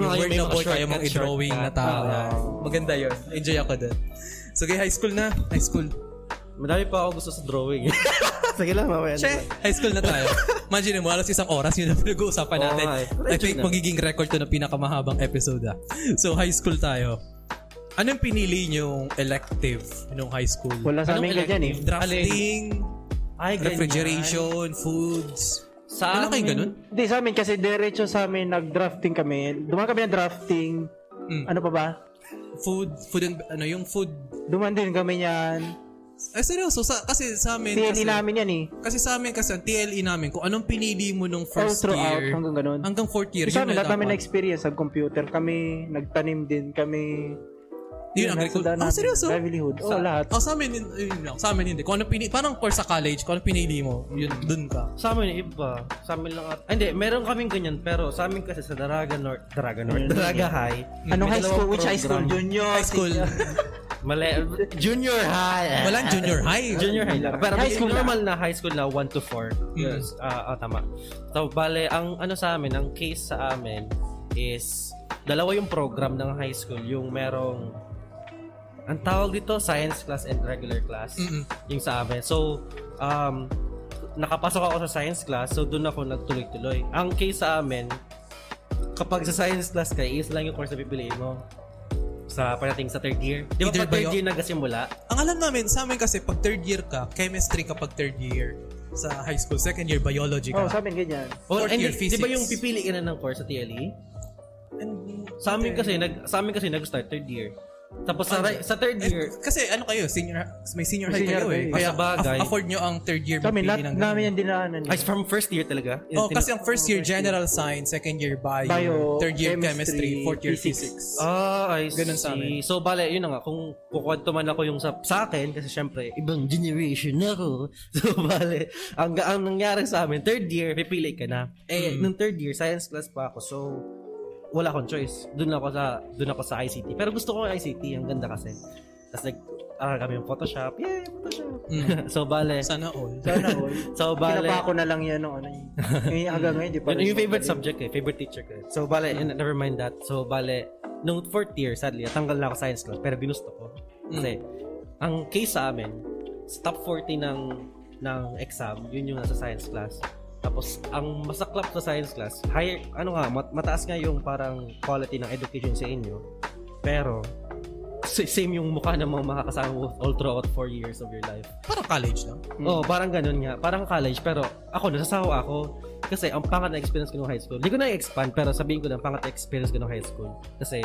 [SPEAKER 2] yung
[SPEAKER 3] Mga
[SPEAKER 2] word
[SPEAKER 3] yung
[SPEAKER 2] na
[SPEAKER 3] mga
[SPEAKER 2] boy kaya
[SPEAKER 3] shortcut,
[SPEAKER 2] mong i-drawing na
[SPEAKER 3] shortcut.
[SPEAKER 2] tao.
[SPEAKER 3] Ah.
[SPEAKER 2] Maganda yun. Enjoy ako dun. So, okay, high school na. High school.
[SPEAKER 3] Madami pa ako gusto sa drawing. *laughs* Sige lang, mamaya. na lang.
[SPEAKER 2] High school na tayo. Imagine mo, halos isang oras yun ang pinag-uusapan
[SPEAKER 7] Oo
[SPEAKER 2] natin.
[SPEAKER 7] nga eh.
[SPEAKER 2] I think magiging record to na pinakamahabang episode ah. So, high school tayo. Anong pinili niyong elective nung high school?
[SPEAKER 4] Wala sa
[SPEAKER 2] Anong
[SPEAKER 4] amin ganyan
[SPEAKER 2] elective?
[SPEAKER 4] eh.
[SPEAKER 2] Drafting,
[SPEAKER 7] Ay, ganyan.
[SPEAKER 2] refrigeration, foods.
[SPEAKER 7] Sa
[SPEAKER 2] Wala kayong
[SPEAKER 7] amin-
[SPEAKER 2] ganun?
[SPEAKER 4] Hindi, sa amin kasi diretso sa amin nag-drafting kami. Dumaan kami ng drafting.
[SPEAKER 2] Mm.
[SPEAKER 4] Ano pa ba?
[SPEAKER 2] Food, food and, ano yung food.
[SPEAKER 4] Dumaan din kami niyan.
[SPEAKER 2] Ay, Eh, seryoso. Sa, kasi sa amin, kasi,
[SPEAKER 4] TNE namin yan eh.
[SPEAKER 2] kasi sa amin kasi, ang TLE namin, kung anong pinili mo nung
[SPEAKER 4] All
[SPEAKER 2] first
[SPEAKER 4] throughout
[SPEAKER 2] year,
[SPEAKER 4] hanggang ganun.
[SPEAKER 2] hanggang fourth year,
[SPEAKER 4] Sa
[SPEAKER 2] yun
[SPEAKER 4] amin,
[SPEAKER 2] na
[SPEAKER 4] lahat namin
[SPEAKER 2] dapat.
[SPEAKER 4] na-experience sa computer. Kami, nagtanim din kami.
[SPEAKER 2] Yun, ang
[SPEAKER 4] nasa
[SPEAKER 2] likod.
[SPEAKER 4] daan
[SPEAKER 2] Ah,
[SPEAKER 4] namin.
[SPEAKER 2] seryoso?
[SPEAKER 4] Livelihood. Oo,
[SPEAKER 2] Sa-
[SPEAKER 4] lahat.
[SPEAKER 2] Oh, sa amin, yun, yun lang. Sa amin, hindi. Kung ano pinili, parang course sa college, kung ano pinili mo, yun, dun ka.
[SPEAKER 3] Sa amin, iba. Sa amin lang at... Ay, Hindi, meron kaming ganyan. Pero sa amin kasi sa Daraga North... Daraga North? Daraga High.
[SPEAKER 4] Anong
[SPEAKER 3] may
[SPEAKER 4] high school?
[SPEAKER 3] dalawang
[SPEAKER 4] Which high school?
[SPEAKER 3] program.
[SPEAKER 4] Junior.
[SPEAKER 2] High
[SPEAKER 4] *laughs*
[SPEAKER 2] school.
[SPEAKER 3] Mali. Junior High.
[SPEAKER 2] Walang junior high.
[SPEAKER 3] Junior high lang. Pero
[SPEAKER 4] High school
[SPEAKER 3] normal na high school na 1 to
[SPEAKER 2] Yes.
[SPEAKER 3] 4. Yes. Ah, ah, tama. So, bale, ang ano sa amin, ang case sa amin is dalawa yung program ng high school. Yung merong ang tawag dito, science class and regular class.
[SPEAKER 2] Mm-mm.
[SPEAKER 3] Yung sa amin. So, um, nakapasok ako sa science class, so doon ako nagtuloy-tuloy. Ang case sa amin, kapag sa science class ka, isa lang yung course na pipiliin mo sa parating sa third year. Di ba
[SPEAKER 2] Either
[SPEAKER 3] pag third
[SPEAKER 2] bio-
[SPEAKER 3] year nagkasimula?
[SPEAKER 2] Ang alam namin, sa amin kasi, pag third year ka, chemistry kapag third year. Sa high school, second year, biology ka.
[SPEAKER 4] Oh, sa amin ganyan.
[SPEAKER 3] Or,
[SPEAKER 2] Fourth
[SPEAKER 3] and
[SPEAKER 2] year,
[SPEAKER 3] di- Di
[SPEAKER 2] physics.
[SPEAKER 3] ba yung pipili ka na ng course sa TLE?
[SPEAKER 2] And-
[SPEAKER 3] Sa amin kasi, nag, sa amin kasi nag-start third year. Tapos sa, ri- sa third
[SPEAKER 2] Eh,
[SPEAKER 3] year,
[SPEAKER 2] kasi ano kayo, senior, may senior high
[SPEAKER 4] Senior
[SPEAKER 2] kayo eh.
[SPEAKER 4] high.
[SPEAKER 2] Kaya
[SPEAKER 3] Ah, sa bagay.
[SPEAKER 2] aff- afford nyo ang third year
[SPEAKER 4] Sa amin, lahat
[SPEAKER 2] magpili ng ganun.
[SPEAKER 4] namin yan dinaanan. eh.
[SPEAKER 3] ay from first year talaga.
[SPEAKER 2] Oh,
[SPEAKER 3] Tin-
[SPEAKER 2] kasi ang first year general science, second year bio,
[SPEAKER 4] Bio,
[SPEAKER 2] third year chemistry,
[SPEAKER 4] chemistry,
[SPEAKER 2] fourth year
[SPEAKER 4] physics.
[SPEAKER 2] physics.
[SPEAKER 3] Ah, I
[SPEAKER 2] Ganun
[SPEAKER 3] see.
[SPEAKER 2] sa amin.
[SPEAKER 3] So, bale, yun na nga. Kung kukwento man ako yung sa, sa akin, kasi syempre, ibang generation na ako. *laughs* So, bale, ang, ang nangyari sa amin, third year, pipili ka na. Eh, nung third year, science class pa ako. So, wala akong choice. Doon ako sa doon ako sa ICT. Pero gusto ko yung ICT, ang ganda kasi. Tapos nag aral kami yung Photoshop. Yay, Photoshop.
[SPEAKER 2] Mm.
[SPEAKER 3] *laughs*
[SPEAKER 4] Oh.
[SPEAKER 3] so bale,
[SPEAKER 2] Sana all.
[SPEAKER 4] Sana *laughs* all.
[SPEAKER 3] so bale.
[SPEAKER 4] Kinapa ko oh. na lang yan. No, ano, yun. Ngayon, hanggang ngayon, di pa.
[SPEAKER 3] Yun,
[SPEAKER 4] rin
[SPEAKER 3] yung favorite
[SPEAKER 4] mabalik.
[SPEAKER 3] subject eh, favorite teacher ko. eh. So bale, yun, never mind that. So bale, nung fourth year, sadly, natanggal na ako sa science class, pero ginusto ko. Kasi,
[SPEAKER 4] Mm.
[SPEAKER 3] ang case sa amin, sa top 40 ng ng exam, yun yung nasa science class. Tapos, ang masaklap sa science class, higher, ano nga, mat- mataas nga yung parang quality ng education sa inyo. Pero, sa- same yung mukha ng mga makakasama mo all throughout 4 years of your life.
[SPEAKER 2] Parang college lang.
[SPEAKER 3] Oo, Oh, parang ganun nga. Parang college, pero ako, nasasawa ako. Kasi ang pangat na experience ko nung high school. Hindi ko na-expand, pero sabihin ko na ang pangat na experience ko nung high school. Kasi,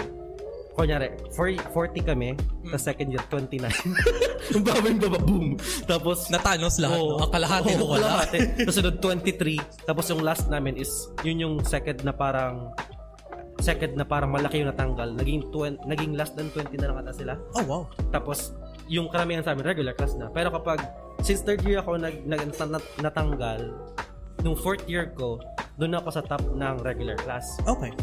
[SPEAKER 3] kunyari, 40 40 kami, sa second year, 29. Ang baba *laughs* yung baba, boom! Tapos,
[SPEAKER 2] Natanos lahat. no?
[SPEAKER 3] Oo.
[SPEAKER 2] Ang kalahati
[SPEAKER 3] Oo,
[SPEAKER 2] oh, wala.
[SPEAKER 3] kalahati. Tapos sunod, 23. Tapos yung last namin is, yun yung second na parang second na parang malaki yung natanggal. Naging, 20, naging last than 20 na lang ata sila.
[SPEAKER 2] Oh, wow.
[SPEAKER 3] Tapos, yung karamihan sa amin, regular class na. Pero kapag, since third year ako nag, nag nat- natanggal, nung fourth year ko, doon ako sa top ng regular class.
[SPEAKER 2] Okay.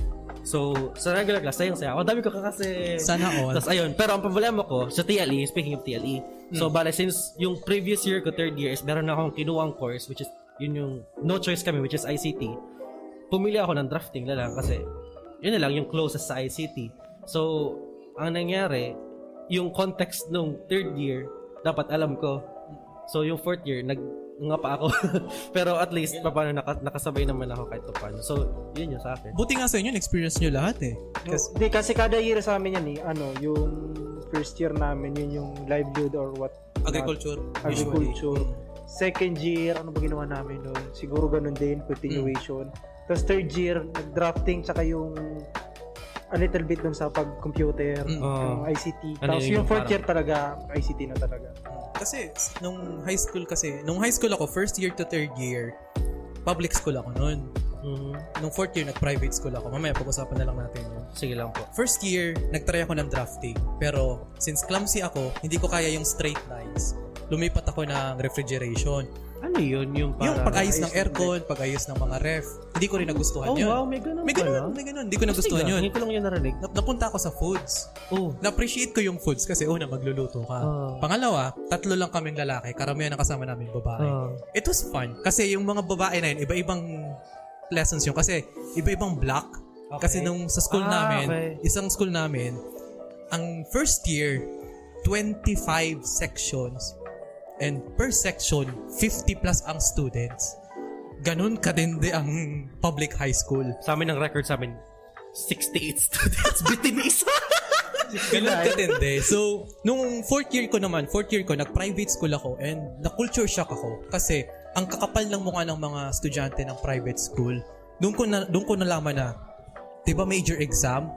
[SPEAKER 3] So, sa regular class, sayang saya. Ang dami ko ka kasi.
[SPEAKER 2] Sana all.
[SPEAKER 3] Tapos ayun, pero ang problema ko, sa TLE, speaking of TLE,
[SPEAKER 2] Hmm.
[SPEAKER 3] so bale, since yung previous year ko, third year, is meron na akong kinuwang course, which is, yun yung no choice kami, which is ICT. Pumili ako ng drafting na lang kasi, yun na lang yung closest sa ICT. So, ang nangyari, yung context nung third year, dapat alam ko. So, yung fourth year, nag nga pa ako. *laughs* Pero at least, paano, naka, nakasabay naman ako kahit paano. So, yun yung sa akin.
[SPEAKER 2] Buti nga sa inyo, experience nyo lahat eh. Kasi,
[SPEAKER 4] Hindi, kasi kada year sa amin yan eh, ano, yung first year namin, yun yung livelihood or what. not.
[SPEAKER 2] agriculture. Mm.
[SPEAKER 4] Agriculture. Second year, ano ba ginawa namin noon? Siguro ganun din, continuation.
[SPEAKER 3] Hmm.
[SPEAKER 4] Tapos third year, nag-drafting, tsaka yung a little bit dun sa pag-computer,
[SPEAKER 2] Mm.
[SPEAKER 4] yung ICT.
[SPEAKER 3] Hmm. Ano
[SPEAKER 4] Tapos
[SPEAKER 3] yun,
[SPEAKER 4] yung fourth
[SPEAKER 3] parang-
[SPEAKER 4] year talaga, ICT na talaga.
[SPEAKER 2] Kasi, nung high school kasi, nung high school ako, first year to third year, public school ako noon.
[SPEAKER 3] Mhm.
[SPEAKER 2] Nung fourth year, nag-private school ako. Mamaya, pag-usapan na lang natin yun.
[SPEAKER 3] Sige lang po.
[SPEAKER 2] First year, nag-try ako ng drafting. Pero, since clumsy ako, hindi ko kaya yung straight lines. Lumipat ako ng refrigeration.
[SPEAKER 3] Ano yun? Yung
[SPEAKER 2] yung
[SPEAKER 3] parang...
[SPEAKER 2] pag-ayos ng aircon, pag-ayos ng mga ref. Hindi ko rin nagustuhan
[SPEAKER 3] Oh,
[SPEAKER 2] yun.
[SPEAKER 3] wow. ah. May ganun
[SPEAKER 2] May
[SPEAKER 3] pala.
[SPEAKER 2] ganun, may ganun. Hindi ko nagustuhan
[SPEAKER 3] Sige,
[SPEAKER 2] yun.
[SPEAKER 3] Ngayon ko lang yun narinig.
[SPEAKER 2] Nap- napunta ako sa foods.
[SPEAKER 3] Oh.
[SPEAKER 2] Na-appreciate ko yung foods kasi una, magluluto ka.
[SPEAKER 3] Ah.
[SPEAKER 2] Pangalawa, tatlo lang kaming lalaki. Karamihan ang kasama namin babae.
[SPEAKER 3] Ah.
[SPEAKER 2] It was fun. Kasi yung mga babae na yun, iba-ibang lessons yun. Kasi iba-ibang block. Kasi nung sa school
[SPEAKER 3] Ah,
[SPEAKER 2] namin,
[SPEAKER 3] okay.
[SPEAKER 2] isang school namin, ang first year, 25 sections. and per section, 50 plus ang students. Ganun katindi ang public high school.
[SPEAKER 5] Sa amin ang record sa amin, 68 students bitin isa.
[SPEAKER 2] Ganun katindi. So, nung fourth year ko naman, fourth year ko, nag-private school ako and na-culture shock ako kasi ang kakapal ng mukha ng mga estudyante ng private school. Doon ko, na, doon ko nalaman na, di ba major exam?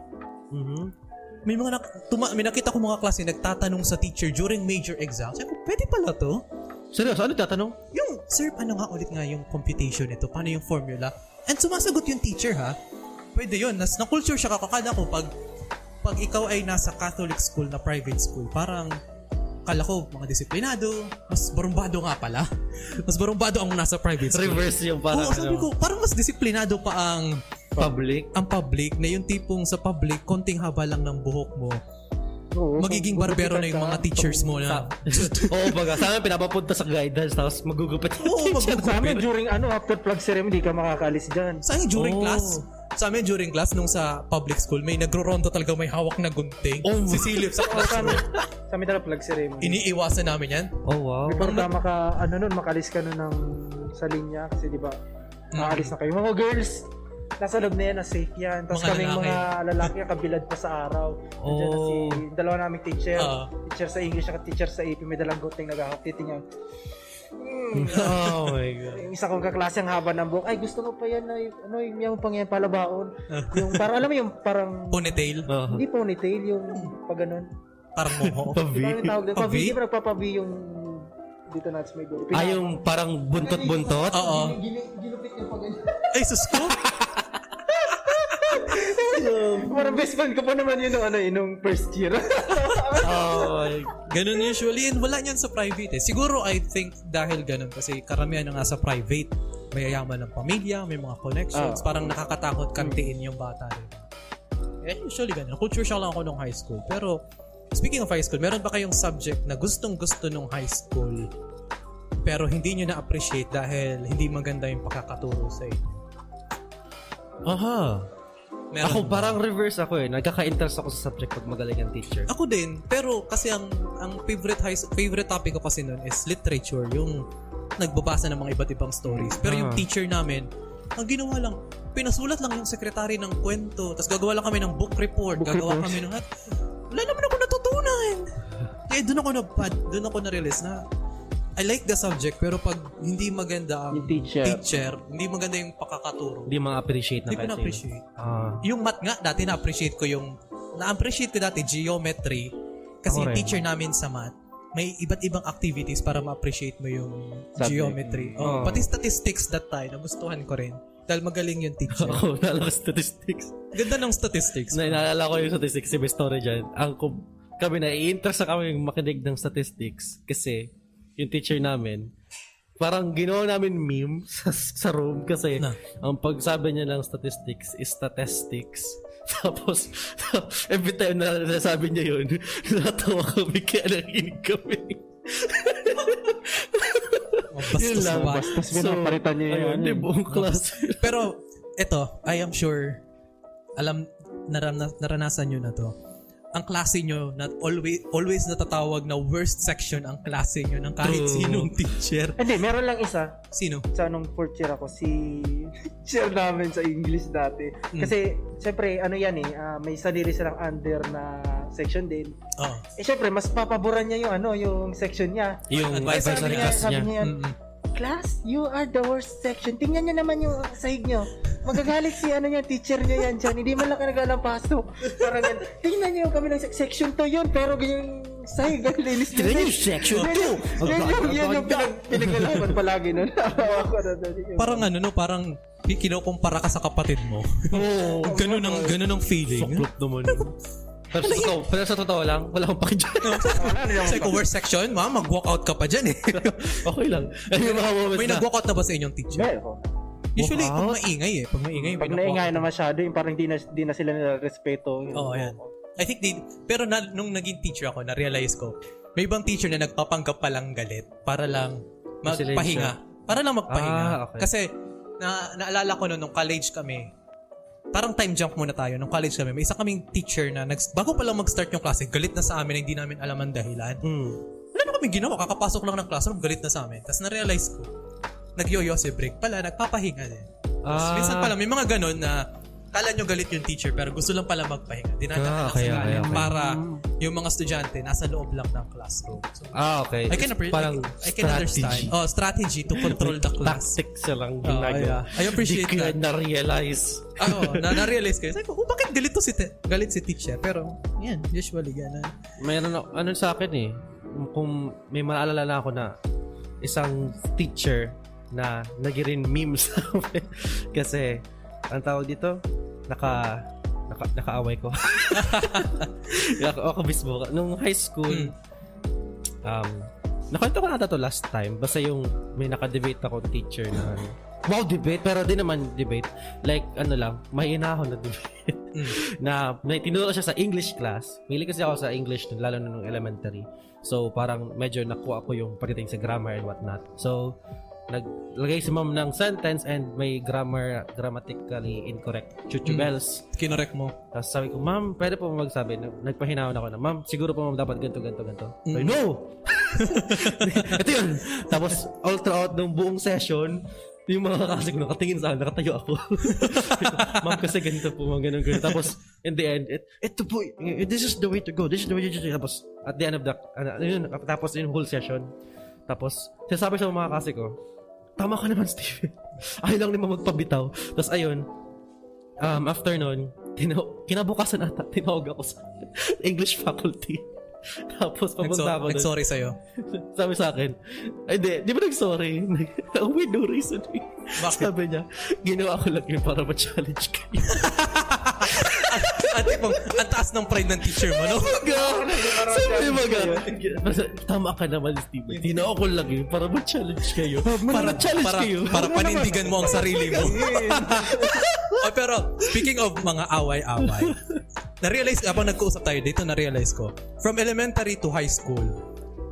[SPEAKER 2] May mga nak- tuma- may nakita ko mga klase nagtatanong sa teacher during major exam. Sabi ko, pwede pala to?
[SPEAKER 3] *laughs* Seryoso, ano tatanong?
[SPEAKER 2] yung, sir, paano nga ulit nga yung computation nito? Paano yung formula? And sumasagot yung teacher, ha? Pwede yun. Nas, na-culture siya kakakala ko pag, pag ikaw ay nasa Catholic school na private school, parang kala ko mga disiplinado, mas barumbado nga pala. *laughs* Mas barumbado ang nasa private school.
[SPEAKER 3] Reverse yung parang
[SPEAKER 2] Oo, sabi
[SPEAKER 3] ano,
[SPEAKER 2] ko, parang mas disiplinado pa ang *laughs*
[SPEAKER 3] public.
[SPEAKER 2] ang public na yung tipong sa public, konting haba lang ng buhok mo.
[SPEAKER 4] Oo,
[SPEAKER 2] Magiging
[SPEAKER 4] kung
[SPEAKER 2] barbero na
[SPEAKER 4] gupitan
[SPEAKER 2] yung
[SPEAKER 4] ka,
[SPEAKER 2] mga teachers mo na.
[SPEAKER 3] Oo, baga. Sa amin, pinapapunta sa guidance, tapos magugupit.
[SPEAKER 2] Oo,
[SPEAKER 4] Sa amin,
[SPEAKER 3] *laughs*
[SPEAKER 2] magugupit.
[SPEAKER 4] during ano, after flag ceremony, hindi ka makakaalis dyan.
[SPEAKER 2] Sa akin, during
[SPEAKER 3] Oh.
[SPEAKER 2] class, sa amin during class nung sa public school, may nagro-rondo talaga may hawak na gunting.
[SPEAKER 3] Oh.
[SPEAKER 2] Sisilip sa
[SPEAKER 3] *laughs*
[SPEAKER 4] Oo,
[SPEAKER 2] class.
[SPEAKER 4] sa amin, sa amin talaga flag ceremony.
[SPEAKER 2] Iniiwasan namin yan.
[SPEAKER 5] Oh,
[SPEAKER 2] *laughs*
[SPEAKER 5] wow.
[SPEAKER 4] Before ka maka, ano nun, makalis ka nun ng, sa linya. Kasi di ba,
[SPEAKER 2] Mm.
[SPEAKER 4] makaalis na kayo. Mga girls, nasa loob na yan, na safe yan. Tapos
[SPEAKER 2] Mga
[SPEAKER 4] kaming
[SPEAKER 2] lalaki.
[SPEAKER 4] mga lalaki, ang kabilad pa sa araw. Nandiyan na si, dalawa naming teacher.
[SPEAKER 2] Oh. Ah.
[SPEAKER 4] teacher sa English, at teacher sa AP. May dalang guting naghahap. Titingnan.
[SPEAKER 3] Oh my God.
[SPEAKER 4] Yung isa kong kaklase ang haba ng buhok. Ay, gusto mo pa yan. Ay, ano, yung yung pang yan, palabaon.
[SPEAKER 2] Ah.
[SPEAKER 4] yung parang, alam mo yung
[SPEAKER 2] *laughs*
[SPEAKER 4] parang,
[SPEAKER 2] Ponytail,
[SPEAKER 3] Ah,
[SPEAKER 4] hindi ponytail, yung pag ganun.
[SPEAKER 3] *laughs*
[SPEAKER 2] parang moho. *laughs*
[SPEAKER 4] Diba yung tawag
[SPEAKER 5] Oh,
[SPEAKER 4] doon?
[SPEAKER 2] Pavi?
[SPEAKER 4] Pavi? Di ba nagpapavi yung dito natin sa may dulo?
[SPEAKER 3] Ah, yung parang buntot-buntot?
[SPEAKER 2] Oo.
[SPEAKER 4] Ginupit yung pag
[SPEAKER 2] Ay, sus ko!
[SPEAKER 4] *laughs* Parang best friend ko pa naman yun nung ano eh, nung first year.
[SPEAKER 3] Oh my
[SPEAKER 2] Ganun usually. And wala niyan sa private eh. Siguro I think dahil ganun kasi karamihan na nga sa private. May yaman ng pamilya, may mga connections.
[SPEAKER 4] Ah.
[SPEAKER 2] Parang nakakatakot kantiin yung bata. Diba? Eh, usually ganun. Culture shock lang ako nung high school. Pero, speaking of high school, meron ba kayong subject na gustong-gusto nung high school pero hindi nyo na-appreciate dahil hindi maganda yung pakakaturo sa inyo?
[SPEAKER 5] Aha.
[SPEAKER 2] Meron
[SPEAKER 5] Ako
[SPEAKER 2] ba?
[SPEAKER 5] parang reverse ako eh. Nagkaka-interest ako sa subject pag magaling ang teacher.
[SPEAKER 2] Ako din, pero kasi ang ang favorite high, favorite topic ko kasi noon is literature, yung nagbabasa ng mga iba't ibang stories. Pero yung
[SPEAKER 5] Ah.
[SPEAKER 2] teacher namin, ang ginawa lang, pinasulat lang yung secretary ng kwento, tapos gagawa lang kami ng book report,
[SPEAKER 4] Book
[SPEAKER 2] gagawa
[SPEAKER 4] report.
[SPEAKER 2] kami ng at wala naman ako natutunan. Eh doon ako na doon ako na realize na I like the subject pero pag hindi maganda ang
[SPEAKER 4] *laughs* Yung teacher.
[SPEAKER 2] teacher, hindi maganda yung pakakaturo.
[SPEAKER 5] Hindi ma-appreciate na
[SPEAKER 2] Hindi ko
[SPEAKER 5] kahit sino.
[SPEAKER 2] na-appreciate
[SPEAKER 5] Ah.
[SPEAKER 2] yung math nga, dati na-appreciate ko yung, na-appreciate ko dati geometry.
[SPEAKER 5] Ako
[SPEAKER 2] Kasi yung
[SPEAKER 5] rin.
[SPEAKER 2] teacher namin sa math, may iba't ibang activities para ma-appreciate mo yung
[SPEAKER 4] Subject.
[SPEAKER 2] geometry.
[SPEAKER 5] Oh.
[SPEAKER 2] Oh, Pati statistics that time, nagustuhan ko rin. Dahil magaling
[SPEAKER 5] *laughs*
[SPEAKER 2] yung teacher.
[SPEAKER 5] *laughs* Ako, naalala ko statistics. *laughs*
[SPEAKER 2] Ganda ng statistics.
[SPEAKER 5] Na, naalala ko yung statistics si Bestore dyan. Ang kum- kami na i-interest na kami makinig ng statistics kasi yung teacher namin, parang ginawa namin meme *laughs* sa, sa room kasi
[SPEAKER 2] Na.
[SPEAKER 5] ang pagsabi niya ng statistics is statistics. *laughs* Tapos, *laughs* every time na nasabi niya yun, *laughs* natawa kami kaya nakinig kami.
[SPEAKER 2] Mga bastos
[SPEAKER 5] lang.
[SPEAKER 2] ba?
[SPEAKER 4] Bastos pinapalitan niya yun.
[SPEAKER 5] ayun, di buong class.
[SPEAKER 2] Pero, eto, I am sure, alam, narana, naranasan nyo na to. Ang klase nyo, na always, always natatawag na worst section ang klase nyo ng kahit
[SPEAKER 5] True.
[SPEAKER 2] sinong teacher.
[SPEAKER 4] Hindi, meron lang isa.
[SPEAKER 2] Sino?
[SPEAKER 4] Sa nung fourth year ako, si *laughs* teacher namin sa English dati.
[SPEAKER 5] Hmm.
[SPEAKER 4] Kasi, syempre, ano yan eh, ah, may sarili silang under na section din.
[SPEAKER 2] Oh.
[SPEAKER 4] Eh, syempre, mas papaboran niya yung ano, yung section niya.
[SPEAKER 5] yung
[SPEAKER 2] Advice
[SPEAKER 5] advice
[SPEAKER 2] sa
[SPEAKER 5] na
[SPEAKER 4] niya,
[SPEAKER 5] class
[SPEAKER 4] sabi
[SPEAKER 5] niya.
[SPEAKER 4] niya,
[SPEAKER 2] Mm-mm.
[SPEAKER 4] class, you are the worst section. Tingnan niyo naman yung sahig niyo. Magagalit si ano niya, teacher niya yan dyan. Hindi man lang ka nagalapaso. Parang yan. Tingnan niyo yung kami ng se- section to yun. Pero ganyan yung sahig. Ang linis niya.
[SPEAKER 3] Tingnan niyo yung section Oh,
[SPEAKER 4] Yan
[SPEAKER 3] to.
[SPEAKER 4] yung- Yan yung, yan yung pinag, pinaglalaban palagi nun. Ako na dali.
[SPEAKER 2] Parang ano no, parang ki- kinukumpara ka sa kapatid mo.
[SPEAKER 5] *laughs*
[SPEAKER 3] Oh,
[SPEAKER 5] Oo.
[SPEAKER 2] ganun ang ganun ang feeling.
[SPEAKER 5] Suklot naman.
[SPEAKER 2] *laughs*
[SPEAKER 5] pero, sa totoo, pero sa totoo lang, wala akong pakidyan.
[SPEAKER 2] Psycho worst section, ma, mag-walkout ka pa dyan eh.
[SPEAKER 5] okay lang. Ay, yung mga moments
[SPEAKER 2] may
[SPEAKER 5] na.
[SPEAKER 2] nag-walkout na ba sa inyong teacher?
[SPEAKER 4] Meron.
[SPEAKER 2] Usually, pag maingay eh. Pag maingay, may
[SPEAKER 4] oh. Pag naingay
[SPEAKER 2] nag-walkout.
[SPEAKER 4] na masyado, yung parang di na, di na sila nilarespeto. Yung-
[SPEAKER 2] Oo,
[SPEAKER 3] Oh,
[SPEAKER 2] yan. I think they, pero na, nung naging teacher ako, na-realize ko, may ibang teacher na nagpapanggap pa lang galit para lang magpahinga. Para lang magpahinga.
[SPEAKER 5] Ah, okay.
[SPEAKER 2] Kasi, na, naalala ko noon, nung college kami, parang time jump muna tayo. Nung college kami, may isa kaming teacher na, nags, bago pa lang mag-start yung klase, galit na sa amin na hindi namin alam ang dahilan.
[SPEAKER 5] Mm.
[SPEAKER 2] wala na kami namin ginawa. Kakapasok lang ng classroom, galit na sa amin. Tapos na-realize ko, nagyoyo si break pala, nagpapahinga din. Tapos
[SPEAKER 3] Ah.
[SPEAKER 2] minsan pala, may mga ganun na kala nyo galit yung teacher pero gusto lang pala magpahinga.
[SPEAKER 3] Ah,
[SPEAKER 2] Dinadaan lang
[SPEAKER 3] okay,
[SPEAKER 2] sila
[SPEAKER 3] okay, okay.
[SPEAKER 2] para yung mga estudyante nasa loob lang ng classroom. So,
[SPEAKER 3] Ah, okay.
[SPEAKER 2] I can, appre- I,
[SPEAKER 3] Parang
[SPEAKER 2] I can understand. Oh, strategy to control the class. *laughs*
[SPEAKER 3] Tactics siya
[SPEAKER 2] Oh,
[SPEAKER 3] lang
[SPEAKER 2] yeah.
[SPEAKER 3] ginagawa.
[SPEAKER 2] I appreciate
[SPEAKER 3] Di ko
[SPEAKER 2] that.
[SPEAKER 3] na-realize.
[SPEAKER 2] Ako, na na-realize ko. yun. Sabi ko, oh, bakit galit to si, te- galit si teacher? Pero, yan, usually ganun.
[SPEAKER 3] Meron ako, ano sa akin eh, kung may maalala na ako na isang teacher na nagirin memes sa amin. *laughs* Kasi, ang tawag dito, naka, naka nakaaway ko. *laughs* ako, ako mismo. Nung high school,
[SPEAKER 2] Mm.
[SPEAKER 3] um, nakwento ko na ata to last time. Basta yung may nakadebate ako teacher na ano. Wow, debate! Pero di naman debate. Like, ano lang, may inahon na debate. *laughs* na may tinuro siya sa English class. Mahilig kasi ako sa English, nun, lalo na nung elementary. So, parang medyo nakuha ko yung pagdating sa grammar and whatnot. So, naglagay si ma'am ng sentence and may grammar, grammatically incorrect chuchu
[SPEAKER 2] Mm.
[SPEAKER 3] bells.
[SPEAKER 2] Kinorek mo.
[SPEAKER 3] Tapos sabi ko, ma'am, pwede po ba magsabi? Nagpahinawan ako na, ma'am, siguro po ma'am dapat ganito, ganito, ganito.
[SPEAKER 2] Mm.
[SPEAKER 3] Sabi, no! *laughs* Ito yun! Tapos, all throughout ng buong session, yung mga kaklase ko nakatingin sa akin, nakatayo ako. *laughs* ma'am, kasi ganito po, mga ganun, ganun. Tapos, in the end, it, ito po, eh, this is the way to go, this is the way to go. Tapos, at the end of the, ano, yun, tapos yung whole session, tapos, sinasabi sa mga kaklase ko, tama ka naman, Steven. *laughs* Ayaw lang naman magpabitaw. Tapos, ayun, um, after nun, tino- kinabukasan ata, tinawag ako sa *laughs* English faculty. *laughs* Tapos,
[SPEAKER 2] Nagso-
[SPEAKER 3] papunta ako dun.
[SPEAKER 2] Nag-sorry sa'yo. *laughs*
[SPEAKER 3] *laughs* Sabi sa akin, ay di, di ba nag-sorry? *laughs* With no reason. eh.
[SPEAKER 2] Bakit?
[SPEAKER 3] Sabi niya, ginawa ko lang yun para ma-challenge kayo.
[SPEAKER 2] *laughs* At tipong, ang taas ng pride ng teacher mo, no?
[SPEAKER 3] Ga! Sabi mo ga? Tama ka naman, Steven. Ginawa ko lang yun para ma-challenge kayo. Para ma-challenge
[SPEAKER 2] para,
[SPEAKER 3] kayo. *laughs*
[SPEAKER 2] para panindigan mo ang sarili mo. *laughs* oh, pero, speaking of mga away-away, na-realize, habang nag-uusap tayo dito, na-realize ko, from elementary to high school,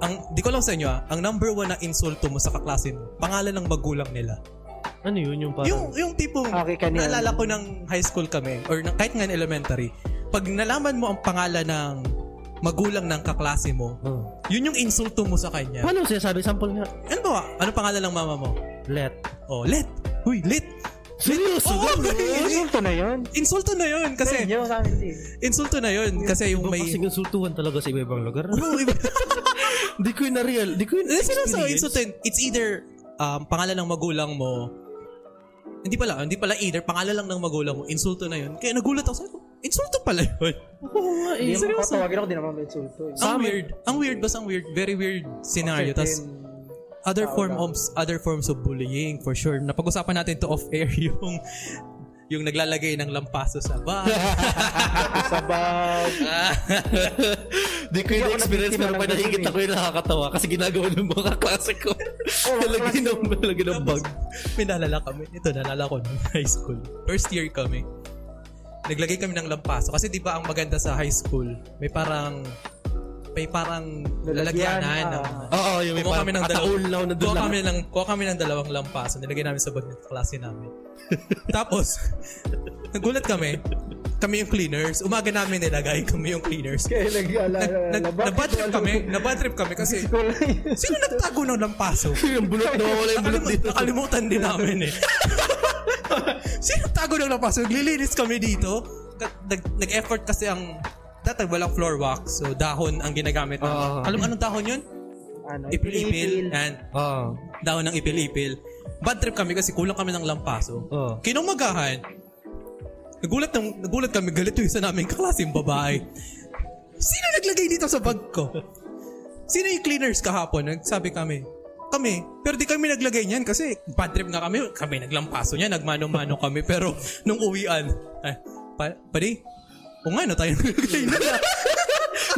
[SPEAKER 2] ang, di ko lang sa inyo ah, ang number one na insulto mo sa kaklase mo, pangalan ng magulang nila.
[SPEAKER 3] Ano yun yung parang?
[SPEAKER 2] Yung, yung tipong,
[SPEAKER 4] Okay, kanyan.
[SPEAKER 2] naalala ko ng high school kami, or ng, kahit nga ng elementary, pag nalaman mo ang pangalan ng magulang ng kaklase mo,
[SPEAKER 3] Oh.
[SPEAKER 2] yun yung insulto mo sa kanya.
[SPEAKER 3] Paano sinasabi? Sample nga.
[SPEAKER 2] Ano ba? Ano pangalan ng mama mo?
[SPEAKER 3] Let.
[SPEAKER 2] Oh, lit. Huy, lit.
[SPEAKER 3] Seryoso?
[SPEAKER 2] Oo,
[SPEAKER 3] Ano
[SPEAKER 4] Yung
[SPEAKER 2] ganun.
[SPEAKER 4] insulto na yun.
[SPEAKER 2] Insulto na yun kasi
[SPEAKER 4] Yun, sa amin din.
[SPEAKER 2] insulto na yun kasi yung
[SPEAKER 3] Iba
[SPEAKER 2] may
[SPEAKER 3] may... Ano kasing insultuhan talaga sa iba-ibang lugar.
[SPEAKER 2] Oo,
[SPEAKER 3] *laughs*
[SPEAKER 2] iba.
[SPEAKER 3] Hindi ko yun na-real. Hindi ko yun
[SPEAKER 2] Eh, sino sa
[SPEAKER 3] experience.
[SPEAKER 2] insulto yun? It's either um, pangalan ng magulang mo hindi pala, hindi pala either pangalan lang ng magulang mo, insulto na yun. Kaya nagulat ako sa ko, insulto pala yun.
[SPEAKER 3] Oo nga eh.
[SPEAKER 4] Hindi naman ako
[SPEAKER 2] Seryoso?
[SPEAKER 4] tawagin ako, hindi naman may insulto. eh.
[SPEAKER 2] ang weird. Ang weird basta ang weird, very weird scenario.
[SPEAKER 3] *laughs*
[SPEAKER 2] Tapos other form of other forms of bullying for sure. Napag-usapan natin to off air *laughs* yung yung naglalagay ng lampaso sa bahay.
[SPEAKER 4] Sa bag.
[SPEAKER 3] Di ko
[SPEAKER 4] Hindi
[SPEAKER 3] yung
[SPEAKER 4] ako
[SPEAKER 3] experience
[SPEAKER 4] nabiktima
[SPEAKER 3] pero
[SPEAKER 4] ng
[SPEAKER 3] pa nahigit
[SPEAKER 4] ganun
[SPEAKER 3] ako yung nakakatawa kasi ginagawa ng mga klase
[SPEAKER 4] *laughs*
[SPEAKER 3] ko. Talaga ng talaga ng bug.
[SPEAKER 2] *laughs* Pinalala kami. Ito, nalala ko nung high school. First year kami. Naglagay kami ng lampaso. Kasi di ba ang maganda sa high school, may parang may parang
[SPEAKER 4] Lalagyan,
[SPEAKER 2] lalagyanan.
[SPEAKER 4] ah.
[SPEAKER 2] ng-
[SPEAKER 3] Oo, yung may
[SPEAKER 2] Kumuha
[SPEAKER 3] parang
[SPEAKER 2] kami ng
[SPEAKER 3] ataul na na doon
[SPEAKER 2] kuha
[SPEAKER 3] lang.
[SPEAKER 2] kami ng kuha kami ng dalawang lampaso nilagay namin sa bag ng klase
[SPEAKER 3] *laughs*
[SPEAKER 2] namin. Tapos nagulat kami. Kami yung cleaners. Umaga namin nilagay kami yung cleaners.
[SPEAKER 4] Kaya nag-ala.
[SPEAKER 2] Nag, nag, nabad trip kami, nabad trip kami
[SPEAKER 4] *laughs*
[SPEAKER 2] kasi sino nagtago ng lampaso?
[SPEAKER 3] Yung bulot na wala yung bulot
[SPEAKER 2] Nakalimu-
[SPEAKER 4] *laughs*
[SPEAKER 3] dito.
[SPEAKER 2] nakalimutan din namin eh. *laughs* Sino tago ng lapas? Naglilinis kami dito. Nag- nag- Nag-effort kasi ang dati walang floor wax. So dahon ang ginagamit namin.
[SPEAKER 3] Ah.
[SPEAKER 2] Alam mo anong dahon yun?
[SPEAKER 4] Ano,
[SPEAKER 2] Ipil-ipil and
[SPEAKER 4] Ah.
[SPEAKER 3] Oo.
[SPEAKER 2] dahon ng ipil-ipil. Bad trip kami kasi kulang kami ng lampaso.
[SPEAKER 3] Oo.
[SPEAKER 2] Kinumagahan, nagulat, ng, nagulat kami, galit yung isa namin kaklaseng babae. Sino naglagay dito sa bag ko? Sino yung cleaners kahapon? Nagsabi kami, kami. Pero di kami naglagay niyan kasi bad trip nga kami. Kami naglampaso niya, nagmano-mano kami. Pero nung uwian, eh, pa, pari, o nga, no, tayo naglagay nila.
[SPEAKER 3] *laughs*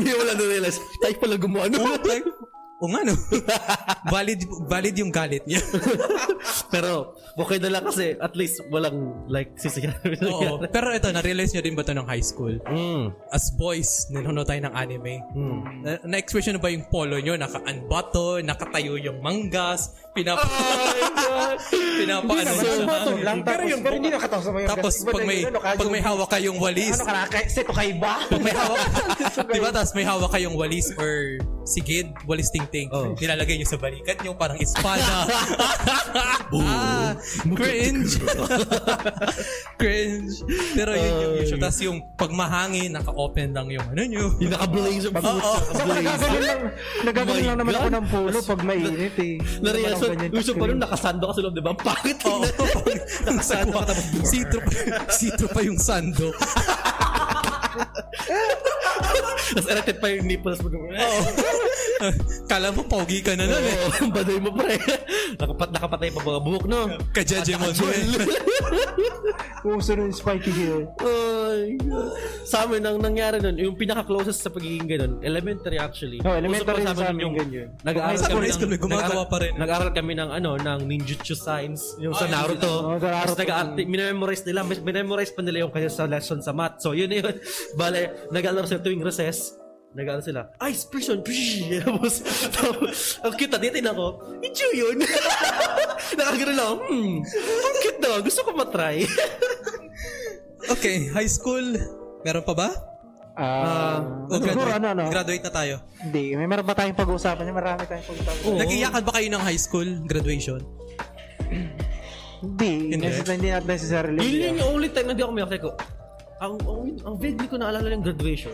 [SPEAKER 3] Hindi wala na-realize. Tayo pala
[SPEAKER 4] *laughs*
[SPEAKER 3] gumawa nun.
[SPEAKER 2] Oo, tayo. O nga, no. valid, valid yung galit niya.
[SPEAKER 3] Pero okay na lang kasi at least walang like sisiyan.
[SPEAKER 2] Oo. *laughs*
[SPEAKER 3] *laughs*
[SPEAKER 2] Pero ito, na-realize nyo din ba ito ng high school?
[SPEAKER 3] Mm.
[SPEAKER 2] As boys, nanonood tayo ng anime.
[SPEAKER 3] Mm.
[SPEAKER 2] Na- Na-experience nyo na ba yung polo nyo? Naka-unbutton, nakatayo yung mangas, pinap...
[SPEAKER 4] Ano,
[SPEAKER 2] *laughs* pinapano
[SPEAKER 4] so,
[SPEAKER 2] siya.
[SPEAKER 4] button lang.
[SPEAKER 2] Pero
[SPEAKER 4] Tapos,
[SPEAKER 2] yung-
[SPEAKER 4] pero hindi nakataw sa mga
[SPEAKER 2] Tapos
[SPEAKER 4] Iba
[SPEAKER 2] pag
[SPEAKER 4] na
[SPEAKER 2] may
[SPEAKER 4] yun, ano, kaso-
[SPEAKER 2] pag may hawak kayong walis,
[SPEAKER 4] Ano ka na? Seto kay ba? *laughs*
[SPEAKER 2] pag may hawak, 'di ba? Tapos may hawak kayong walis or si Gid, walis tingting.
[SPEAKER 5] Oh.
[SPEAKER 2] Nilalagay niyo sa balikat niyo parang
[SPEAKER 4] *laughs*
[SPEAKER 2] espada. ah, cringe. *laughs* cringe. Pero yun yung issue. Tapos yung pagmahangin, naka-open lang yung ano
[SPEAKER 4] *laughs*
[SPEAKER 2] niyo.
[SPEAKER 3] Yung naka-blazer pa.
[SPEAKER 2] Oo.
[SPEAKER 4] Nagagaling lang, nagagaling *laughs*
[SPEAKER 3] My
[SPEAKER 4] lang naman
[SPEAKER 3] God.
[SPEAKER 4] ako
[SPEAKER 3] *laughs*
[SPEAKER 4] ng polo pag mainit eh.
[SPEAKER 3] Narealize ko,
[SPEAKER 4] Ganyan,
[SPEAKER 3] uso pa
[SPEAKER 4] ganyan.
[SPEAKER 3] nun, nakasando ka sa loob, di ba? Ang pangit *laughs*
[SPEAKER 2] Oo.
[SPEAKER 3] tingnan.
[SPEAKER 2] Ang sagwa.
[SPEAKER 4] *laughs*
[SPEAKER 2] Sitro pa, sitro pa yung sando.
[SPEAKER 3] Tapos erected pa yung nipples mo. Oo.
[SPEAKER 2] *laughs* Kala mo pogi ka na
[SPEAKER 3] *laughs*
[SPEAKER 2] nun eh.
[SPEAKER 3] Ang baday mo, pre. Nakapat, nakapatay pa mga buhok, no?
[SPEAKER 2] Kajajemon mo eh.
[SPEAKER 3] *laughs*
[SPEAKER 4] Uso nun yung spiky hair.
[SPEAKER 3] Ay, God. sa amin, ang nangyari nun, yung pinaka-closest sa pagiging ganun, elementary actually.
[SPEAKER 4] No, elementary
[SPEAKER 3] Uso pa
[SPEAKER 4] sa
[SPEAKER 3] amin
[SPEAKER 4] amin ganyan.
[SPEAKER 3] Nag-aaral
[SPEAKER 2] Sa
[SPEAKER 3] kami
[SPEAKER 2] high school, may gumagawa
[SPEAKER 3] nag-aaral-
[SPEAKER 2] pa rin. Ah,
[SPEAKER 3] Nag-aaral kami ng ano, ng ninjutsu signs, yung sa
[SPEAKER 2] Ay,
[SPEAKER 3] Naruto.
[SPEAKER 4] Oo, Oh, sa Naruto.
[SPEAKER 3] Tapos nag-aarte, minememorize nila, mis- minememorize pa nila yung kanya sa lesson sa math. So, yun na yun. *laughs* Bale, nag-aaral sila tuwing recess, nag-aaral sila, Ice Prison! psh! Tapos, tapos, *laughs* ang cute, tatitin ako, Ichu yun! *laughs* Nakagano lang, hmm, ang cute daw, gusto ko matry. *laughs*
[SPEAKER 2] Okay, high school. Meron pa ba?
[SPEAKER 4] Ah,
[SPEAKER 2] O
[SPEAKER 4] siguro
[SPEAKER 2] graduate,
[SPEAKER 4] ano, ano?
[SPEAKER 2] graduate na tayo.
[SPEAKER 4] Hindi, may meron pa tayong pag-uusapan niya. Marami tayong pag-uusapan.
[SPEAKER 3] Oo.
[SPEAKER 2] Nagiyakan ba kayo ng high school graduation?
[SPEAKER 4] Hindi,
[SPEAKER 2] Hindi.
[SPEAKER 4] necess- hindi not necessarily.
[SPEAKER 3] Yun yun
[SPEAKER 4] yeah.
[SPEAKER 3] yung only time na di ako umiyak. Teko, ang, ang, ang vaguely ko naalala yung graduation.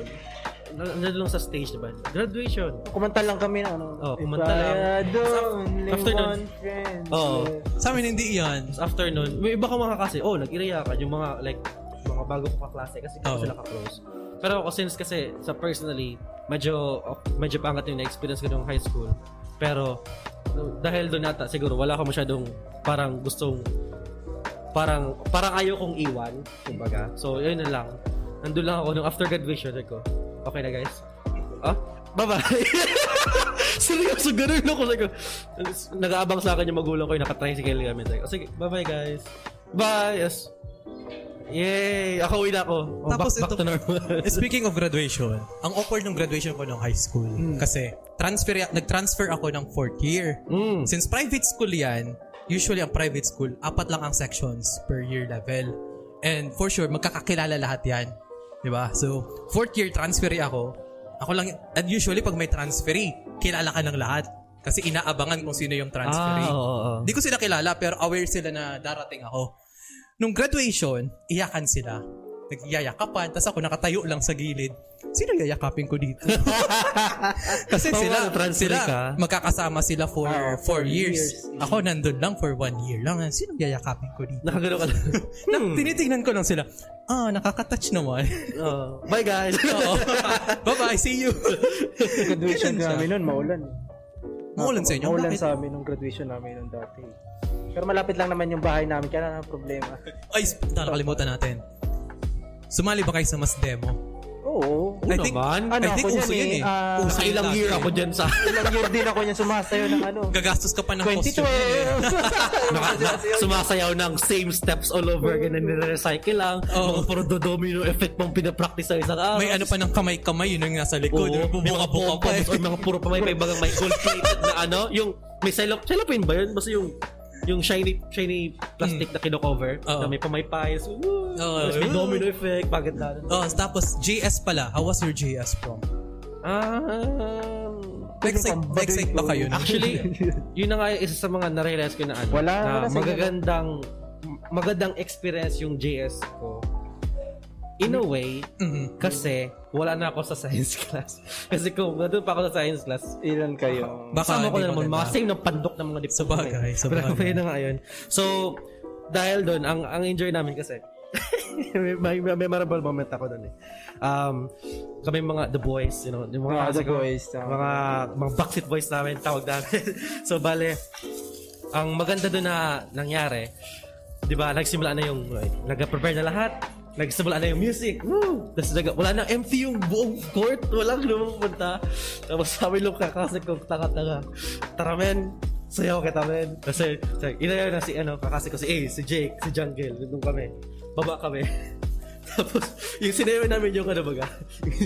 [SPEAKER 3] Na- Nandun lang sa stage, diba? Graduation.
[SPEAKER 4] Kumanta lang kami na ano.
[SPEAKER 3] Oh, kumanta
[SPEAKER 4] If I
[SPEAKER 3] lang.
[SPEAKER 4] had only
[SPEAKER 3] After nun.
[SPEAKER 4] one friend.
[SPEAKER 3] Oo.
[SPEAKER 2] Sa amin hindi iyan.
[SPEAKER 3] Tapos after nun, may iba ka mga kasi, oh, nag-iriyakan yung mga, like, mga bago ko kaklase kasi
[SPEAKER 2] Oo.
[SPEAKER 3] kasi sila ka-close. Pero ako, since kasi, sa personally, medyo, medyo pangat yung na-experience ko nung high school. Pero, dahil doon nata, siguro, wala ko masyadong parang gustong, parang, parang ayaw kong iwan, kumbaga. So, yun na lang. Nandun lang ako nung after graduation, sabi ko, okay na guys. Ah? Bye-bye. *laughs* Seryoso, ganun ako. Sabi ko, nag-aabang sa akin yung magulang ko yung nakatricycle kami. Sabi ko, sige, bye-bye guys. Bye! Yes. Yay! Ako uwi na ako. Oh,
[SPEAKER 2] Tapos
[SPEAKER 3] back, back
[SPEAKER 2] ito- *laughs*
[SPEAKER 3] to normal.
[SPEAKER 2] Eh, Speaking of graduation, ang awkward ng graduation ko nung high school. Kasi transfer, nag-transfer ako ng fourth year.
[SPEAKER 3] mm.
[SPEAKER 2] Since private school yan, usually ang private school, apat lang ang sections per year level. And for sure, magkakakilala lahat yan. 'Di ba? So, fourth year transferee ako. Ako lang, and usually pag may transferee, kilala ka ng lahat. Kasi inaabangan kung sino yung transferee.
[SPEAKER 3] Ah, oo, oo.
[SPEAKER 2] Hindi ko sila kilala pero aware sila na darating ako. Nung graduation, iyakan sila. Nagyayakapan, tapos ako nakatayo lang sa gilid. Sino yayakapin ko
[SPEAKER 4] *laughs*
[SPEAKER 2] dito? Kasi
[SPEAKER 3] Bawal
[SPEAKER 4] ano,
[SPEAKER 2] sila,
[SPEAKER 3] transfer
[SPEAKER 2] sila
[SPEAKER 3] ka.
[SPEAKER 2] magkakasama sila for
[SPEAKER 4] Ah,
[SPEAKER 2] four
[SPEAKER 4] four
[SPEAKER 2] years.
[SPEAKER 4] years.
[SPEAKER 2] Ako nandun lang for one year lang. Sino yayakapin ko dito?
[SPEAKER 3] Nakagano ka
[SPEAKER 2] *laughs*
[SPEAKER 3] lang.
[SPEAKER 4] Hmm.
[SPEAKER 2] Na, tinitingnan ko lang sila. Ah, nakakatouch naman.
[SPEAKER 4] *laughs*
[SPEAKER 2] *laughs*
[SPEAKER 3] Oo. bye guys! *laughs*
[SPEAKER 2] Oo. Bye-bye, see you.
[SPEAKER 4] Graduation
[SPEAKER 2] Ganun siya.
[SPEAKER 4] namin nun, maulan.
[SPEAKER 2] Maulan sa inyo?
[SPEAKER 4] Maulan
[SPEAKER 2] Bakit?
[SPEAKER 4] sa amin nung graduation namin nung dati. Pero malapit lang naman yung bahay namin, kaya na problema.
[SPEAKER 2] Ay, sp- nakalimutan natin. Sumali ba kayo sa mas demo?
[SPEAKER 4] Oo.
[SPEAKER 2] I think,
[SPEAKER 3] naman.
[SPEAKER 2] I think
[SPEAKER 4] Ano, ako
[SPEAKER 2] uso
[SPEAKER 4] yan
[SPEAKER 2] yun eh.
[SPEAKER 4] eh. Ah,
[SPEAKER 2] uso
[SPEAKER 3] Sa
[SPEAKER 2] yun
[SPEAKER 3] ilang
[SPEAKER 2] dati
[SPEAKER 3] year
[SPEAKER 2] eh.
[SPEAKER 3] ako dyan sa...
[SPEAKER 4] Ilang year din ako niyan sumasayo ng ano.
[SPEAKER 2] Gagastos ka pa ng costume. eh.
[SPEAKER 4] 2012!
[SPEAKER 3] Naka, na, sumasayaw ng same steps all over again and nire-recycle lang.
[SPEAKER 2] Oo.
[SPEAKER 3] Mga puro domino effect pang pinapractice sa isang araw.
[SPEAKER 2] May ano pa ng kamay-kamay yun yung nasa
[SPEAKER 3] eh. Oo,
[SPEAKER 2] likod. Oh,
[SPEAKER 3] may mga
[SPEAKER 2] Bubuka-buka pa eh.
[SPEAKER 3] pompons or mga puro pa may bagang may gold plated na ano. Yung may cello, cellophane ba yun? Basta yung yung shiny shiny plastic na kino-cover
[SPEAKER 2] Hmm. Oo.
[SPEAKER 3] na may pamaypayas. Woo!
[SPEAKER 2] Oo.
[SPEAKER 3] Tapos may domino effect. Bakit na?
[SPEAKER 2] Oh, tapos JS pala. How was your JS prom?
[SPEAKER 3] Ah,
[SPEAKER 2] Nag-excite
[SPEAKER 4] pambadoy
[SPEAKER 2] nag-excite ba
[SPEAKER 4] ko.
[SPEAKER 2] kayo? nun?
[SPEAKER 4] *laughs*
[SPEAKER 3] actually, yun na nga yung isa sa mga narealize ko na ano.
[SPEAKER 4] Wala,
[SPEAKER 3] na
[SPEAKER 4] wala sa
[SPEAKER 3] magagandang magandang experience yung JS ko. In a way,
[SPEAKER 2] Mhm.
[SPEAKER 3] kasi wala na ako sa science *laughs* class. kasi kung nandun pa ako sa science class,
[SPEAKER 4] Ilan kayo?
[SPEAKER 2] Baka
[SPEAKER 3] Kasama ko
[SPEAKER 2] hindi
[SPEAKER 3] na naman,
[SPEAKER 2] maganda.
[SPEAKER 3] mga same ng pandok ng mga diploma.
[SPEAKER 2] Sabagay,
[SPEAKER 3] eh.
[SPEAKER 2] sabagay.
[SPEAKER 3] Pero yun na nga yun. So, dahil doon, ang, ang enjoy namin kasi, *laughs* may, may, may memorable moment ako doon eh. Um, kami mga the boys, you know, yung mga
[SPEAKER 4] Mga
[SPEAKER 3] kasi
[SPEAKER 4] Ah, The
[SPEAKER 3] ko,
[SPEAKER 4] Boys, tama.
[SPEAKER 8] ah.
[SPEAKER 3] mga, mga backseat boys namin, tawag namin. *laughs* so, bale, ang maganda doon na nangyari, di ba, nagsimula na yung, like, nag-prepare na lahat, nagsimula na yung music, woo! Tapos nag- wala nang empty yung buong court, walang lumupunta. Tapos sabi nung kakasik ko, tanga-tanga, tara men, sayaw kita men. Kasi, sabi- inayaw na si, ano, kakasik ko, si Ace, si Jake, si Jungle, nandun kami, baba kami. *laughs* Tapos, yung sinayaw namin yung ano baga.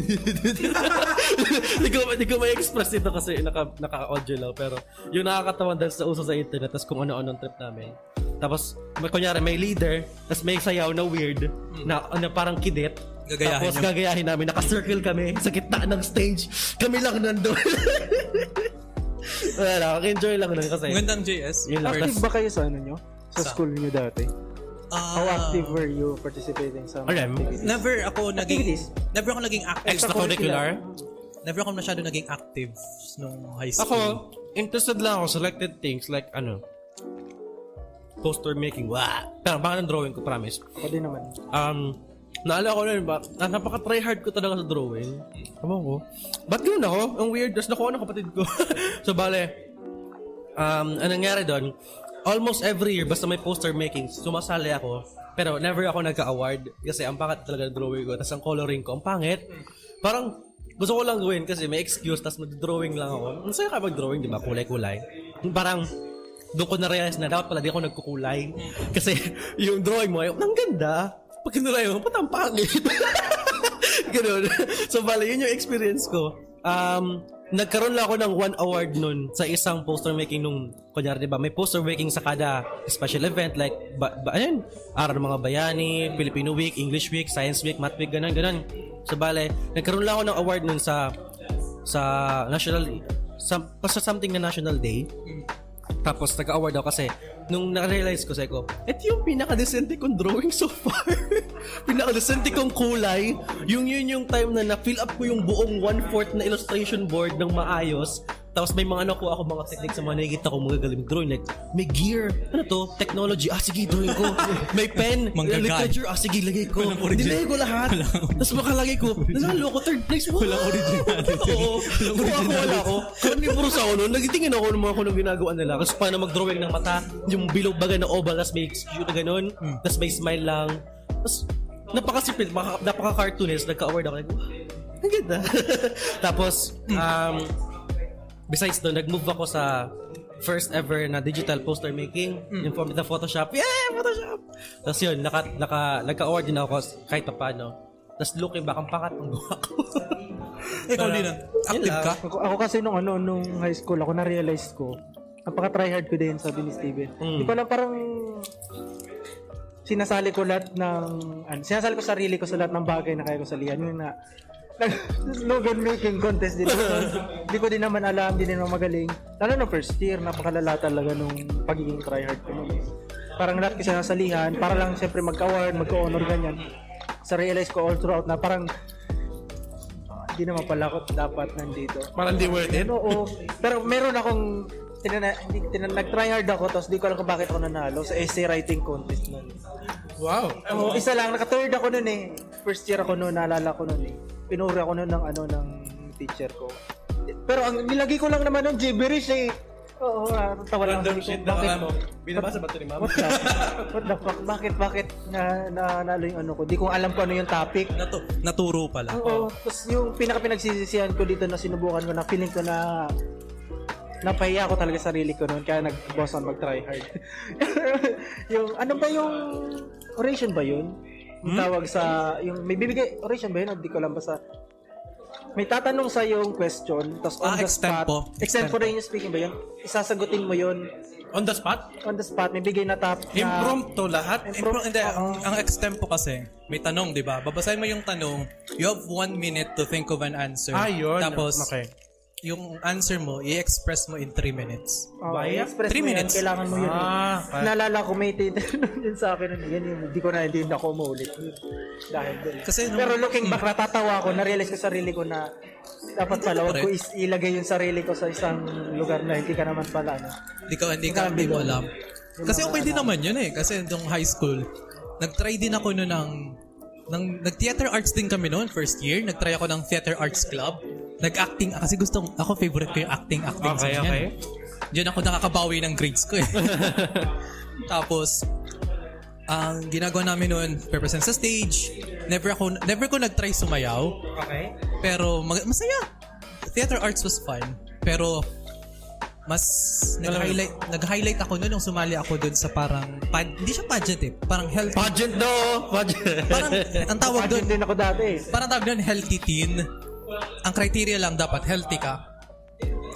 [SPEAKER 3] *laughs* Hindi ko, di ko ma-express ito kasi naka, naka-audio lang. Pero yung nakakatawa dahil sa uso sa internet, tapos kung ano-ano ang trip namin. Tapos, may, kunyari, may leader, tapos may sayaw na weird, na, na ano, parang kidet.
[SPEAKER 2] gagayahin
[SPEAKER 3] Tapos
[SPEAKER 2] yung...
[SPEAKER 3] gagayahin namin. Naka-circle kami sa gitna ng stage. Kami lang nandun. *laughs* Wala lang. Enjoy lang nun kasi.
[SPEAKER 2] Magandang JS.
[SPEAKER 3] Yun lang.
[SPEAKER 2] First,
[SPEAKER 8] Active ba kayo sa ano nyo? Sa
[SPEAKER 2] Sa-
[SPEAKER 8] school nyo dati?
[SPEAKER 2] ah,
[SPEAKER 8] How active were you participating sa mga
[SPEAKER 3] Alam.
[SPEAKER 8] activities?
[SPEAKER 2] Never ako naging...
[SPEAKER 8] Activities.
[SPEAKER 2] Never ako naging active.
[SPEAKER 3] Extracurricular?
[SPEAKER 2] Never ako masyado naging active nung high
[SPEAKER 3] Ako,
[SPEAKER 2] school.
[SPEAKER 3] interested lang ako. Selected things like ano. Poster making. Wah! Pero baka ng drawing ko, promise.
[SPEAKER 8] Ako din naman.
[SPEAKER 3] Um, naalala ko na yun ba? Ah, napaka-tryhard ko talaga sa drawing. Tama ko. Ba't ganun ako? Ang weird. Tapos nakuha ng kapatid ko. *laughs* so, bale, um, ang nangyari doon, almost every year, basta may poster making, sumasali ako. Pero never ako nagka-award kasi ang pangit talaga ng drawing ko. Tapos ang coloring ko, ang pangit. Parang gusto ko lang gawin kasi may excuse tapos mag-drawing lang ako. Ang saya ka mag-drawing, di ba? Kulay-kulay. Parang doon ko na-realize na dapat pala di ako nagkukulay. Kasi *laughs* yung drawing mo, ay, ang ganda. Pag kinuray mo, ba't ang pangit? *laughs* Ganun. So, bale, yun yung experience ko. Um, nagkaroon lang ako ng one award nun sa isang poster making nung, kunyari, di ba, may poster making sa kada special event, like, ba, ba, ayun, Araw ng mga Bayani, Filipino Week, English Week, Science Week, Math Week, ganun, ganun. So, bale, nagkaroon lang ako ng award nun sa, sa national, sa, basta something na national day. Tapos nag-award ako kasi nung na-realize ko sa ko, eto yung pinaka-decente kong drawing so far. *laughs* pinaka-decente kong kulay. Yung yun yung time na na-fill up ko yung buong one-fourth na illustration board ng maayos. Tapos may mga nakuha ako mga techniques sa mga nakikita ko mga galing drawing. Like, may gear. Ano to? Technology. Ah, sige, drawing ko. may pen.
[SPEAKER 2] Manggagal.
[SPEAKER 3] Literature. Ah, sige, lagay ko.
[SPEAKER 2] Walang original.
[SPEAKER 3] Nilagay ko lahat. Tapos makalagay ko. Nanalo ko third place. Walang originality. *laughs* Oo. Walang wala ako. Carnivorous ako noon. Nagitingin ako ng mga kung anong ginagawa nila. Kasi paano mag-drawing ng mata. Yung bilog baga na oval. Tapos may cute na ganun. Tapos may smile lang. Tapos napaka-simple. maka- Napaka-cartoonist. Nagka-award ako. Like, "Wow, ang ganda. *laughs* Tapos, um, besides doon, nag-move ako sa first ever na digital poster making
[SPEAKER 8] Mm.
[SPEAKER 3] in form of the Photoshop. Yeah, Photoshop! Tapos yun, naka, naka, nagka-award din ako kahit pa paano. Tapos looking back, ang pangat ng buha
[SPEAKER 8] *laughs*
[SPEAKER 3] ko.
[SPEAKER 2] Ikaw,
[SPEAKER 3] Wala.
[SPEAKER 2] Lina,
[SPEAKER 3] Yun
[SPEAKER 2] active
[SPEAKER 3] lang.
[SPEAKER 2] ka?
[SPEAKER 8] Ako, ako kasi nung ano, nung high school, ako na-realize ko, napaka-tryhard ko din, sabi ni Steven. Di ko lang parang sinasali ko lahat ng, ano, sinasali ko sarili ko sa lahat ng bagay na kaya ko salihan. Yun *laughs* na, nag- slogan making contest din. Hindi ko din naman alam, di din naman magaling. Lalo na first year, napakalala talaga nung pagiging tryhard ko nun. Parang lahat ko sinasalihan, para lang siyempre magka-award, magka-honor, ganyan. Sa realize ko all throughout na parang hindi naman pala ako dapat nandito.
[SPEAKER 3] Parang di worth it.
[SPEAKER 8] Oo. Pero meron akong tinana, hindi, tinana, nag-try hard ako tapos di ko alam kung bakit ako nanalo sa essay writing contest nun.
[SPEAKER 3] Wow.
[SPEAKER 8] Oo, isa lang, naka-third ako nun eh. First year ako nun, naalala ko nun eh. Pinuri ako nun ng ano ng teacher ko. Pero ang nilagay ko lang naman ng gibberish eh. Oo, ah, tawa lang. Random shit na ano. Binabasa ba ito ni What the, what the fuck? Bakit, bakit na, na, nalo yung ano ko? Di ko alam kung ano yung topic.
[SPEAKER 2] Natu- naturo pala.
[SPEAKER 8] Oo. Tapos yung pinaka-pinagsisisihan ko dito na sinubukan ko na feeling ko na napahiya ko talaga sarili ko noon kaya nag-boss on mag-try hard. *laughs* yung ano ba yung oration ba yun?
[SPEAKER 3] Hmm?
[SPEAKER 8] Yung tawag sa yung may bibigay oration ba yun? Hindi ko alam basta may tatanong sa yung question tapos on
[SPEAKER 2] Ah,
[SPEAKER 8] the spot
[SPEAKER 2] extempo.
[SPEAKER 8] extemporaneous speaking ba yun? Isasagutin mo yun
[SPEAKER 3] On the spot?
[SPEAKER 8] on the spot may bigay na top na
[SPEAKER 3] Impromptu lahat.
[SPEAKER 2] Impro- hindi,
[SPEAKER 8] Oo.
[SPEAKER 2] ang extempo kasi, may tanong, di ba? Babasahin mo yung tanong, you have one minute to think of an answer.
[SPEAKER 3] Ah, yun.
[SPEAKER 2] Tapos,
[SPEAKER 3] Okay.
[SPEAKER 2] yung answer mo, i-express mo in three minutes.
[SPEAKER 8] Oh,
[SPEAKER 3] Ba, yeah?
[SPEAKER 8] express
[SPEAKER 2] Three
[SPEAKER 8] mo yan,
[SPEAKER 2] minutes.
[SPEAKER 8] Kailangan mo yun. eh.
[SPEAKER 3] Ah, pa-
[SPEAKER 8] Naalala ko may titanong *laughs* yun sa akin. nun. Yan yung hindi ko na hindi na ako umuulit. Dahil doon.
[SPEAKER 2] Kasi nung-
[SPEAKER 8] Pero looking back, natatawa ako. Narealize ko sarili ko na dapat pala wag ko is ilagay yung sarili ko sa isang lugar na hindi ka naman pala. Ano.
[SPEAKER 2] Hindi ka, hindi ka, hindi mo alam. Kasi okay din naman yun eh. Kasi nung high school, nag-try din ako noon ng, ng nag-theater arts din kami noon, first year. Nag-try ako ng theater arts club. Nag-acting, kasi gusto, ako favorite ko yung acting, acting.
[SPEAKER 3] Okay,
[SPEAKER 2] So, yan.
[SPEAKER 3] okay.
[SPEAKER 2] Diyan ako nakakabawi ng grades
[SPEAKER 3] *laughs*
[SPEAKER 2] ko eh. Tapos, ang ginagawa namin noon, represent sa stage. Never ako, never ko nag-try sumayaw.
[SPEAKER 8] Okay.
[SPEAKER 2] Pero mag- masaya. Theater arts was fun. Pero mas nag-highlight nag-highlight ako noon yung sumali ako doon sa parang pad, hindi siya pageant eh, parang health
[SPEAKER 3] Pageant no! Pageant.
[SPEAKER 2] parang ang tawag doon
[SPEAKER 8] Pagod din ako dati. eh.
[SPEAKER 2] parang tawag doon healthy teen. Ang criteria lang dapat healthy ka.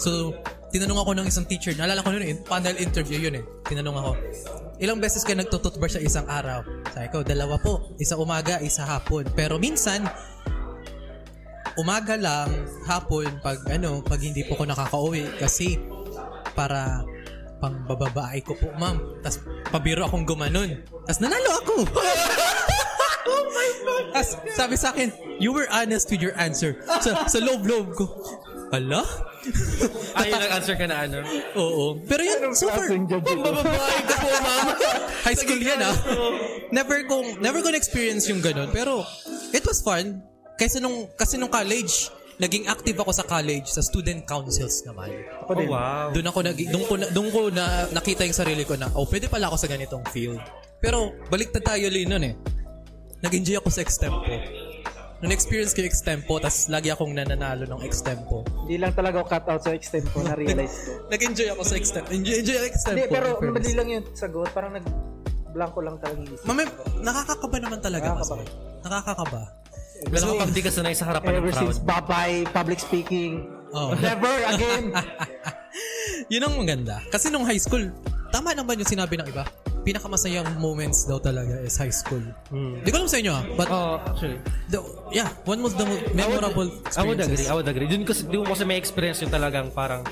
[SPEAKER 2] So tinanong ako ng isang teacher, naalala ko noon eh, panel interview yun eh. Tinanong ako, ilang beses ka nagtututbrush sa isang araw? Sabi ko, dalawa po. Isa umaga, isa hapon. Pero minsan, umaga lang, hapon, pag ano, pag hindi po ko nakakauwi kasi para pang bababae ko po, ma'am. Tapos pabiro akong gumanon. Tapos nanalo ako. *laughs* oh my God. Tapos sabi sa akin, you were honest with your answer. Sa, sa loob-loob ko, ala?
[SPEAKER 3] Ay, nag-answer ka na ano?
[SPEAKER 2] Oo. Pero yun, super.
[SPEAKER 8] Klaseng judge ito.
[SPEAKER 2] Bababae ko po, ma'am. High school yan, ah. Never kong, never kong experience yung ganun. Pero, it was fun. Kasi nung, kasi nung college, naging active ako sa college, sa student councils naman.
[SPEAKER 8] Ako
[SPEAKER 2] Oh,
[SPEAKER 8] din.
[SPEAKER 3] wow.
[SPEAKER 2] Doon ako nag doon ko na, doon ko na nakita yung sarili ko na oh, pwede pala ako sa ganitong field. Pero baliktad tayo ulit noon eh. Nag-enjoy ako sa extempo. Nung experience ko yung extempo, tas lagi akong nananalo ng extempo.
[SPEAKER 8] Hindi lang talaga ako cut out sa extent
[SPEAKER 2] *laughs*
[SPEAKER 8] ko, na-realize ko.
[SPEAKER 2] Nag-enjoy ako sa extempo. Enjoy, enjoy ang extempo.
[SPEAKER 8] Hindi, pero
[SPEAKER 2] in fairness.
[SPEAKER 8] madali lang yun sagot. Parang nag blanco lang talaga yung isip.
[SPEAKER 2] Mami, nakakakaba naman talaga.
[SPEAKER 8] Nakakakaba.
[SPEAKER 2] Nakakakaba. Nakakakaba.
[SPEAKER 3] Lalo ka pag di ka sanay sa harapan ng
[SPEAKER 8] Ever
[SPEAKER 3] crowd.
[SPEAKER 8] since bye-bye, public speaking,
[SPEAKER 2] Oo.
[SPEAKER 8] never
[SPEAKER 2] *laughs*
[SPEAKER 8] again.
[SPEAKER 2] Yun ang maganda. Kasi nung high school, tama naman yung sinabi ng iba. Pinakamasayang moments daw talaga is high school. Hindi ko alam sa inyo ah, but
[SPEAKER 3] Hmm. Oh, actually.
[SPEAKER 2] the, yeah, one of the mo- memorable experiences.
[SPEAKER 3] I would agree, I would agree. Doon kasi, doon kasi may experience yung talagang parang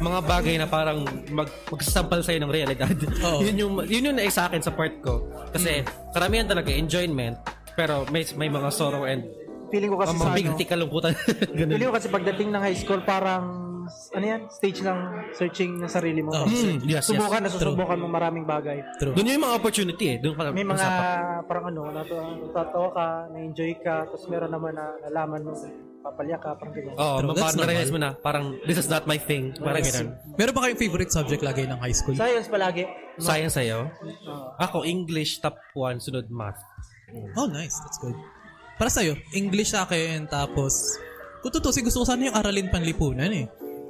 [SPEAKER 3] mga bagay na parang mag, magsasampal sa'yo ng realidad.
[SPEAKER 2] *laughs* Oo. Mm.
[SPEAKER 3] yun yung, yun yung na sa akin sa part ko. Kasi karamihan talaga, enjoyment. Pero may, may mga sorrow and
[SPEAKER 8] Feeling ko kasi
[SPEAKER 3] mga
[SPEAKER 8] sa ano,
[SPEAKER 3] bigti kalungkutan. *laughs* Ganun.
[SPEAKER 8] feeling ko kasi pagdating ng high school, parang, ano yan, stage ng searching ng sarili mo.
[SPEAKER 2] Oh,
[SPEAKER 3] Mm, yes, yes.
[SPEAKER 8] Subukan, nasusubukan mo maraming bagay.
[SPEAKER 2] True.
[SPEAKER 3] Doon yung mga opportunity eh. Doon pala.
[SPEAKER 8] May mga, parang ano, natu- natatawa ka, na-enjoy ka, tapos meron naman na nalaman mo, papalya ka, parang ganyan.
[SPEAKER 3] Oh,
[SPEAKER 2] True, that's
[SPEAKER 3] parang na-realize mo na, parang, this is not my thing. Parang
[SPEAKER 2] Yes.
[SPEAKER 3] ganun.
[SPEAKER 2] Meron ba kayong favorite subject lagi ng high school?
[SPEAKER 8] Science palagi.
[SPEAKER 3] Sayang sa'yo.
[SPEAKER 8] Oo.
[SPEAKER 3] Ako, English, top 1, sunod math.
[SPEAKER 2] Oh, nice. That's good. Para sa'yo, English sa akin, tapos, kung tutusin, gusto ko sana yung aralin panlipunan eh.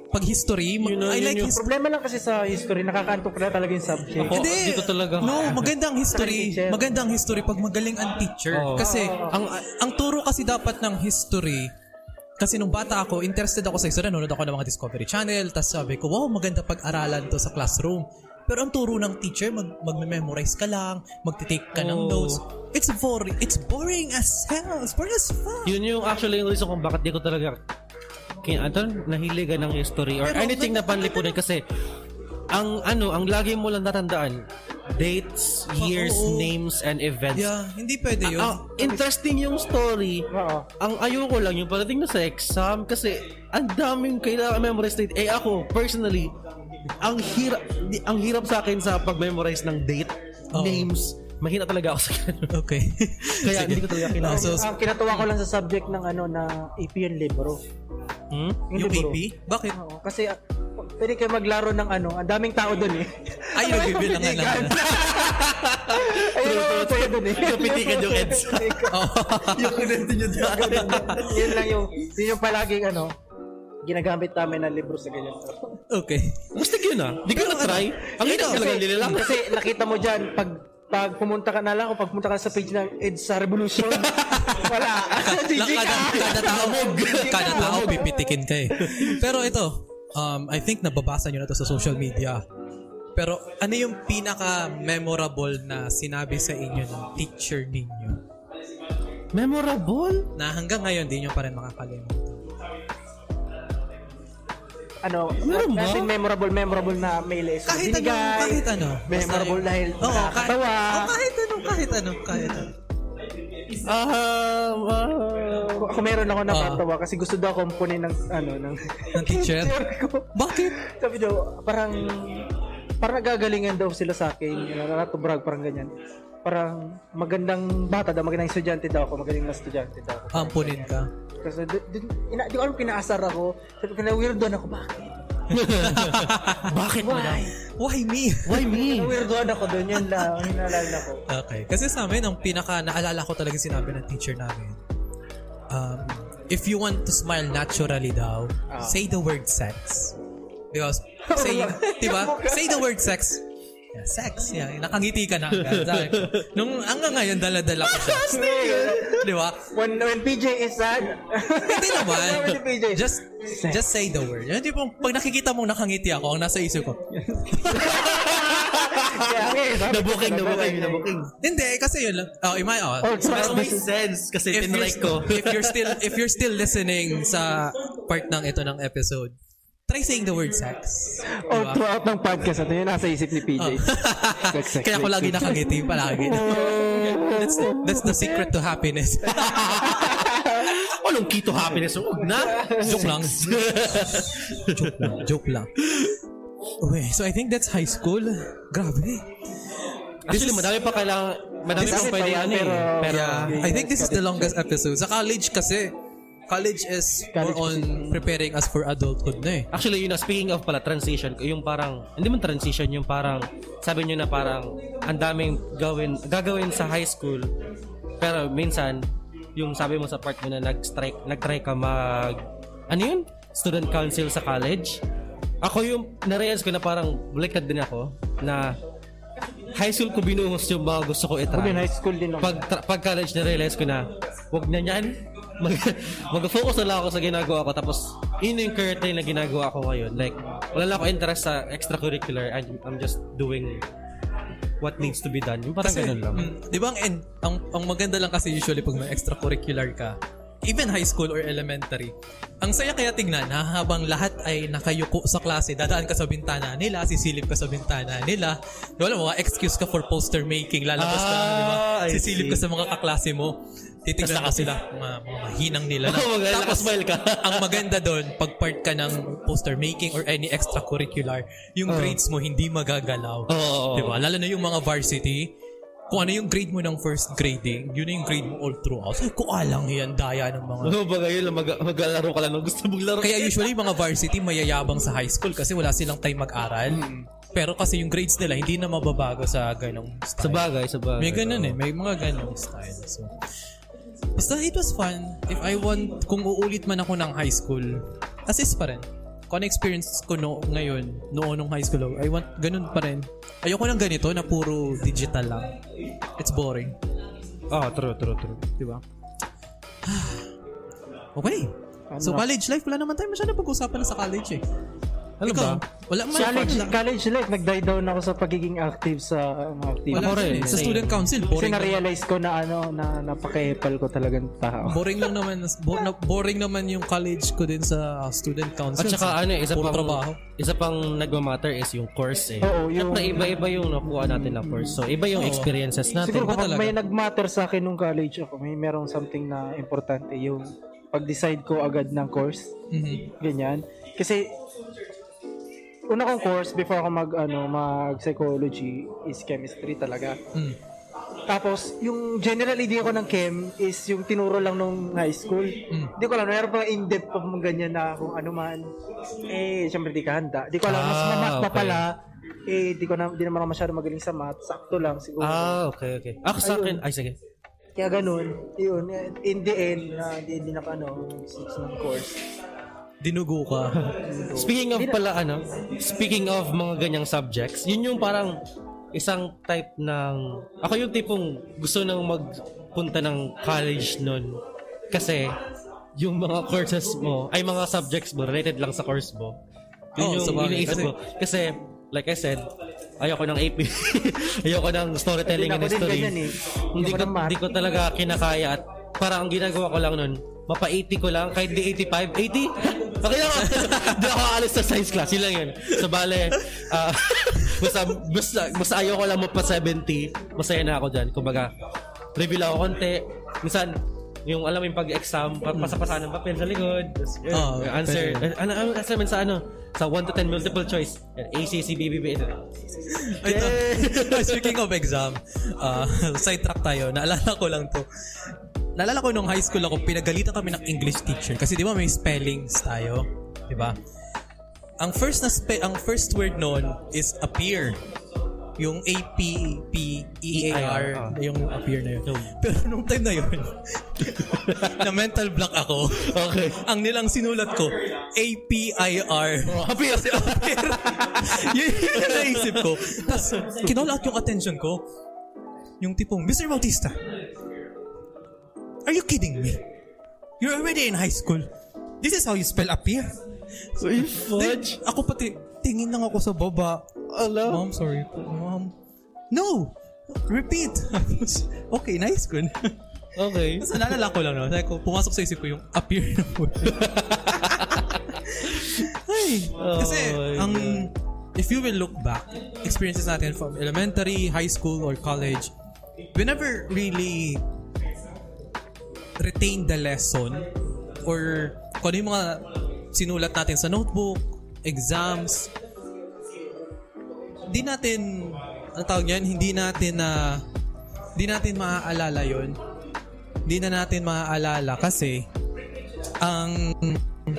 [SPEAKER 2] Pag history, mag- I like history.
[SPEAKER 8] Problema lang kasi sa history, nakakaantok na talaga yung subject.
[SPEAKER 3] Ako- dito talaga.
[SPEAKER 2] No, magandang history.
[SPEAKER 8] teacher.
[SPEAKER 2] Magandang history pag magaling ang teacher.
[SPEAKER 3] Oo.
[SPEAKER 2] Kasi ang ang turo kasi dapat ng history kasi nung bata ako, interested ako sa history. Nanonood ako ng mga Discovery Channel. Tapos sabi ko, wow, maganda pag-aralan to sa classroom. Pero ang turo ng teacher, mag, magme-memorize ka lang, magtitake ka ng
[SPEAKER 3] Oo.
[SPEAKER 2] notes. It's boring. It's boring as hell. It's boring as fuck.
[SPEAKER 3] Yun yung actually yung reason kung bakit di ko talaga kin ano, nahiligan ng history or
[SPEAKER 2] Pero-
[SPEAKER 3] anything na panlipunan kasi ang ano, ang lagi mo lang tatandaan dates, years,
[SPEAKER 2] oo.
[SPEAKER 3] names, and events.
[SPEAKER 2] Yeah, hindi pwede yun.
[SPEAKER 3] Ah, interesting yung story.
[SPEAKER 8] Oo.
[SPEAKER 3] Ang ayoko lang yung parating na sa exam kasi ang daming kailangan memorize date. Eh ako, personally, ang hirap ang hirap sa akin sa pag-memorize ng date,
[SPEAKER 2] Oo.
[SPEAKER 3] names. Mahina talaga ako sa ganun.
[SPEAKER 2] okay.
[SPEAKER 3] *laughs* Kaya hindi ko talaga
[SPEAKER 2] Ah,
[SPEAKER 3] kinasa.
[SPEAKER 2] so,
[SPEAKER 8] Ang kinatuwa ko lang sa subject ng ano na AP yung libro.
[SPEAKER 3] Hmm?
[SPEAKER 2] yung
[SPEAKER 8] libro.
[SPEAKER 2] AP? Bakit?
[SPEAKER 8] Oo, kasi ah, pwede kayo maglaro ng ano, ang daming tao
[SPEAKER 3] *laughs*
[SPEAKER 8] doon eh.
[SPEAKER 2] Ay, yung AP lang nga lang.
[SPEAKER 8] Ayun, true, true, doon eh.
[SPEAKER 3] Kapitikan yung EDSA. *laughs*
[SPEAKER 2] Yung kinente nyo *laughs*
[SPEAKER 8] yun lang yung, yun yung palaging ano, ginagamit namin na libro sa ganyan.
[SPEAKER 3] Oh.
[SPEAKER 2] Okay.
[SPEAKER 3] Basta yun ah. Di ko
[SPEAKER 2] Pero
[SPEAKER 3] na-try.
[SPEAKER 2] ano,
[SPEAKER 3] Ang hirap
[SPEAKER 2] ikaw,
[SPEAKER 3] talaga nilalang.
[SPEAKER 8] Kasi nakita mo dyan, pag pag pumunta ka na lang o pag pumunta ka sa page ng EDSA
[SPEAKER 2] *laughs*
[SPEAKER 8] Revolution, wala. GG
[SPEAKER 2] Lang-
[SPEAKER 8] ka.
[SPEAKER 2] Kada, kada tao, kada tao pipitikin ka eh. Pero ito, um, I think nababasa nyo na to sa social media. Pero ano yung pinaka-memorable na sinabi sa inyo ng teacher ninyo
[SPEAKER 3] Memorable?
[SPEAKER 2] na hanggang ngayon di nyo pa rin makakalimutan?
[SPEAKER 8] ano,
[SPEAKER 3] Meron ba?
[SPEAKER 8] kasi memorable, memorable na mail is
[SPEAKER 2] Kahit ano,
[SPEAKER 8] binigay.
[SPEAKER 2] kahit ano. Basta
[SPEAKER 8] Memorable
[SPEAKER 2] yun.
[SPEAKER 8] dahil
[SPEAKER 2] Oo, kahit-
[SPEAKER 8] nakakatawa.
[SPEAKER 2] oo, kahit ano, kahit ano, kahit
[SPEAKER 8] *laughs*
[SPEAKER 2] ano.
[SPEAKER 3] Ah, ah.
[SPEAKER 8] Ako, ako meron ako natatawa kasi gusto daw akong kunin ng ano ng
[SPEAKER 2] Ng teacher?
[SPEAKER 8] ko.
[SPEAKER 2] Bakit?
[SPEAKER 8] Sabi daw parang parang gagalingan daw sila sa akin. Nakatubrag parang ganyan. Parang magandang bata daw, magandang estudyante daw ako, magaling na estudyante daw ako.
[SPEAKER 2] Ampunin ka.
[SPEAKER 8] Kasi dun, dun, ina, di ko alam kinaasar ako. Sabi kina-weirdoan ako, bakit?
[SPEAKER 3] Bakit mo lang?
[SPEAKER 2] Why me?
[SPEAKER 3] Why me?
[SPEAKER 8] Kina-weirdoan ako doon, yun lang, hinalala ko.
[SPEAKER 2] Okay. Kasi sa amin, ang pinaka naalala ko talaga sinabi ng teacher namin, um, if you want to smile naturally daw,
[SPEAKER 8] Ah.
[SPEAKER 2] say the word sex.
[SPEAKER 8] *laughs*
[SPEAKER 2] Because, say, diba? Say the word sex. Yeah, sex. Yeah, nakangiti ka na
[SPEAKER 8] *laughs*
[SPEAKER 2] agad. Sabi ko, Nung hanggang ngayon, dala-dala ko siya. Di ba?
[SPEAKER 8] When, when PJ is sad,
[SPEAKER 2] Hindi naman.
[SPEAKER 8] Sabi ni PJ,
[SPEAKER 2] Just, just say the word. Yung tipong, pag nakikita mong nakangiti ako, ang nasa isip ko,
[SPEAKER 4] Ah,
[SPEAKER 3] *laughs* Nabuking, nabuking, nabuking.
[SPEAKER 2] Hindi, kasi yun lang. Oh, ima, oh.
[SPEAKER 4] Oh,
[SPEAKER 2] So,
[SPEAKER 3] Pero may sense kasi
[SPEAKER 2] if you're,
[SPEAKER 3] tinry ko.
[SPEAKER 2] *laughs* if you're still if you're still listening sa part ng ito ng episode, try saying the word sex.
[SPEAKER 4] Oh,
[SPEAKER 2] Diba?
[SPEAKER 4] throughout ng podcast na to, yun nasa isip ni PJ.
[SPEAKER 8] Ah,
[SPEAKER 4] Sex, sex,
[SPEAKER 2] Kaya ako
[SPEAKER 4] sex,
[SPEAKER 2] lagi
[SPEAKER 4] sex.
[SPEAKER 2] nakangiti
[SPEAKER 4] *laughs*
[SPEAKER 2] palagi. that's, the, that's the secret to happiness.
[SPEAKER 3] Walang key to happiness. Huwag na.
[SPEAKER 2] *laughs* Joke lang. Joke lang. Joke lang. Okay, so I think that's high school. Grabe.
[SPEAKER 3] Actually, madami pa kailangan, madami
[SPEAKER 2] This
[SPEAKER 3] pa
[SPEAKER 2] is-
[SPEAKER 3] pwede
[SPEAKER 4] Kaya,
[SPEAKER 3] ano eh.
[SPEAKER 4] pero,
[SPEAKER 3] Pero,
[SPEAKER 2] Yeah, I think this is the longest episode. Sa college kasi, college is more on preparing us for adulthood na eh.
[SPEAKER 3] actually, yun na, speaking of pala, transition, yung parang, hindi man transition, yung parang, sabi nyo na parang, ang daming gawin, gagawin sa high school, pero minsan, yung sabi mo sa part mo na nag-strike, nag-try ka mag, ano yun? Student council sa college? Ako yung, narealize ko na parang, baliktad din ako, na, high school ko binuhos yung mga gusto ko
[SPEAKER 4] Ako
[SPEAKER 3] itry.
[SPEAKER 4] din, high school din ako.
[SPEAKER 3] pag, tra- pag college na realize ko na wag na yan *laughs* mag, mag-focus na lang ako sa ginagawa ko tapos yun yung currently na ginagawa ko ngayon like wala lang ako interest sa extracurricular I'm, I'm just doing what needs to be done yung parang ganun
[SPEAKER 2] *laughs*
[SPEAKER 3] lang
[SPEAKER 2] Mm, di ba ang, en- ang, ang maganda lang kasi usually pag may extracurricular ka, even high school or elementary, ang saya kaya tingnan ha, habang lahat ay nakayuko sa klase, dadaan ka sa bintana nila, sisilip ka sa bintana nila. Di ba, alam mo, excuse ka for poster making, lalabas ka,
[SPEAKER 3] Ah,
[SPEAKER 2] di ba?
[SPEAKER 3] I
[SPEAKER 2] Sisilip
[SPEAKER 3] see.
[SPEAKER 2] ka sa mga kaklase mo, titignan ka sila, mga, mga hinang nila.
[SPEAKER 3] *laughs*
[SPEAKER 2] na.
[SPEAKER 3] Oo, maganda, nakasmile ka.
[SPEAKER 2] ang maganda doon, pag part ka ng poster making or any extracurricular, yung grades mo hindi magagalaw.
[SPEAKER 3] Oo.
[SPEAKER 2] Di ba? Lalo na yung mga varsity, kung ano yung grade mo ng first grading, yun na yung grade mo all throughout. Ay, kualang yan, daya ng mga...
[SPEAKER 3] ano ba ngayon lang mag- maglalaro ka lang ng gusto mong laro
[SPEAKER 2] Kaya usually mga varsity mayayabang sa high school kasi wala silang time mag-aral. Pero kasi yung grades nila hindi na mababago sa ganong style.
[SPEAKER 3] sa bagay sa bagay
[SPEAKER 2] May ganun eh. May mga ganong style. So, basta it was fun. If I want, kung uulit man ako ng high school, assist pa rin. Kung ano experience ko no, ngayon, noon nung high school, I want ganun pa rin. Ayoko ng ganito na puro digital lang. It's boring.
[SPEAKER 3] oh true true true
[SPEAKER 2] Di ba? okay. So college life, wala naman tayo masyadong pag-usapan sa college eh. Ano Ikaw,
[SPEAKER 3] ba?
[SPEAKER 2] Wala man.
[SPEAKER 4] College,
[SPEAKER 2] wala.
[SPEAKER 4] college life, nag-die down ako sa pagiging active sa
[SPEAKER 8] ano,
[SPEAKER 4] mga active.
[SPEAKER 2] Wala
[SPEAKER 3] Ako rin,
[SPEAKER 2] eh. Sa
[SPEAKER 3] same.
[SPEAKER 2] student council,
[SPEAKER 4] Kasi
[SPEAKER 2] boring. lang.
[SPEAKER 4] na-realize ko na ano, na napakahepal ko talagang tao.
[SPEAKER 2] boring lang naman bo- na- boring naman yung college ko din sa student council.
[SPEAKER 3] at saka ano eh, isa
[SPEAKER 2] Puro
[SPEAKER 3] pang
[SPEAKER 2] trabaho.
[SPEAKER 3] isa pang nagmamatter is yung course eh
[SPEAKER 4] Oo, yung-
[SPEAKER 3] Siyempre, iba-iba yung nakuha natin na course so iba yung experiences natin
[SPEAKER 4] Siguro kapag
[SPEAKER 2] talaga?
[SPEAKER 4] may nag-matter sa akin nung college ako, may merong something na importante yung pag-decide ko agad ng course.
[SPEAKER 2] Mhm.
[SPEAKER 4] Ganyan. Kasi una kong course before ako mag ano mag psychology is chemistry talaga.
[SPEAKER 2] Mm.
[SPEAKER 4] Tapos yung general idea ko ng chem is yung tinuro lang nung high school.
[SPEAKER 3] Hmm.
[SPEAKER 4] Hindi ko alam, meron pa in-depth pa mga ganyan na kung ano man. Eh, syempre di ka handa. Di ko alam, mas
[SPEAKER 3] Ah,
[SPEAKER 4] mamat pa
[SPEAKER 3] okay.
[SPEAKER 4] pala. Eh, di ko na, di naman ako masyado magaling sa math. Sakto lang siguro.
[SPEAKER 3] Ah, okay, okay. Ako sa akin, ay sige.
[SPEAKER 4] Kaya ganun, yun, in the end, na hindi hindi na pa, ano, six ng course.
[SPEAKER 2] Dinugo *laughs* ka.
[SPEAKER 3] Speaking of pala, ano, speaking of mga ganyang subjects, yun yung parang isang type ng, ako yung tipong gusto nang magpunta ng college nun. Kasi, yung mga courses mo, ay mga subjects mo, related lang sa course mo.
[SPEAKER 2] Oo,
[SPEAKER 3] Yun
[SPEAKER 2] sa
[SPEAKER 3] yung
[SPEAKER 2] bagay.
[SPEAKER 3] iniisip
[SPEAKER 2] Kasi-
[SPEAKER 3] ko. Kasi, like I said, ayoko ng AP. *laughs* ayoko ng storytelling
[SPEAKER 4] Hindi,
[SPEAKER 3] and
[SPEAKER 4] ako din
[SPEAKER 3] history.
[SPEAKER 4] ganyan eh.
[SPEAKER 3] Hindi
[SPEAKER 4] Ayoko
[SPEAKER 3] ko,
[SPEAKER 4] ng math.
[SPEAKER 3] hindi ko talaga kinakaya at parang ang ginagawa ko lang nun, mapa 80 ko lang, kahit di 85, 80? Okay lang *laughs* ako. Hindi ako aalis sa science class. Yun lang yun. So, bale, ah, *laughs* basta, basta, basta ayaw ko lang mapa 70. Masaya na ako dyan. Kumbaga, review lang ako konti. Minsan, yung alam mo yung pag-exam, pa- pasapasahan ng papel sa likod. Tapos, Oh, yun,
[SPEAKER 2] Oo,
[SPEAKER 3] yung answer.
[SPEAKER 2] pwede.
[SPEAKER 3] An- Ano, ano, assignment sa ano? Sa 1 to 10 multiple choice. Yan, ACC, BBB.
[SPEAKER 2] *laughs* Ay, no. Speaking of exam, uh, *laughs* sidetrack tayo. Naalala ko lang to. Naalala ko nung high school ako, pinagalitan kami ng English teacher. Kasi di ba may spellings tayo? Di ba? Ang first na spe- ang first word noon is appear. Yung A P P E A R,
[SPEAKER 3] Ah.
[SPEAKER 2] yung appear na yun. *laughs* Pero nung time na yun, *laughs* na mental block ako.
[SPEAKER 3] Okay.
[SPEAKER 2] ang nilang sinulat ko, APIR. Oh, Appear. *laughs* Appear. yun yun ang naisip ko. Tapos, kinall out yung attention ko. Yung tipong, Mr. Bautista, are you kidding me? You're already in high school. This is how you spell appear.
[SPEAKER 3] Uy,
[SPEAKER 2] Then, ako pati, tingin lang ako sa baba. Mom, sorry po. Mom, no! Repeat! *laughs* Tapos, okay, nice ko *laughs* na.
[SPEAKER 3] *laughs* Okay.
[SPEAKER 2] Tapos naalala ko lang, no? Sabi ko, pumasok sa isip ko yung appear na word. Ay, kasi ang, if you will look back, experiences natin from elementary, high school, or college, we never really retain the lesson or kung ano yung mga sinulat natin sa notebook, exams, di natin, ang tawag yan, hindi natin na, di natin maaalala yon Hindi na natin maaalala kasi ang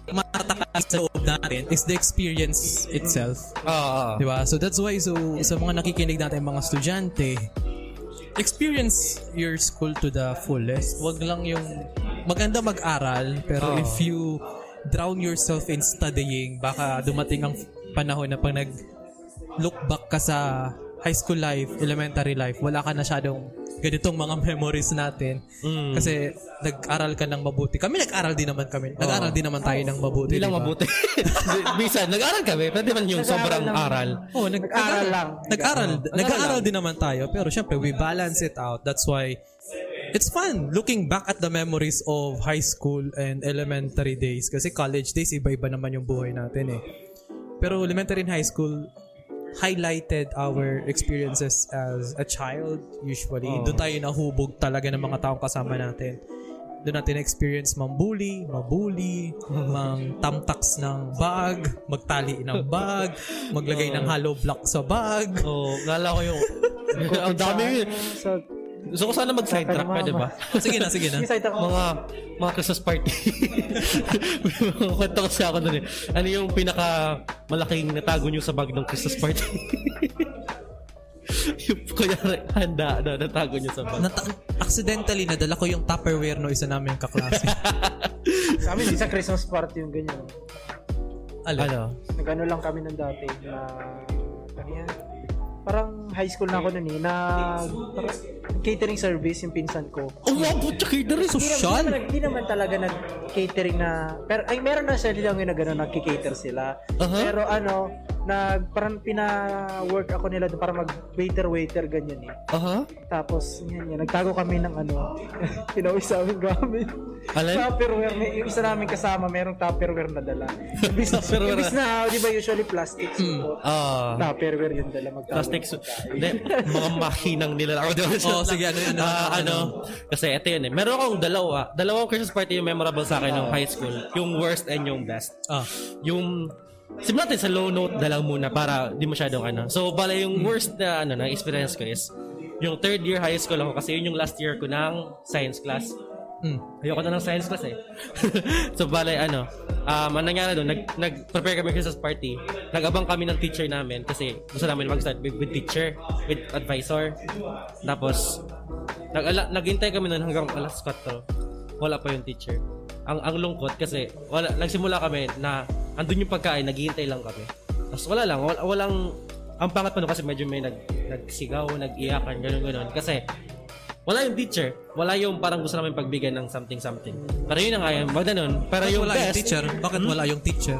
[SPEAKER 2] matatakas sa loob natin is the experience itself.
[SPEAKER 3] Ah,
[SPEAKER 2] Di ba? Diba? So that's why so sa mga nakikinig natin mga estudyante, experience your school to the fullest. Wag lang yung maganda mag-aral pero if you drown yourself in studying, baka dumating ang panahon na pag nag look back ka sa high school life, elementary life, wala ka na syadong ganitong mga *laughs* memories natin.
[SPEAKER 3] Mm.
[SPEAKER 2] Kasi nag-aral ka ng mabuti. Kami nag-aral din naman kami. Nag-aral din naman tayo ng mabuti. diba?
[SPEAKER 3] Hindi lang
[SPEAKER 2] di ba?
[SPEAKER 3] mabuti. *laughs* Bisan, nag-aral kami. Pwede man yung sobrang aral.
[SPEAKER 2] Oh, nag-
[SPEAKER 4] Nag-aral lang.
[SPEAKER 2] Nag-aral.
[SPEAKER 3] Oo.
[SPEAKER 2] Nag-aaral
[SPEAKER 3] Nag-aral
[SPEAKER 2] din naman tayo. Pero syempre, we balance it out. That's why it's fun looking back at the memories of high school and elementary days. Kasi college days, iba-iba naman yung buhay natin eh. Pero elementary and high school, highlighted our experiences as a child usually.
[SPEAKER 3] Oh.
[SPEAKER 2] Doon tayo nahubog talaga ng mga taong kasama natin. Doon natin experience mambuli,
[SPEAKER 3] *laughs*
[SPEAKER 2] mabuli, mang tamtaks ng bag, magtali ng bag, maglagay
[SPEAKER 3] Oh.
[SPEAKER 2] ng hollow block sa bag.
[SPEAKER 3] So, nalala Oh, ko yung... *laughs* ang dami.
[SPEAKER 4] Sa,
[SPEAKER 3] Gusto ko sana mag-sidetrack pa, di
[SPEAKER 4] *laughs*
[SPEAKER 3] ba?
[SPEAKER 2] Sige na, sige na.
[SPEAKER 4] yung side ako,
[SPEAKER 3] mga mga Christmas party. *laughs* Kwento kasi ako doon eh. Ano yung pinaka malaking natago nyo sa bag ng Christmas party? *laughs* yung kunyari, handa na natago nyo sa bag.
[SPEAKER 2] Nata- accidentally, nadala ko yung Tupperware no isa namin kaklase.
[SPEAKER 4] sa amin, isa Christmas party yung ganyan.
[SPEAKER 2] Alam.
[SPEAKER 3] Ano?
[SPEAKER 4] Nagano lang kami ng dati na ano yan? Parang high school na ako nun eh, na parang catering service yung pinsan ko.
[SPEAKER 3] *laughs* Oh, wow, putya kayo rin.
[SPEAKER 4] Hindi
[SPEAKER 2] Social?
[SPEAKER 4] naman, hindi naman talaga nag-catering na, pero ay meron na siya lang yung na gano'n, nagki-cater sila.
[SPEAKER 3] Uh-huh.
[SPEAKER 4] Pero ano, nag, parang pina-work ako nila doon para mag-waiter-waiter ganyan eh.
[SPEAKER 3] Aha.
[SPEAKER 4] Tapos, yan yan, nagtago kami ng ano, *laughs* pinawis sa aming gamit.
[SPEAKER 3] Alay?
[SPEAKER 4] Tupperware, may, yung isa namin kasama, merong tupperware na dala.
[SPEAKER 3] *laughs*
[SPEAKER 4] Imbis, imbis na, di ba usually plastic support?
[SPEAKER 3] Ah.
[SPEAKER 4] Tupperware yung dala magtago.
[SPEAKER 3] Plastic su- Hindi, mga makinang nila. Ako doon.
[SPEAKER 2] *laughs* Oh, sige, ano yun?
[SPEAKER 3] Ah, ano? Kasi ito yun eh. Meron akong dalawa. Dalawang Christmas party yung memorable sa akin ng high school. Yung worst and yung best.
[SPEAKER 2] Ah,
[SPEAKER 3] yung simulan natin sa low note na lang muna para di masyadong ano. So, bala
[SPEAKER 2] Hmm.
[SPEAKER 3] yung worst na ano na experience ko is yung third year high school ako kasi yun yung last year ko ng science class.
[SPEAKER 2] Mm.
[SPEAKER 3] Hmm, Ayoko na ng science class eh. *laughs* so, bale, ano, um, ang nangyari doon, nag, nag-prepare kami Christmas party. Nag-abang kami ng teacher namin kasi gusto namin mag-start with, with teacher, with advisor. Tapos, nag naghintay kami noon hanggang alas 4. Wala pa yung teacher. Ang, ang lungkot kasi wala, nagsimula kami na andun yung pagkain, naghihintay lang kami. Tapos wala lang, wala, walang, ang pangat pa nun kasi medyo may nag, nagsigaw, nag-iyakan, ganun ganun. Kasi wala yung teacher. Wala yung parang gusto namin pagbigyan ng something-something. Pero yun na nga yun. Wag ganun. Pero
[SPEAKER 2] bakit
[SPEAKER 3] yung
[SPEAKER 2] wala yung
[SPEAKER 3] best, Hmm?
[SPEAKER 2] teacher? Bakit wala yung teacher?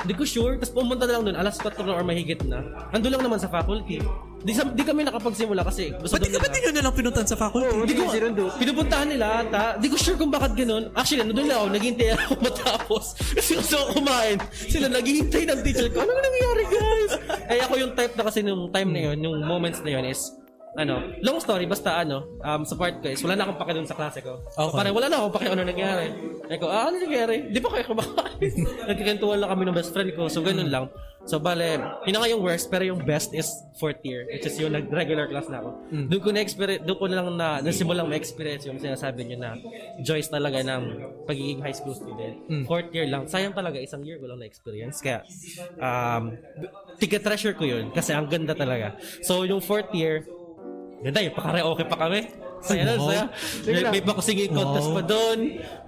[SPEAKER 3] hindi ko sure. Tapos pumunta na lang dun. Alas 4 na or mahigit na. Andun lang naman sa faculty. Di, sa, di kami nakapagsimula kasi gusto
[SPEAKER 2] Ba't di ka
[SPEAKER 3] doon
[SPEAKER 2] ba't di
[SPEAKER 3] nila.
[SPEAKER 2] nyo nalang pinuntan sa faculty?
[SPEAKER 3] Hindi ko, pinupuntahan nila ata. Di ko sure kung bakit ganun. Actually, nandun lang ako, naghihintay ako *laughs* matapos. Kasi gusto ko kumain. Sila naghihintay ng teacher ko. Ano nangyayari guys? Ay ako yung type na kasi nung time na yun, yung moments na yun is, ano, long story, basta ano, um, sa part ko is, wala na akong pake dun sa klase ko.
[SPEAKER 2] Okay.
[SPEAKER 3] So, parang wala na akong pake ano nangyari. Ay ko, ah, ano nangyari? Di ba kayo kumakain? Nagkikentuhan lang kami ng best friend ko, so ganun lang. So, bale, yun na nga yung worst, pero yung best is fourth year, which is yung nag-regular class na ako. Doon ko na-experience, doon ko na lang na, nasimulang ma-experience yung sinasabi niyo na joys talaga ng pagiging high school student. Fourth year lang. Sayang talaga, isang year ko lang na-experience. Kaya, um, tiga-treasure ko yun kasi ang ganda talaga. So, yung fourth year, Ganda yung paka-karaoke pa kami. Saya
[SPEAKER 2] Wow.
[SPEAKER 3] nun, saya. May, may bako singing contest
[SPEAKER 2] Wow.
[SPEAKER 3] pa doon.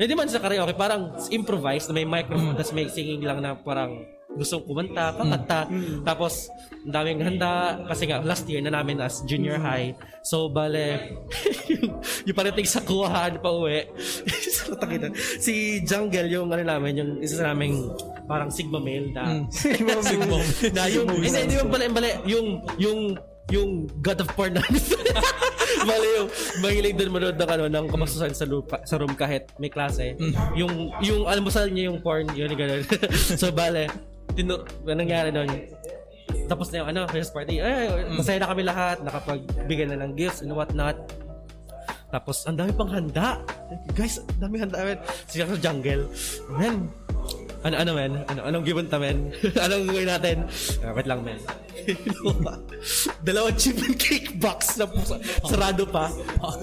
[SPEAKER 3] Hindi man sa karaoke, parang improvised na may
[SPEAKER 2] Mm.
[SPEAKER 3] microphone tapos may singing lang na parang gustong kumanta, kakanta.
[SPEAKER 2] Mm.
[SPEAKER 3] Tapos, ang daming handa. Kasi nga, last year na namin as junior
[SPEAKER 2] Mm.
[SPEAKER 3] high. So, bale, *laughs* yung, yung parating sa kuwahan pa uwi. *laughs* sa takita. Si Jungle, yung ano namin, yung isa sa naming parang sigma male
[SPEAKER 2] Mm.
[SPEAKER 3] na
[SPEAKER 2] Sigmong.
[SPEAKER 3] na yung hindi hindi yung pala yung yung yung yung God of Porn namin. *laughs* Bale yung mahilig din manood ng ano ng kabastusan sa lupa sa room kahit may klase. Yung yung almusal niya yung porn yun ganun. *laughs* so bale tinu- ano nangyari noon? Tapos na yung ano, Christmas party. Ay, masaya na kami lahat, nakapagbigay na ng gifts and what not. Tapos, ang dami pang handa. Guys, ang dami handa, man. Sila sa jungle. Man, ano, ano, man? Ano, anong given ta, man? *laughs* anong gawin natin? Ah, wait lang, man. *laughs* Dalawa chicken cake box na pusa. Sarado pa.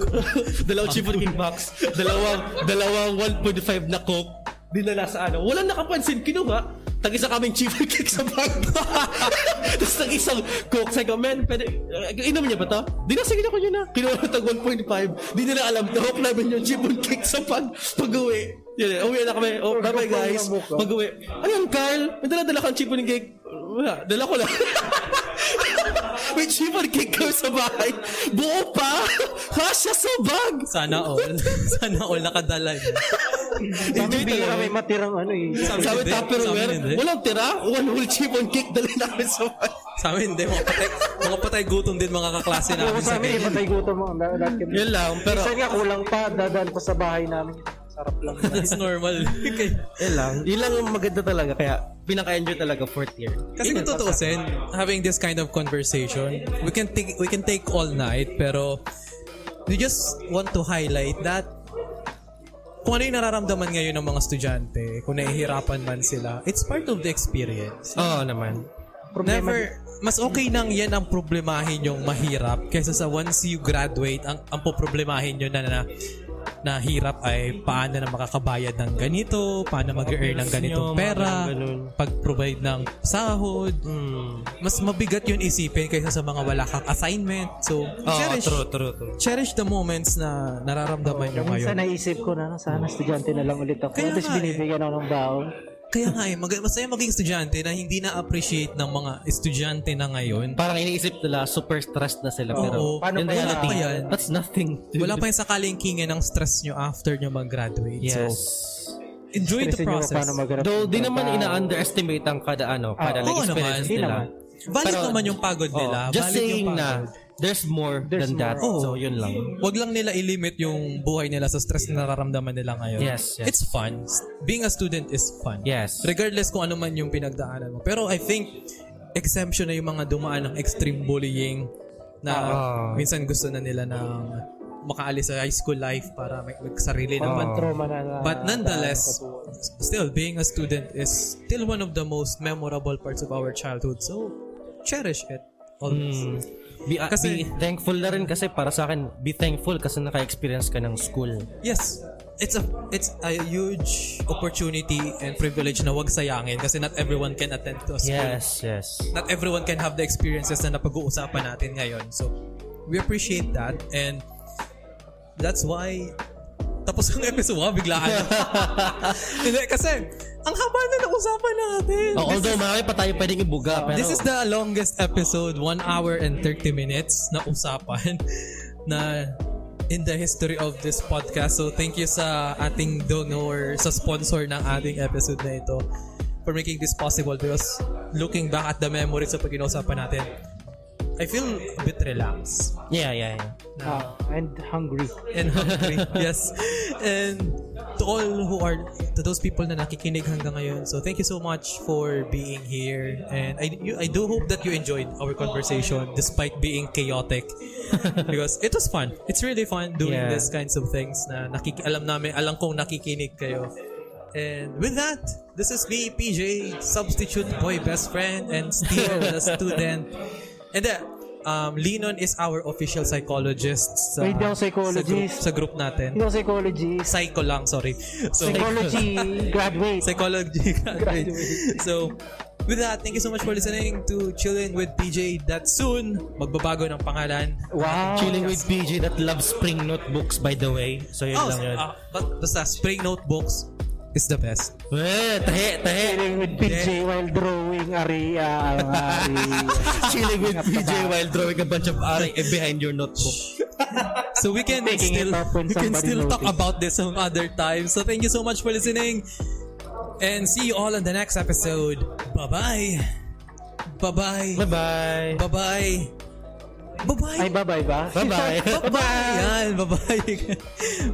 [SPEAKER 3] *laughs* Dalawa chicken cake box. Dalawang, dalawang 1.5 na coke. Dinala sa ano. Walang nakapansin. Kinuha. Tag-isa kaming chicken *laughs* cake sa bag. Tapos tag-isang coke. Sabi ko, man, pwede, uh, inom niya ba to? Di na, sige na ko yun na. Kinuha ko tag 1.5. Di nila alam. Tahok namin yung chicken cake sa bag. Pag-uwi. Yun, eh, uwi na kami. Oh, bye-bye guys. Pag-uwi. Ano yan, Kyle? May dala-dala kang chicken cake. Wala, dala ko lang. *laughs* May chiffon cake kami sa bahay. Buo pa. *laughs* Kasya sa bag.
[SPEAKER 2] Sana
[SPEAKER 3] *laughs*
[SPEAKER 2] all. Sana all nakadala yun.
[SPEAKER 4] Sabi
[SPEAKER 3] Enjoy
[SPEAKER 4] bigla
[SPEAKER 3] talaga.
[SPEAKER 4] may matirang ano eh.
[SPEAKER 3] Sa amin
[SPEAKER 2] Hindi, sa amin
[SPEAKER 3] Tupperware,
[SPEAKER 2] hindi.
[SPEAKER 3] walang tira. One whole chiffon cake dali namin sa bahay.
[SPEAKER 2] Sa amin, hindi. Mga patay, mga patay gutom din mga kaklase
[SPEAKER 4] Ako
[SPEAKER 2] namin
[SPEAKER 4] sa
[SPEAKER 2] sa
[SPEAKER 4] amin, eh,
[SPEAKER 2] ganyan.
[SPEAKER 4] patay gutom mo. Lahat lahat kami.
[SPEAKER 3] Yun lang, pero...
[SPEAKER 4] Minsan nga kulang pa, dadaan pa sa bahay namin. Sarap lang.
[SPEAKER 2] That's normal. Kay-
[SPEAKER 3] *laughs* Yun lang. Yun lang ang maganda talaga. Kaya pinaka-enjoy talaga fourth year.
[SPEAKER 2] Kasi kung tutuusin, having this kind of conversation, we can take we can take all night, pero we just want to highlight that kung ano yung nararamdaman ngayon ng mga estudyante, kung nahihirapan man sila, it's part of the experience.
[SPEAKER 3] Oo oh, naman.
[SPEAKER 2] Never, mas okay nang yan ang problemahin yung mahirap kaysa sa once you graduate, ang, ang poproblemahin nyo na, na na hirap ay paano na makakabayad ng ganito, paano mag-earn ng ganitong
[SPEAKER 3] nyo, mga
[SPEAKER 2] pera,
[SPEAKER 3] ganun.
[SPEAKER 2] pag-provide ng sahod,
[SPEAKER 3] Hmm.
[SPEAKER 2] mas mabigat yun isipin kaysa sa mga wala kang assignment. So, cherish,
[SPEAKER 3] true, true.
[SPEAKER 2] cherish the moments na nararamdaman nyo ngayon.
[SPEAKER 4] Minsan naisip ko na, sana estudyante na lang ulit ako.
[SPEAKER 2] Kaya
[SPEAKER 4] At least
[SPEAKER 2] nga eh.
[SPEAKER 4] binibigyan ako ng baon.
[SPEAKER 2] Kaya nga eh, mag- masaya maging estudyante na hindi na-appreciate ng mga estudyante na ngayon.
[SPEAKER 3] Parang iniisip nila, super stressed na sila. Pero
[SPEAKER 2] Oo.
[SPEAKER 3] in
[SPEAKER 2] Paano pa yan?
[SPEAKER 3] reality,
[SPEAKER 2] Wala pa yan.
[SPEAKER 3] that's nothing. dude.
[SPEAKER 2] Wala pa yung sakaling kinga ng stress nyo after nyo mag-graduate. So,
[SPEAKER 3] Yes.
[SPEAKER 2] enjoy the
[SPEAKER 4] Kasi nyo
[SPEAKER 2] process.
[SPEAKER 4] paano maghanap
[SPEAKER 3] Though
[SPEAKER 4] ng
[SPEAKER 3] di naman
[SPEAKER 4] trabaho.
[SPEAKER 3] ina-underestimate ang kada ano,
[SPEAKER 4] Oo.
[SPEAKER 3] kada like,
[SPEAKER 2] Oo
[SPEAKER 3] experience
[SPEAKER 2] naman.
[SPEAKER 4] Di
[SPEAKER 3] nila.
[SPEAKER 4] naman.
[SPEAKER 2] Valid
[SPEAKER 3] Pero-
[SPEAKER 2] naman yung pagod
[SPEAKER 3] Oo.
[SPEAKER 2] nila.
[SPEAKER 3] just
[SPEAKER 2] valid
[SPEAKER 3] saying
[SPEAKER 2] yung
[SPEAKER 3] na
[SPEAKER 2] pagod.
[SPEAKER 3] there's more
[SPEAKER 4] There's
[SPEAKER 3] than
[SPEAKER 4] more.
[SPEAKER 3] that.
[SPEAKER 2] Oo.
[SPEAKER 3] So yun lang.
[SPEAKER 2] Wag lang nila ilimit yung buhay nila sa stress na nararamdaman nila ngayon.
[SPEAKER 3] Yes, yes.
[SPEAKER 2] It's fun. S- Being a student is fun.
[SPEAKER 3] Yes.
[SPEAKER 2] Regardless kung ano man yung pinagdaanan mo. Pero I think exemption na yung mga dumaan ng extreme bullying na
[SPEAKER 3] Oo.
[SPEAKER 2] minsan gusto na nila na makaalis sa high school life para may magsarili naman.
[SPEAKER 4] Parang trauma na na.
[SPEAKER 2] Ah. But nonetheless, still being a student is still one of the most memorable parts of our childhood. So cherish it always.
[SPEAKER 3] Be, uh,
[SPEAKER 2] Kasi-
[SPEAKER 3] be thankful na rin kasi para sa akin, be thankful kasi naka-experience ka ng school.
[SPEAKER 2] Yes, it's a it's a huge opportunity and privilege na wag sayangin kasi not everyone can attend to a school.
[SPEAKER 3] Yes, yes.
[SPEAKER 2] Not everyone can have the experiences na napag-uusapan natin ngayon. So we appreciate that and that's why tapos ang episode ha, biglaan. Hindi, kasi ang haba na usapan natin.
[SPEAKER 3] Oh, although marami pa tayo pwedeng ibuga. pero,
[SPEAKER 2] This is the longest episode, 1 hour and 30 minutes na usapan *laughs* na in the history of this podcast. So thank you sa ating donor, sa sponsor ng ating episode na ito for making this possible because looking back at the memories sa pag inuusapan natin, I feel a bit relaxed
[SPEAKER 3] Yeah, yeah, yeah.
[SPEAKER 4] Ah, and hungry.
[SPEAKER 2] and hungry. *laughs* yes. And to all who are, to those people na nakikinig hanggang ngayon, so thank you so much for being here. And I, you, I do hope that you enjoyed our conversation despite being chaotic. because it was fun. It's really fun doing
[SPEAKER 3] Yeah.
[SPEAKER 2] these kinds of things na nakik alam namin, alam kong nakikinig kayo. And with that, this is me, PJ, substitute boy best friend and still a student. And then, um, Linon is our official psychologist sa,
[SPEAKER 4] Wait, di ako psychologist.
[SPEAKER 2] sa group, sa group natin.
[SPEAKER 4] Ikaw psychology.
[SPEAKER 2] Psycho lang, sorry. So,
[SPEAKER 4] Psychology graduate.
[SPEAKER 2] psychology *laughs* graduate. So, with that, thank you so much for listening to Chillin' with PJ that soon magbabago ng pangalan. Oh,
[SPEAKER 3] Oh,
[SPEAKER 4] Wow.
[SPEAKER 3] Chilling with PJ that loves spring notebooks by the way. So yun
[SPEAKER 2] Oh,
[SPEAKER 3] lang yun.
[SPEAKER 2] ah, but basta Spring Notebooks is the best.
[SPEAKER 3] eh, tahe, tahe.
[SPEAKER 4] Chilling with PJ while drawing Ari. ah, ang Ari.
[SPEAKER 3] Chilling with PJ while drawing a bunch of RA behind your notebook.
[SPEAKER 2] So we can
[SPEAKER 4] Taking it
[SPEAKER 2] still
[SPEAKER 4] up when
[SPEAKER 2] we can
[SPEAKER 4] somebody
[SPEAKER 2] still talk
[SPEAKER 4] noticed.
[SPEAKER 2] about this some other time. So thank you so much for listening, and see you all in the next episode. Bye bye. Bye bye.
[SPEAKER 3] Bye-bye.
[SPEAKER 2] Bye bye. Babae.
[SPEAKER 8] Ay, bye-bye ba?
[SPEAKER 3] Bye-bye.
[SPEAKER 2] *laughs* Babae yan, babae.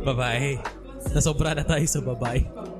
[SPEAKER 2] babae. Nasobra na tayo sa babae.